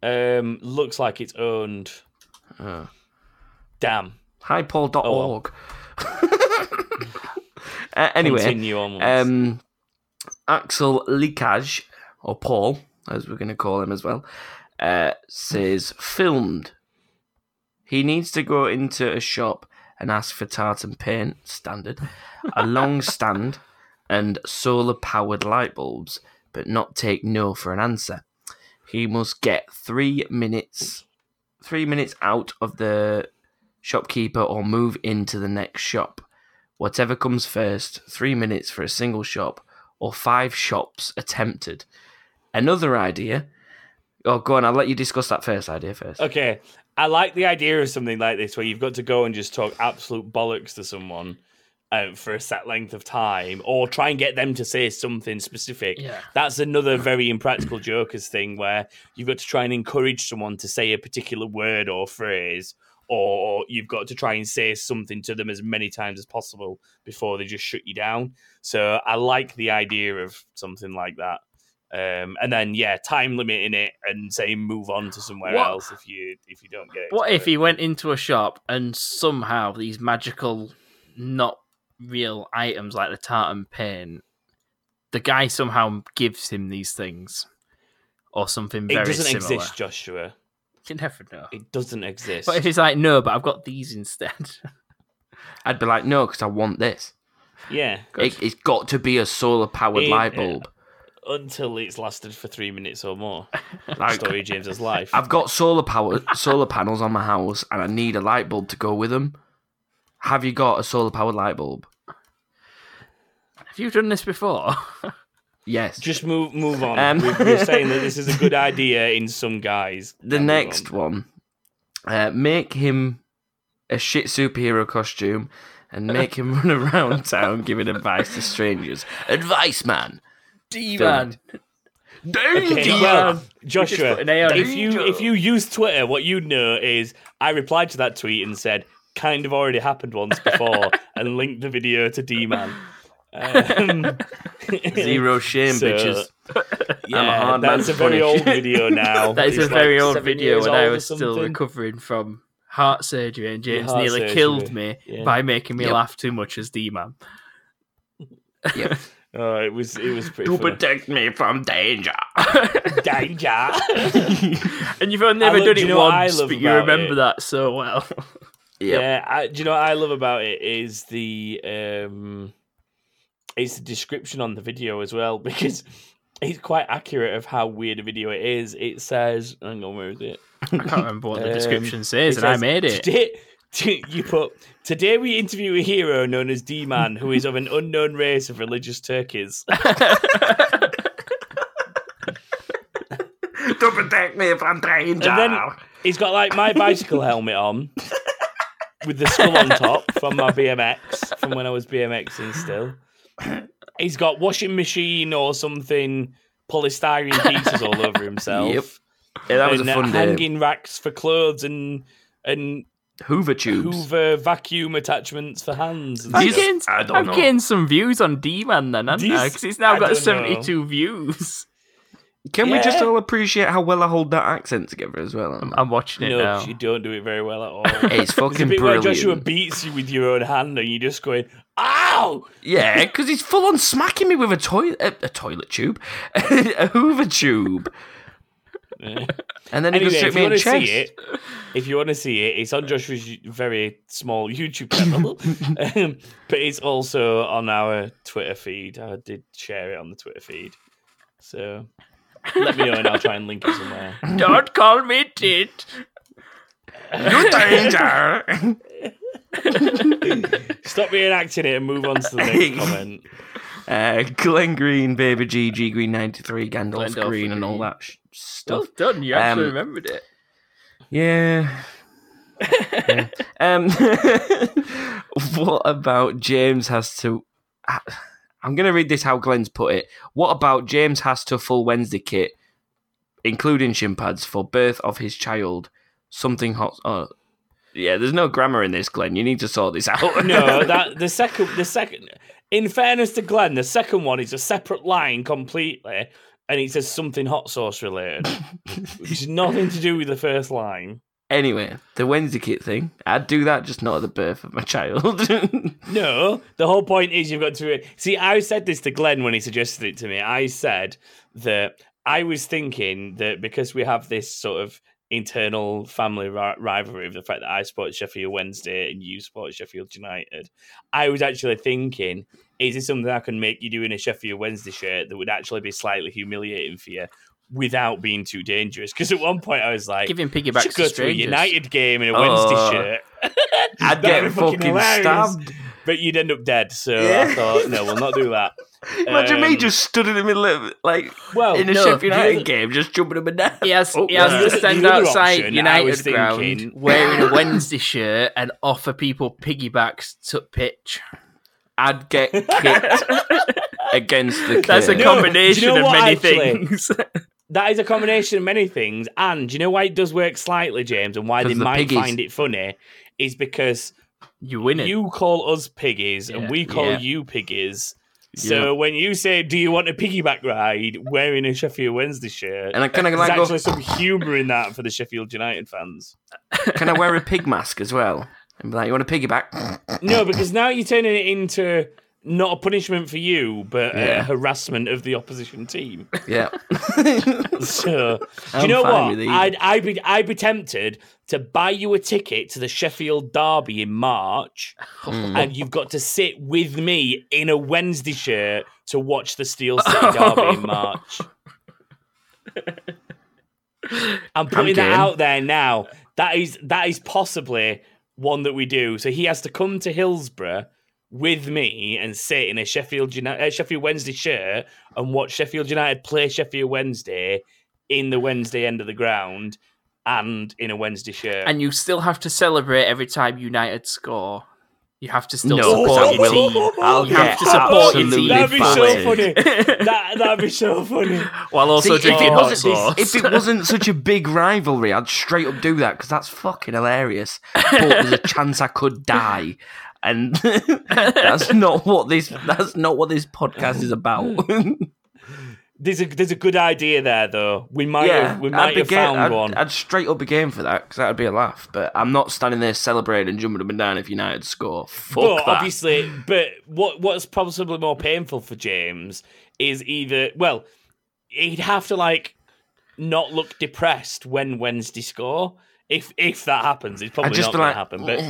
S2: Um, looks like it's owned.
S3: Oh.
S2: Damn.
S3: Hi, Paul. Dot
S2: Oh, well.
S3: org. Uh, anyway,
S2: continue on.
S3: um, Axel Likage, or Paul, as we're going to call him as well, uh, says filmed. He needs to go into a shop and ask for tartan paint, standard, a long stand, and solar powered light bulbs, but not take no for an answer. He must get three minutes, three minutes out of the shopkeeper or move into the next shop. Whatever comes first, three minutes for a single shop or five shops attempted. Another idea. Oh, go on. I'll let you discuss that first idea first.
S2: okay, I like the idea of something like this where you've got to go and just talk absolute bollocks to someone uh, for a set length of time, or try and get them to say something specific.
S1: Yeah.
S2: That's another very impractical jokers thing where you've got to try and encourage someone to say a particular word or phrase, or you've got to try and say something to them as many times as possible before they just shut you down. So I like the idea of something like that. Um, and then yeah, time limiting it and saying move on to somewhere
S1: What-
S2: else if you if you don't get it.
S1: What
S2: to
S1: if
S2: it.
S1: he went into a shop and somehow these magical, not real items like the tartan paint, the guy somehow gives him these things or something very
S2: it doesn't
S1: similar?
S2: exist, Joshua?
S1: You never know.
S2: It doesn't exist.
S1: But if it's like, no, but I've got these instead.
S3: I'd be like, no, because I want this.
S2: yeah,
S3: It, it's got to be a solar powered
S2: Yeah.
S3: light bulb.
S2: until it's lasted for three minutes or more.
S3: Like,
S2: Story of James's life.
S3: I've got solar power solar panels on my house, and I need a light bulb to go with them. Have you got a solar powered light bulb?
S1: Have you done this before?
S3: Yes.
S2: Just move move on.
S3: Um,
S2: We're, we're saying that this is a good idea in some guys.
S3: the
S2: Now move
S3: next
S2: on.
S3: one, uh, make him a shit superhero costume and make him run around town giving advice to strangers. Advice man.
S1: D-Man.
S2: Okay,
S1: Danger!
S2: well,
S1: We just
S2: Joshua,
S1: put an A on
S2: if
S1: it.
S2: you if you use Twitter, what you know is I replied to that tweet and said, "Kind of already happened once before," and linked the video to D Man. Um,
S3: Zero shame,
S2: So,
S3: bitches.
S2: yeah,
S3: a hard man
S2: that's
S3: to
S2: a very
S3: punish.
S2: old video now.
S1: That is a
S2: It's
S1: very
S2: like
S1: old
S2: seven
S1: video
S2: years
S1: when I
S2: old or
S1: was still
S2: something.
S1: recovering from heart surgery, and James
S2: heart
S1: nearly
S2: surgery,
S1: killed me
S2: yeah.
S1: by making me
S3: Yep.
S1: laugh too much as D-Man.
S2: Oh, it was it was pretty.
S3: To
S2: funny.
S3: protect me from danger.
S2: Danger.
S1: And you've only
S2: I
S1: ever
S2: lo-
S1: done
S2: do
S1: it
S2: you know what I
S1: once,
S2: love
S1: but you
S2: about
S1: remember
S2: it?
S1: that so well.
S3: Yep.
S2: Yeah, I, do you know what I love about it is the um, it's the description on the video as well because it's quite accurate of how weird a video it is. It says, "Hang on, where is it?"
S1: I can't remember what the
S2: Um,
S1: description says,
S2: It
S1: and I
S2: says,
S1: made it.
S2: Today, t- you put today we interview a hero known as D Man who is of an unknown race of religious turkeys.
S3: to protect me from danger.
S2: And then- He's got like my bicycle helmet on with the skull on top from my BMX from when I was BMXing still. He's got washing machine or something polystyrene pieces all over himself.
S3: Yep. Yeah, that was a
S2: and, uh,
S3: fun day.
S2: hanging racks for clothes and and
S3: Hoover tubes.
S2: Hoover vacuum attachments for hands. And
S1: I'm
S3: These-
S2: stuff.
S1: getting,
S3: I don't
S1: I'm
S3: know.
S1: getting some views on D-Man then, aren't I?
S2: These-
S1: Because it's now
S2: I
S1: got
S2: don't know.
S1: 72 views.
S3: Can we just
S2: Yeah.
S3: all appreciate how well I hold that accent together as well? Alan?
S1: I'm watching it
S2: No,
S1: now.
S2: you don't do it very well at all.
S3: it's
S2: There's a
S3: fucking
S2: bit
S3: brilliant.
S2: where Joshua beats you with your own hand and you're just going, ow!
S3: Yeah, because he's full on smacking me with a toilet, a, a toilet tube, a Hoover tube,
S2: Yeah.
S3: and then
S2: Anyway,
S3: he goes
S2: if you
S3: to
S2: want
S3: me
S2: to
S3: in chest.
S2: see it, if you want to see it, it's on Joshua's y- very small YouTube channel, um, but it's also on our Twitter feed. I did share it on the Twitter feed, so let me know and I'll try and link it somewhere.
S1: don't call me tit.
S3: danger.
S2: Stop reenacting it and move on to the next comment.
S3: uh, Glenn Green, Baby G, G Green ninety three, Gandalf
S1: Gandalf
S3: Green, and all
S1: Green.
S3: that sh- stuff.
S1: Well done, you actually
S3: Um,
S1: remembered it.
S3: Yeah. Yeah. Um, what about James has to? I- I'm going to read this how Glenn's put it. What about James has to full Wednesday kit, including shin pads for birth of his child? Something hot. Oh, yeah. There's no grammar in this, Glenn. You need to sort this out.
S2: No, that the second, the second. In fairness to Glenn, the second one is a separate line completely, and it says something hot sauce related, which is nothing to do with the first line.
S3: Anyway, the Wednesday kit thing. I'd do that, just not at the birth of my child.
S2: No, the whole point is you've got to see. I said this to Glenn when he suggested it to me. I said that I was thinking that because we have this sort of internal family ri- rivalry of the fact that I support Sheffield Wednesday and you support Sheffield United, I was actually thinking, is this something I can make you do in a Sheffield Wednesday shirt that would actually be slightly humiliating for you without being too dangerous? Because at one point I was like,
S1: Giving
S2: you should
S1: piggybacks
S2: go
S1: to
S2: to a
S1: strangers.
S2: United game in a
S3: Oh,
S2: Wednesday shirt.
S3: I'd
S2: That'd
S3: get
S2: be
S3: fucking
S2: hilarious.
S3: stabbed.
S2: but you'd end up dead. So
S3: Yeah.
S2: I thought, no, we'll not do that.
S3: Imagine me
S2: Um, Oh,
S3: just stood in the middle of like
S2: Well,
S3: in a
S1: no,
S3: Sheffield
S1: the
S3: United
S1: other-
S3: game, just jumping up and down.
S1: He has,
S3: Oh,
S1: he has
S3: yeah.
S1: to stand
S2: The other
S1: outside
S2: option, I was
S1: United ground
S2: thinking-
S1: wearing a Wednesday shirt and offer people piggybacks to pitch.
S3: I'd get kicked against the.
S1: That's a
S3: curb.
S2: No,
S1: combination
S2: do you know
S1: of
S2: what,
S1: many
S2: actually?
S1: things.
S2: That is a combination of many things. And do you know why it does work slightly, James, and why
S3: 'Cause
S2: they
S3: the
S2: might
S3: piggies.
S2: find it funny is because
S1: you win it.
S2: you call us piggies
S1: Yeah.
S2: and we call
S3: Yeah.
S2: you piggies.
S3: Yeah.
S2: So when you say, "Do you want a piggyback ride?" wearing a Sheffield Wednesday shirt,
S3: And I kind of
S2: there's
S3: like go,
S2: actually some humour in that for the Sheffield United fans.
S3: can I wear a pig mask as well? And be like, you want a piggyback?
S2: No, because now you're turning it into not a punishment for you, but
S3: Yeah.
S2: a harassment of the opposition team.
S3: yeah.
S2: So, do
S3: I'm
S2: you know
S3: fine
S2: what?
S3: with either.
S2: I'd, I'd be I'd be tempted to buy you a ticket to the Sheffield Derby in March,
S3: Mm.
S2: and you've got to sit with me in a Wednesday shirt to watch the Steel City Derby in March. I'm putting that
S3: game.
S2: out there now. That is that is possibly one that we do. So he has to come to Hillsborough with me and sit in a Sheffield United, uh, Sheffield Wednesday shirt and watch Sheffield United play Sheffield Wednesday in the Wednesday end of the ground and in a Wednesday shirt.
S1: and you still have to celebrate every time United score. You have to still
S3: No,
S2: Oh,
S1: support
S3: that
S1: your
S3: will-
S1: team.
S3: I'll
S1: You
S3: get
S1: have to support your
S3: absolutely
S1: team.
S2: That'd be so
S3: battered.
S2: funny. That that'd be so funny.
S1: While also
S3: See, if,
S1: drinking
S3: it
S2: oh,
S1: hot
S3: wasn't,
S1: sauce.
S3: if it wasn't such a big rivalry, I'd straight up do that because that's fucking hilarious. But there's a chance I could die, and that's not what this. That's not what this podcast is about.
S2: There's a there's a good idea there though. We might have we might
S3: be
S2: have
S3: game-
S2: found
S3: I'd,
S2: one.
S3: I'd straight up be game for that because that'd be a laugh. But I'm not standing there celebrating, jumping up and down if United score. Fuck
S2: but
S3: that.
S2: obviously, but what what's possibly more painful for James is either well, he'd have to like not look depressed when Wednesday score. If if that happens, it's
S3: I'd
S2: probably
S3: just
S2: not
S3: be
S2: going
S3: like,
S2: to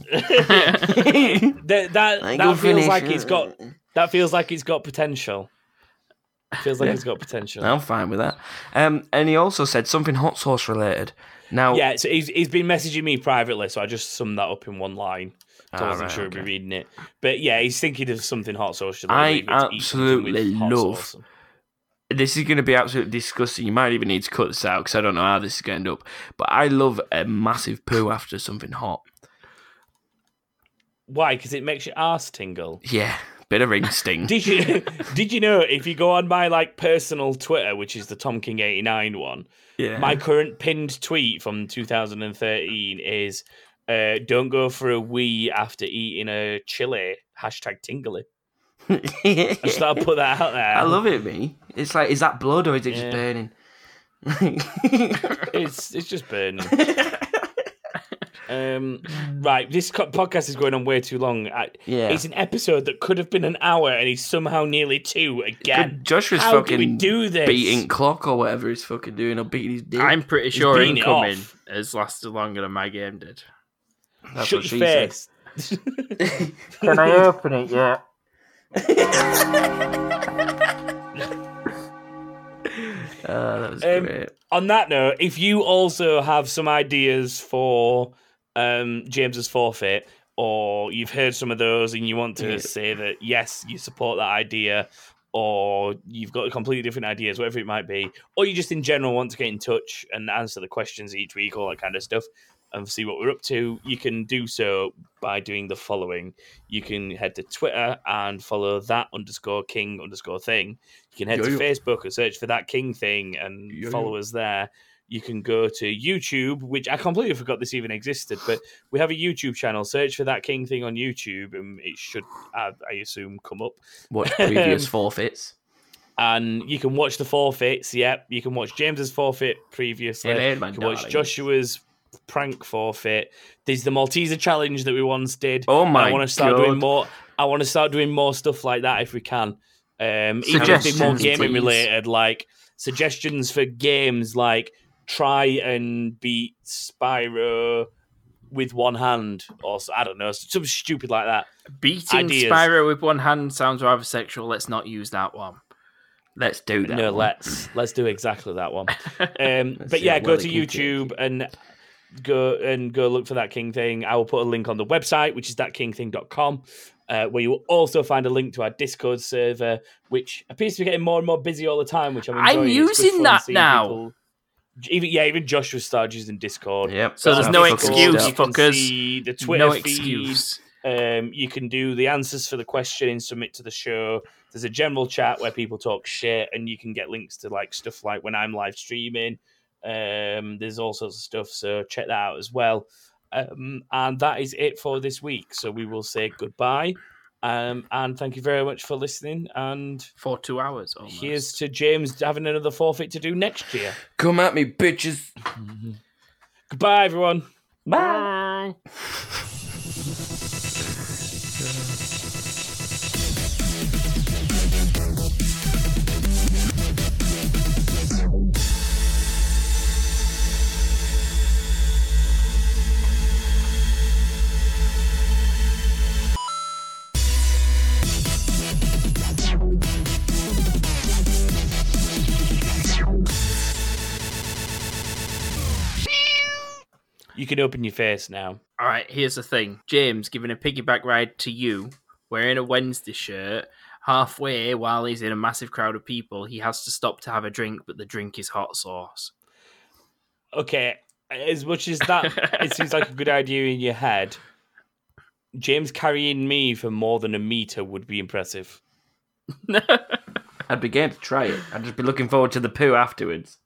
S2: happen. But
S3: that,
S2: that that, that feels like it's
S3: uh,
S2: got that feels like it's got potential. Feels like
S3: Yeah.
S2: it's got potential.
S3: I'm fine with that. Um, and he also said something hot sauce related. Now,
S2: Yeah, so he's, he's been messaging me privately, so I just summed that up in one line. So I
S3: Ah,
S2: wasn't
S3: right,
S2: sure he'd
S3: okay.
S2: be reading it. But yeah, he's thinking of something hot sauce.
S3: I
S2: related, which eats something with
S3: absolutely
S2: hot
S3: love
S2: sauce.
S3: this is going to be absolutely disgusting. You might even need to cut this out because I don't know how this is going to end up. But I love a massive poo after something hot.
S2: Why? Because it makes your ass tingle.
S3: Yeah, bit of ring sting.
S2: Did you did you know if you go on my like personal Twitter, which is the Tom King eighty nine one,
S3: yeah.
S2: my current pinned tweet from two thousand and thirteen is, uh, "Don't go for a wee after eating a chili." Hashtag tingly. I just thought I'd put that out there.
S3: I love it, me. It's like, is that blood or is it
S2: Yeah.
S3: just burning?
S2: It's it's just burning. Um, right, this co- podcast is going on way too long. I,
S3: yeah.
S2: It's an episode that could have been an hour, and he's somehow nearly two again.
S3: Good- Joshua's
S2: How do
S3: fucking
S2: we do this?
S3: beating clock or whatever he's fucking doing or beating his dick.
S1: I'm pretty sure
S2: beating it
S1: incoming
S2: off.
S1: has lasted longer than my game did.
S3: That's
S2: Shut
S3: what she
S2: your
S3: said.
S2: face.
S1: Can I open it yet?
S3: Uh, that was
S2: Um,
S3: great.
S2: On that note, if you also have some ideas for um, James's forfeit, or you've heard some of those and you want to
S3: Yeah.
S2: say that yes, you support that idea, or you've got completely different ideas, whatever it might be, or you just in general want to get in touch and answer the questions each week, all that kind of stuff, and see what we're up to, you can do so by doing the following. You can head to Twitter and follow that underscore king underscore thing. You can head
S3: Yo,
S2: to
S3: yo.
S2: Facebook and search for that king thing and
S3: Yo, yo.
S2: follow us there. You can go to YouTube, which I completely forgot this even existed, but we have a YouTube channel. Search for that king thing on YouTube, and it should, I, I assume, come up.
S3: Watch previous
S2: um,
S3: forfeits.
S2: And you can watch the forfeits. Yep, you can watch James's forfeit previously.
S3: Hello, my
S2: you can watch
S3: darling.
S2: Joshua's prank forfeit. There's the Malteser challenge that we once did.
S3: Oh
S2: And
S3: my
S2: I want to start
S3: God.
S2: doing more. I want to start doing more stuff like that if we can. Um, even if they're more
S3: Suggestions,
S2: gaming
S3: please.
S2: related, like suggestions for games, like try and beat Spyro with one hand, or so- I don't know, something stupid like that.
S1: Beating
S2: Ideas.
S1: Spyro with one hand sounds rather sexual. Let's not use that one.
S3: Let's do that.
S2: no,
S3: one.
S2: let's let's do exactly that one. Um,
S3: Let's
S2: but
S3: see
S2: yeah,
S3: how
S2: go
S3: well
S2: to
S3: it can do.
S2: YouTube and go and go look for that King thing. I will put a link on the website, which is thatkingthing.com, uh, where you will also find a link to our Discord server, which appears to be getting more and more busy all the time. Which I'm
S1: I'm
S2: enjoying. It's good
S1: using
S2: fun
S1: that
S2: seeing
S1: now.
S2: people- Even yeah, even Joshua started using Discord.
S3: Yep.
S1: So there's
S3: that's
S1: no
S3: fucking
S1: excuse,
S2: You
S3: dope.
S2: can
S1: fuckers.
S2: see the Twitter
S1: no
S2: feed.
S1: excuse.
S2: Um, you can do the answers for the question, submit to the show. There's a general chat where people talk shit, and you can get links to like stuff like when I'm live streaming. Um, there's all sorts of stuff, so check that out as well. Um, and that is it for this week. So we will say goodbye. Um, and thank you very much for listening. And
S1: For two hours Oh, almost.
S2: here's to James having another forfeit to do next year.
S3: Come at me, bitches.
S2: goodbye, everyone. Bye. You can open your face now.
S1: All right, here's the thing. James giving a piggyback ride to you, wearing a Wednesday shirt. Halfway, while he's in a massive crowd of people, he has to stop to have a drink, but the drink is hot sauce.
S2: okay, as much as that it seems like a good idea in your head, James carrying me for more than a meter would be impressive.
S3: I'd be game to try it. I'd just be looking forward to the poo afterwards.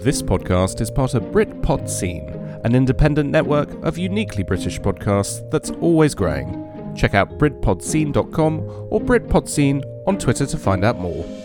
S5: This podcast is part of Britpod Scene, an independent network of uniquely British podcasts that's always growing. Check out BritpodScene.com or BritpodScene on Twitter to find out more.